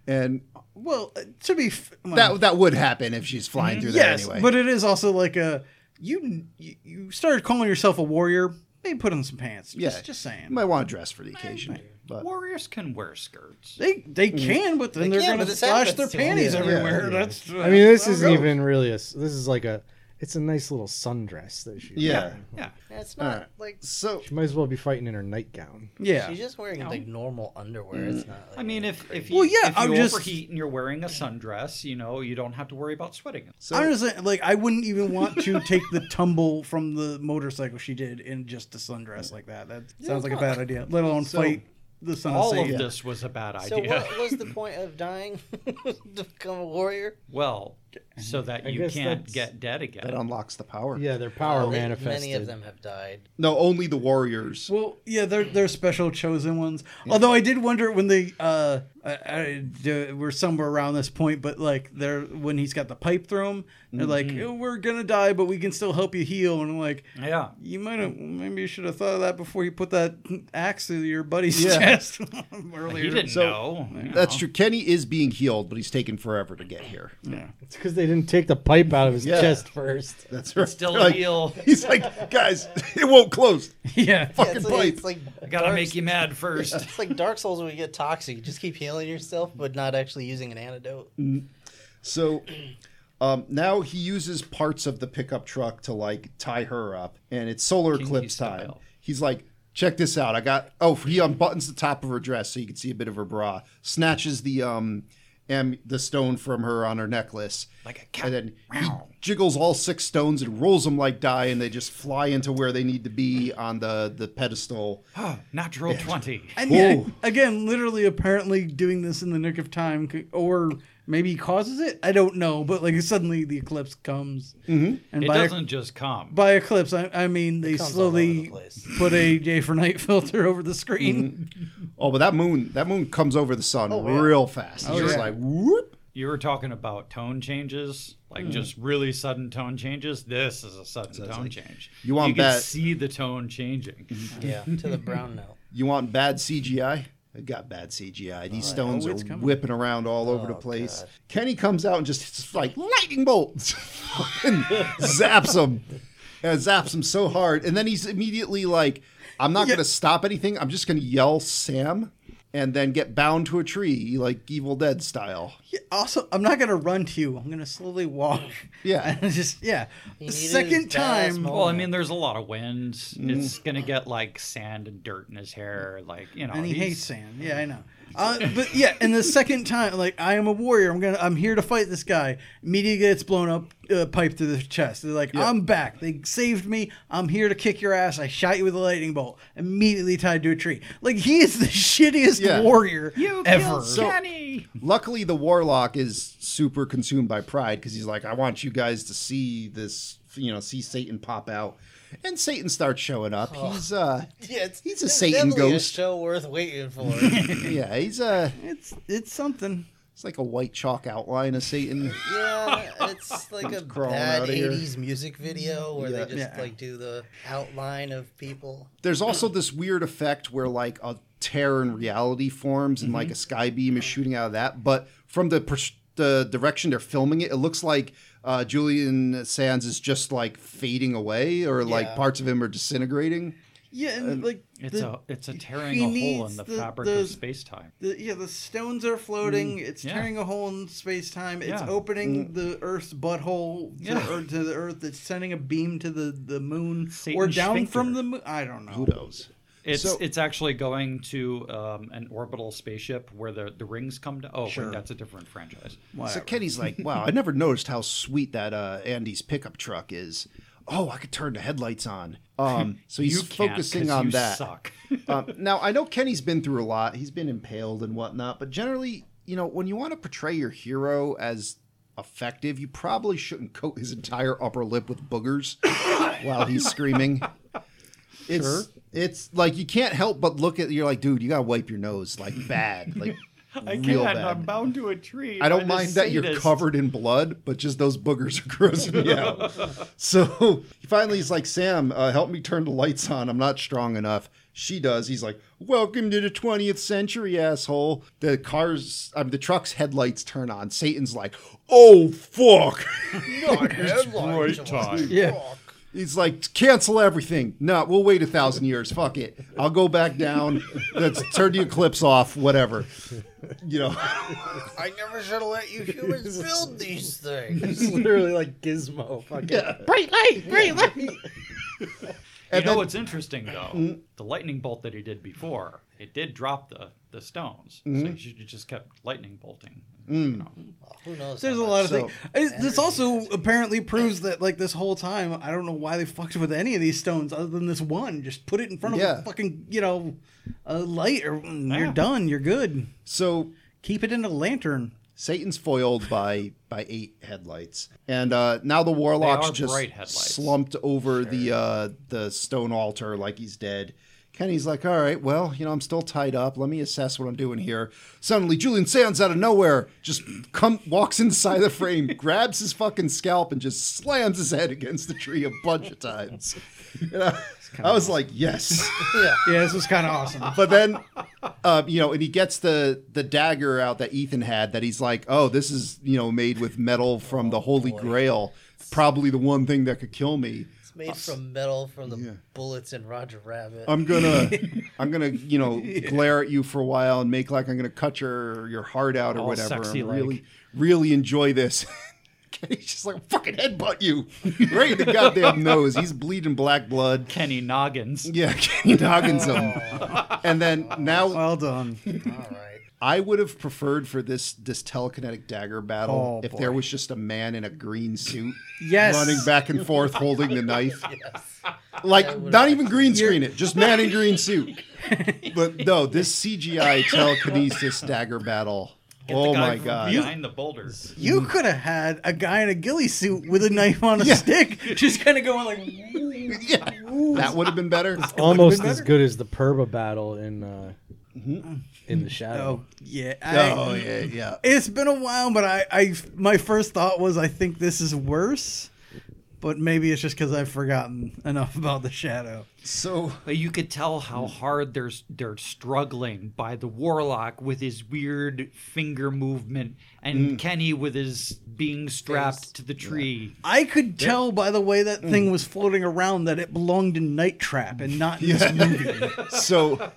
And
Well, uh, to be f- well,
that that would happen if she's flying through there
Mm-hmm. yes,
anyway.
but it is also like a you you- you started calling yourself a warrior. Maybe put on some pants.
yeah,
Just, just saying.
you might want to dress for the occasion. But
Warriors can wear skirts.
They they can, but then
They
they are
can,
going
but
to
it
splash
happens
their
to 'em.
panties
Mm-hmm. Yeah.
everywhere.
Yeah.
That's
I mean, this
how it
isn't
goes.
even really a. s- This is like a. It's a nice little sundress that she.
yeah,
Yeah.
It's not
Alright.
like
so
She might as well be fighting in her nightgown.
yeah.
she's just wearing like normal underwear. It's not. Like,
I mean, if if you,
Well, yeah,
if you
I'm just-
overheat and you're wearing a sundress, you know, you don't have to worry about sweating.
so
I'm just saying, like, I wouldn't even want to take the tumble from the motorcycle she did in just a sundress like that. That sounds like a bad idea. Let alone fight the sun.
All of
sage.
this was a bad
so
idea.
what was the point of dying to become a warrior?
well, so that
I
you
guess
can't
that's-
get dead again.
that unlocks the power.
Yeah, their power
Well, they-
manifested.
Many of them have died.
No, only the warriors.
Well, yeah, they're they're special chosen ones. Although I did wonder when they uh, I, I, d- we're somewhere around this point, but like they're when he's got the pipe through him, they're like, "Oh, we're gonna die, but we can still help you heal. And I'm like,
yeah.
you might have maybe you should have thought of that before you put that axe through your buddy's
Yeah.
chest earlier.
He didn't
So-
know. you
That's
know.
true. Kenny is being healed, but he's taking forever to get here.
It's because they didn't take the pipe out of his
Yeah.
chest first.
That's right.
Still
Like,
heal.
He's like, guys, it won't close.
Yeah,
Fucking
It's like,
pipe.
it's like
I gotta
Dark-
make you mad first.
It's like Dark Souls when you get toxic. You just keep healing yourself, but not actually using an antidote.
so um, now he uses parts of the pickup truck to like tie her up, and it's solar
Kinky
eclipse time.
style.
He's like, check this out. I got. Oh, he unbuttons the top of her dress so you can see a bit of her bra. Snatches the um, am- the stone from her on her necklace.
Like a
and
cat.
then he jiggles all six stones and rolls them like die, and they just fly into where they need to be on the the pedestal.
Oh, natural twenty.
And yeah,
Whoa.
again, literally, apparently doing this in the nick of time, c- or maybe he causes it. I don't know, but like suddenly the eclipse comes, mm-hmm. and
It
by
doesn't just come.
by eclipse, I, I mean they
comes all over the
slowly
place. Mm-hmm.
put a day for night filter over the screen.
Oh, but that moon, that moon comes over the sun real fast. It's just
yeah.
like whoop.
You were talking about tone changes, like just really sudden tone changes. This is a sudden tone change.
you want
you can
that-
see the tone changing.
Yeah, to the brown note.
You want bad CGI? I got bad CGI. These stones are whipping around all over the place. Kenny comes out and just hits like lightning bolts, and zaps him, and zaps him so hard, and then he's immediately like, "I'm not going to stop anything. I'm just going to yell Sam." And then get bound to a tree, like Evil Dead style.
Yeah, Also, I'm not gonna run to you. I'm gonna slowly walk.
Yeah.
and just yeah. The
needed
second
his badass
time,
moment.
Well, I mean, there's a lot of wind. It's gonna get like sand and dirt in his hair, like you know.
and
Oh,
he
he's-
hates sand. Yeah, I know. Uh, but yeah, and the second time, like I am a warrior. I'm gonna. I'm here to fight this guy. Media gets blown up, uh, pipe through the chest. They're like, I'm back. They saved me. I'm here to kick your ass. I shot you with a lightning bolt. Immediately tied to a tree. Like he is the shittiest
Yeah.
warrior ever.
So- Luckily, the warlock is super consumed by pride because he's like, I want you guys to see this, you know, see Satan pop out, and Satan starts showing up. He's uh,
Yeah, it's,
He's a
it's
Satan
definitely
ghost.
A show worth waiting for.
yeah, he's uh,
It's it's something.
It's like a white chalk outline of Satan.
Yeah, it's like a
crawling
bad
out of here.
'80s music video where they
Yeah.
just
Yeah.
like do the outline of people.
There's also this weird effect where like a tear in reality forms and like a sky beam is shooting out of that, but from the pers- the direction they're filming it, it looks like uh, Julian Sands is just like fading away, or like
Yeah.
parts of him are disintegrating.
Yeah, and like
Uh, It's
the,
a it's a tearing
he
a hole
needs
in the,
the-
fabric
the-
of space time.
the, yeah, the stones are floating. it's
Mm, yeah.
tearing a hole in space time. It's
Yeah.
opening
Mm.
the Earth's butthole to,
Yeah.
the earth, to the Earth. It's sending a beam to the, the moon or
Satan's
down
sphincter.
from the moon. I don't know.
Kudos.
It's
So-
it's actually going to um, an orbital spaceship where the, the rings come to. Oh, wait, that's a different franchise.
So Kenny's like, wow, I never noticed how sweet that uh, Andy's pickup truck is. Oh, I could turn the headlights on. Um, so he's
you can't,
focusing
'cause
on
you
that.
Suck.
um, now I know Kenny's been through a lot. He's been impaled and whatnot. But generally, you know, when you want to portray your hero as effective, you probably shouldn't coat his entire upper lip with boogers while he's screaming. It's it's like you can't help but look at. You're like, dude, you gotta wipe your nose like bad, like
I
real bad.
can't. I'm bound to a tree.
I
by
don't
this
mind that you're
sadist.
covered in blood, but just those boogers are grossing me out. So he finally he's like, Sam, uh, help me turn the lights on. I'm not strong enough. She does. He's like, Welcome to the 20th century, asshole. The car's, um, the truck's headlights turn on. Satan's like, Oh fuck.
Great time.
Yeah.
He's like, cancel everything. No, we'll wait a thousand years. Fuck it. I'll go back down. Let's turn the eclipse off. Whatever. You know.
I never should have let you humans build these things.
It's literally like Gizmo. Fucking
You
And
know
then- Mm-hmm.
what's interesting though? the lightning bolt that he did before, it did drop the the stones. So
Mm-hmm.
you should have just kept lightning bolting.
Mm.
You know.
Who knows?
There's a
how
lot
much-
of things. I- This also apparently proves that, like, this whole time, I don't know why they fucked with any of these stones other than this one. Just put it in front of
Yeah.
a fucking, you know, a light, or mm,
Yeah.
you're done. You're good.
So
Keep it in a lantern.
Satan's foiled by by eight headlights, and uh, now the warlock's
are
just
bright headlights.
slumped over the uh, the stone altar like he's dead. Kenny's like, "All right, well, you know, I'm still tied up. Let me assess what I'm doing here." Suddenly, Julian Sands out of nowhere just come walks inside the frame, grabs his fucking scalp, and just slams his head against the tree a bunch of times. And I, I was like, "Yes."
Yeah, this was kind of awesome.
but then uh, you know and he gets the the dagger out that ethan had that he's like oh this is you know made with metal from the holy grail probably the one thing that could kill me
It's made from metal from the bullets in Roger Rabbit.
i'm gonna i'm gonna you know glare at you for a while and make like i'm gonna cut your your heart out or
All
whatever
sexy
and
like.
really really enjoy this He's just like fucking headbutt you right in the goddamn nose. He's bleeding black blood.
Kenny Noggins.
Yeah, Kenny Doggins him. And then now
Well done.
All right.
I would have preferred for this this telekinetic dagger battle
Oh,
if there
boy.
was just a man in a green suit
Yes.
running back and forth holding the knife.
Yes.
Like
That would
not
have
even green screen it, just man in green suit. But no, this CGI telekinesis dagger battle.
Get
oh
the guy
my
from
god.
Behind the boulders.
You could have had a guy in a ghillie suit with a knife on a stick, just kind of going like,
Yeah. That would have been better.
Almost as good as the Perba battle in uh,
Mm-hmm.
in the Shadow.
"Oh yeah, I-
Oh yeah, yeah.
It's been a while, but I, I, my first thought was, I think this is worse, but maybe it's just because I've forgotten enough about the shadow.
So Mm.
But you could tell how hard they're they're struggling by the warlock with his weird finger movement and
Mm.
Kenny with his being strapped to the tree.
I could tell by the way that thing
Mm.
was floating around that it belonged in Night Trap and not in this movie.
so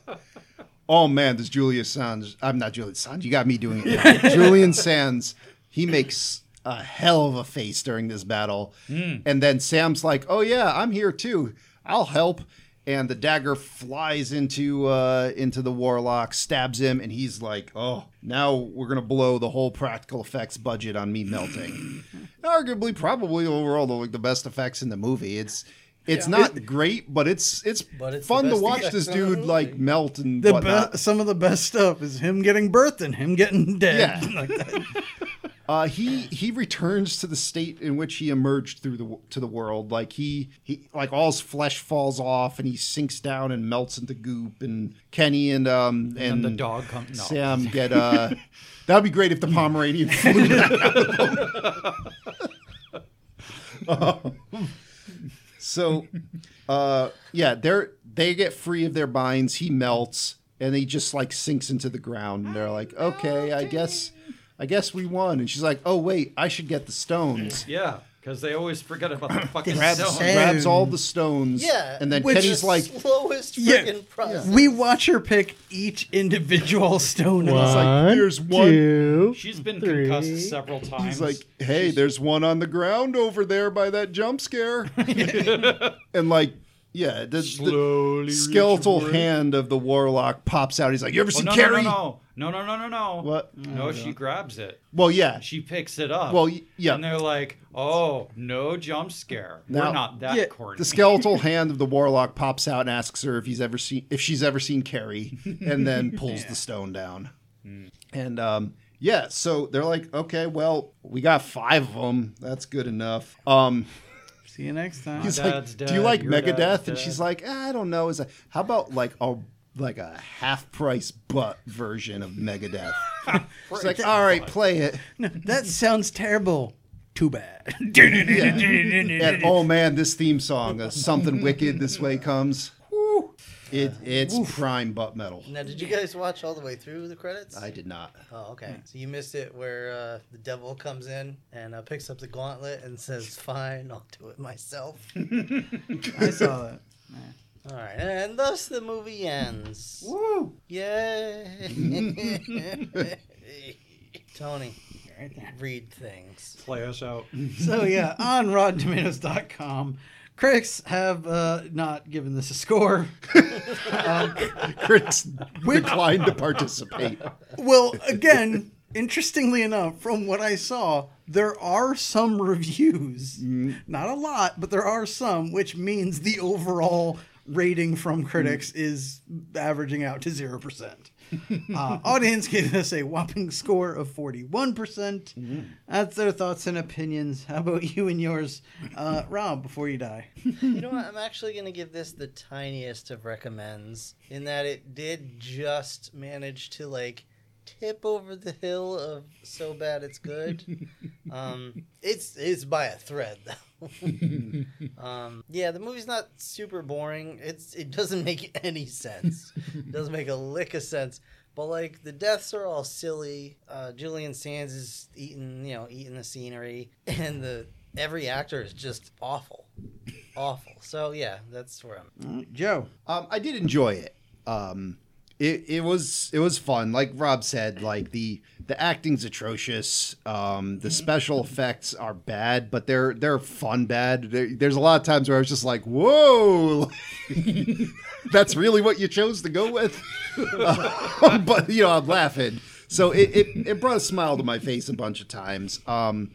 oh man this julian sands i'm not julian sands you got me doing it now. julian sands he makes a hell of a face during this battle
Hmm.
and then sam's like oh yeah i'm here too i'll help and the dagger flies into uh, into the warlock, stabs him, and he's like, "Oh, now we're gonna blow the whole practical effects budget on me melting." Arguably, probably overall the, like, the best effects in the movie. It's it's not great, but it's it's
But it's the
fun to
best
watch this
effects on the
dude
movie.
like melt and
The
whatnot.
be- some of the best stuff is him getting birth and him getting dead.
Yeah.
Like that.
Uh, he he returns to the state in which he emerged through the w- to the world. Like he he like all his flesh falls off and he sinks down and melts into goop. And Kenny and um and,
the dog come- no.
Sam get uh that would be great if the Pomeranian flew back out of them. Um, so uh yeah they're they get free of their binds. He melts and he just like sinks into the ground. And they're like okay I guess. I guess we won. And she's like, oh, wait, I should get the stones.
Yeah, because they always forget about the fucking
Grabs,
stone.
grabs all the stones.
Yeah.
And then
which
Kenny's
is
like,
slowest
Yeah.
freaking process.
We watch her pick each individual stone. and it's like,
One,
there's one-
two,
She's been
three.
concussed several times.
he's like, hey, there's one on the ground over there by that jump scare. and like, yeah, the, the skeletal hand of the warlock pops out. He's like, you ever
Well,
seen
Oh, no,
Carrie?
no, no, no, no, no, no, no, no.
What?
No, she grabs it.
Well, yeah.
She picks it up.
Well, y- yeah.
And they're like, oh, no jump scare.
Now-
We're not that
Yeah,
corny.
The skeletal hand of the warlock pops out and asks her if he's ever seen if she's ever seen Carrie, and then pulls the stone down.
Hmm.
And um, yeah, so they're like, okay, well, we got five of them. That's good enough. Um,
See you next time.
he's like,
dad's
do you
dead,
like
your
Megadeth?
dad's
And
dead.
she's like, "Ah, I don't know. Is that, how about like a like a half price butt version of Megadeth? She's like, all right, play it.
That sounds terrible. Too bad.
And, oh man, this theme song, uh, something wicked this way comes. Woo. It it's prime butt metal.
Now, did you guys watch all the way through the credits?
I did not.
Oh, okay. So you missed it where uh, the devil comes in and uh, picks up the gauntlet and says, "Fine, I'll do it myself."
I saw that.
all right, and thus the movie ends.
Woo!
Yay! Tony, read things.
Play us out.
So yeah, on RottenTomatoes.com, critics have uh, not given this a score. Um,
Critics declined to participate.
Well, again, interestingly enough, from what I saw, there are some reviews. Not a lot, but there are some, which means the overall rating from critics is averaging out to 0%. uh, audience gave this a whopping score of 41%. percent That's their thoughts and opinions. How about you and yours, uh, Rob, before you die?
You know what? I'm actually going to give this the tiniest of recommends in that it did just manage to like tip over the hill of so bad it's good. um, it's it's by a thread though. um, yeah, the movie's not super boring. It's it doesn't make any sense. It doesn't make a lick of sense. But like the deaths are all silly. Uh, Julian Sands is eating, you know, eating the scenery, and the every actor is just awful awful. So yeah, that's where I'm.
Joe.
Um, I did enjoy it. Um, it it was it was fun. Like Rob said, like the the acting's atrocious. Um, the special effects are bad, but they're they're fun bad. There there's a lot of times where I was just like, whoa. That's really what you chose to go with, Um, but you know I'm laughing. So it, it, it brought a smile to my face a bunch of times. Um,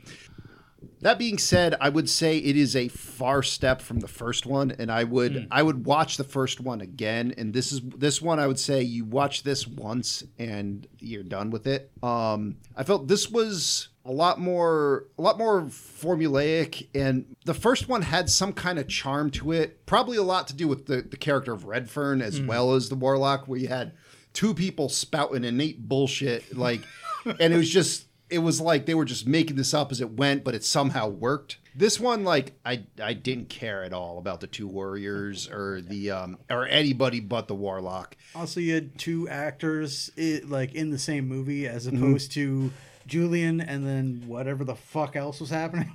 That being said, I would say it is a far step from the first one, and I would I would watch the first one again. And this is this one I would say you watch this once and you're done with it. Um, I felt this was a lot more a lot more formulaic, and the first one had some kind of charm to it. Probably a lot to do with the the character of Redfern as well as the Warlock, where you had two people spouting innate bullshit like, and it was just it was like they were just making this up as it went, but it somehow worked. This one, like I, I didn't care at all about the two warriors or the um or anybody but the warlock.
Also, you had two actors i like in the same movie, as opposed to Julian and then whatever the fuck else was happening.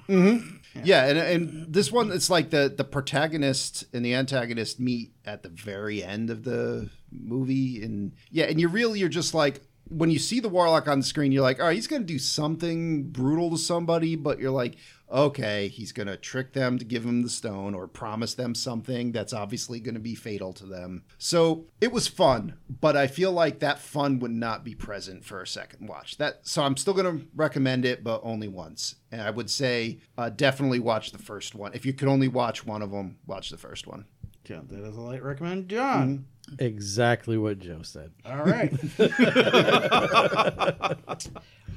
Yeah, and and this one, it's like the the protagonist and the antagonist meet at the very end of the movie, and yeah, and you really you're just like when you see the warlock on the screen, you're like, all right, he's gonna do something brutal to somebody, but you're like, okay, he's gonna trick them to give him the stone or promise them something that's obviously gonna be fatal to them. So it was fun, but I feel like that fun would not be present for a second watch. That so I'm still gonna recommend it, but only once. And I would say uh, definitely watch the first one. If you could only watch one of them, watch the first one.
Yeah, that is a light recommend, John.
Exactly what Joe said.
All right,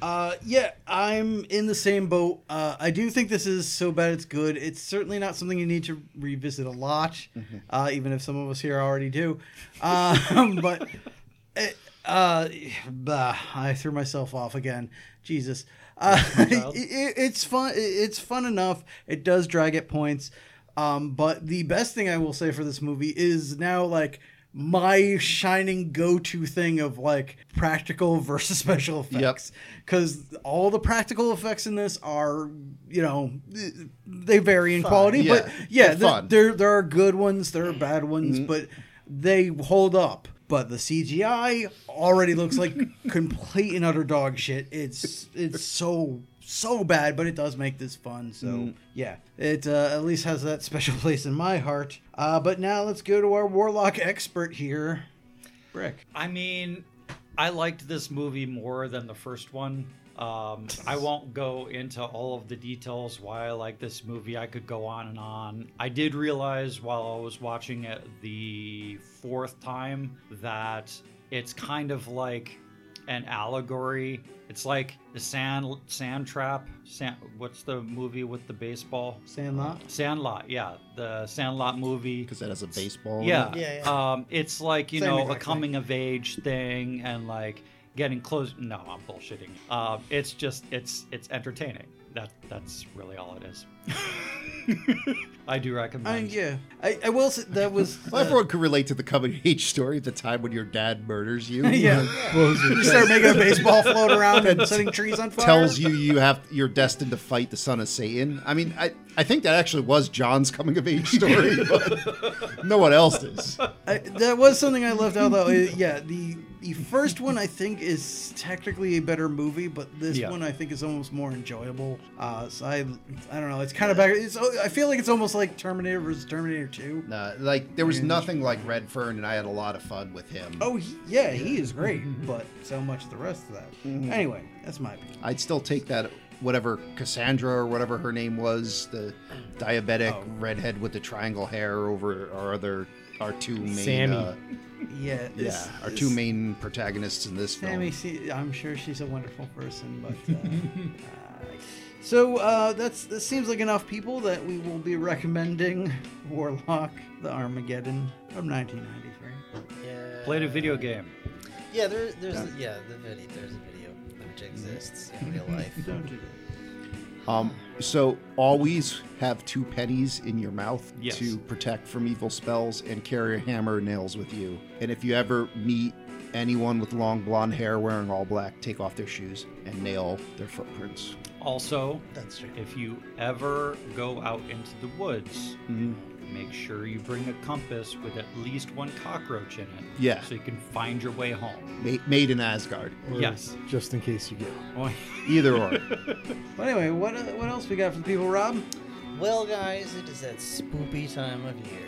Uh, yeah, I'm in the same boat. Uh, I do think this is so bad it's good. It's certainly not something you need to revisit a lot, uh, even if some of us here already do. Um, but it, uh, bah, I threw myself off again. Jesus, uh, it, it- it's fun. it- It's fun enough. It does drag at points. Um, but the best thing I will say for this movie is now like my shining go-to thing of like practical versus special effects because all the practical effects in this are you know they vary in quality
Yeah.
but yeah
They're
they're-
fun. Mm-hmm.
there there are good ones there are bad ones but they hold up but the cgi already looks like complete and utter dog shit it's it's so so bad but it does make this fun so
Mm-hmm.
yeah it uh, at least has that special place in my heart uh, but now let's go to our warlock expert here brick
I mean, I liked this movie more than the first one. Um, I won't go into all of the details why I like this movie. I could go on and on. I did realize while I was watching it the fourth time that it's kind of like an allegory. It's like the sand sand trap. Sand, what's the movie with the baseball?
sandlot
Sandlot. Yeah, the Sandlot movie.
because that has a baseball. in it.
Yeah.
Yeah,
Um, it's like, you
Same
know, a
exact thing.
coming of age thing and like getting close. No, I'm bullshitting. Um, it's just, it's, it's entertaining. That, that's really all it is. I do recommend.
I mean, yeah I, I will say that was
Well, everyone could relate to the coming of age story at the time when your dad murders you.
Yeah. You start making a baseball float around and setting trees on fire.
Tells you you have you're destined to fight the son of Satan. I mean, I, I think that actually was John's coming of age story, but no one else is.
I, that was something I left out though. Uh, Yeah, the the first one I think is technically a better movie, but this
Yeah.
one I think is almost more enjoyable. Uh, so I I don't know. It's kind of back. It's, oh, I feel like it's almost like Terminator versus Terminator Two.
Nah, like there was nothing like Redfern, and I had a lot of fun with him.
Oh he, yeah, he is great, but so much the rest of that.
Mm-hmm.
Anyway, that's my opinion.
I'd still take that whatever Cassandra or whatever her name was, the diabetic redhead with the triangle hair over our other our two main
Sammy.
uh,
Yeah,
yeah
it's-
our
it's-
two main protagonists in this film.
Sammy, see, I'm sure she's a wonderful person, but. Uh, uh, so uh, that's that seems like enough people that we will be recommending Warlock: The Armageddon from 1993.
Yeah.
Played a video game.
Yeah, there, there's yeah the video. There's a video which exists in real life.
Don't do
Um, so always have two pennies in your mouth
Yes.
to protect from evil spells, and carry a hammer and nails with you. And if you ever meet anyone with long blonde hair wearing all black, take off their shoes and nail their footprints.
Also,
That's true.
if you ever go out into the woods, make sure you bring a compass with at least one cockroach in it.
Yeah.
So you can find your way home.
Ma- made in Asgard,
Or
Yes.
Just in case you get
Oh,
either or.
that. But anyway, what uh, what else we got for the people, Rob?
Well, guys, it is that spoopy time of year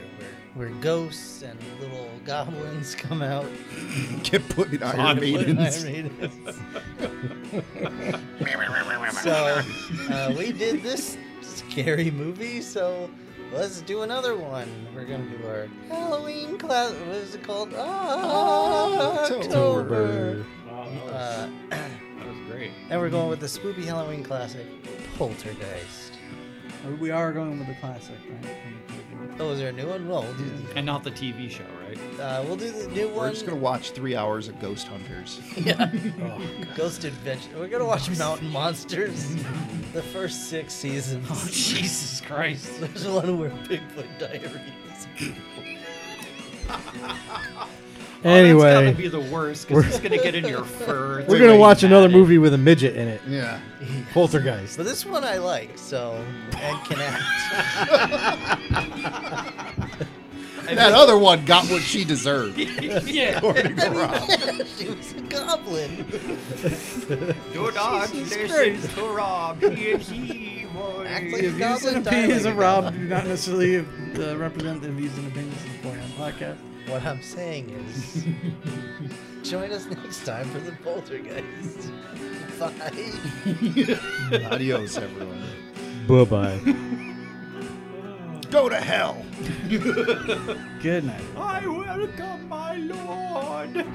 where, where ghosts and little goblins come out.
Get put in Iron
On
Maidens.
so, uh, we did this scary movie, so let's do another one. We're going to do our Halloween class. What is it called? Ah, October.
October.
Wow, that was,
Uh,
that was great.
and we're going with the spoopy Halloween classic, Poltergeist.
Uh, We are going with the classic, right?
Oh, is there a new one? Well, we'll do the,
And not the TV show, right?
uh, we'll do the new
We're
one.
just gonna watch three hours of Ghost Hunters.
Ghost Adventure. We're gonna watch Mountain Monsters, the first six seasons. Oh Jesus Christ! There's one where Bigfoot Diaries.
oh, that's
Anyway,
gotta be the worst because it's gonna get in your fur.
we're
Wait,
gonna
wait,
watch another movie with a midget in it.
Yeah.
Poltergeist.
But this one I like, so and can act.
That other one got what she deserved.
yeah,
according to Rob.
she was a goblin.
your dog listens to Rob. He and he boy.
Act like
The
a
views
goblin.
and
die
opinions
like
of
a
Rob
goblin.
do not necessarily uh, represent the views and opinions of the Boy on Podcast.
What I'm saying is, join us next time for the Poltergeist. Bye.
Adios, everyone.
Bye bye.
Go to hell.
Good night.
I welcome my lord.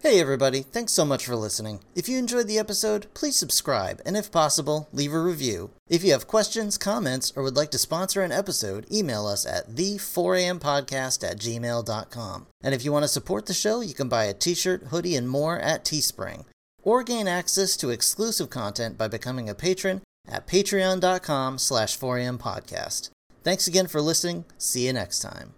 Hey everybody, thanks so much for listening. If you enjoyed the episode, please subscribe and if possible, leave a review. If you have questions, comments, or would like to sponsor an episode, email us at the4ampodcast at gmail.com. And if you want to support the show, you can buy a t shirt, hoodie, and more at Teespring. Or gain access to exclusive content by becoming a patron at patreon.com slash 4ampodcast. Thanks again for listening. See you next time.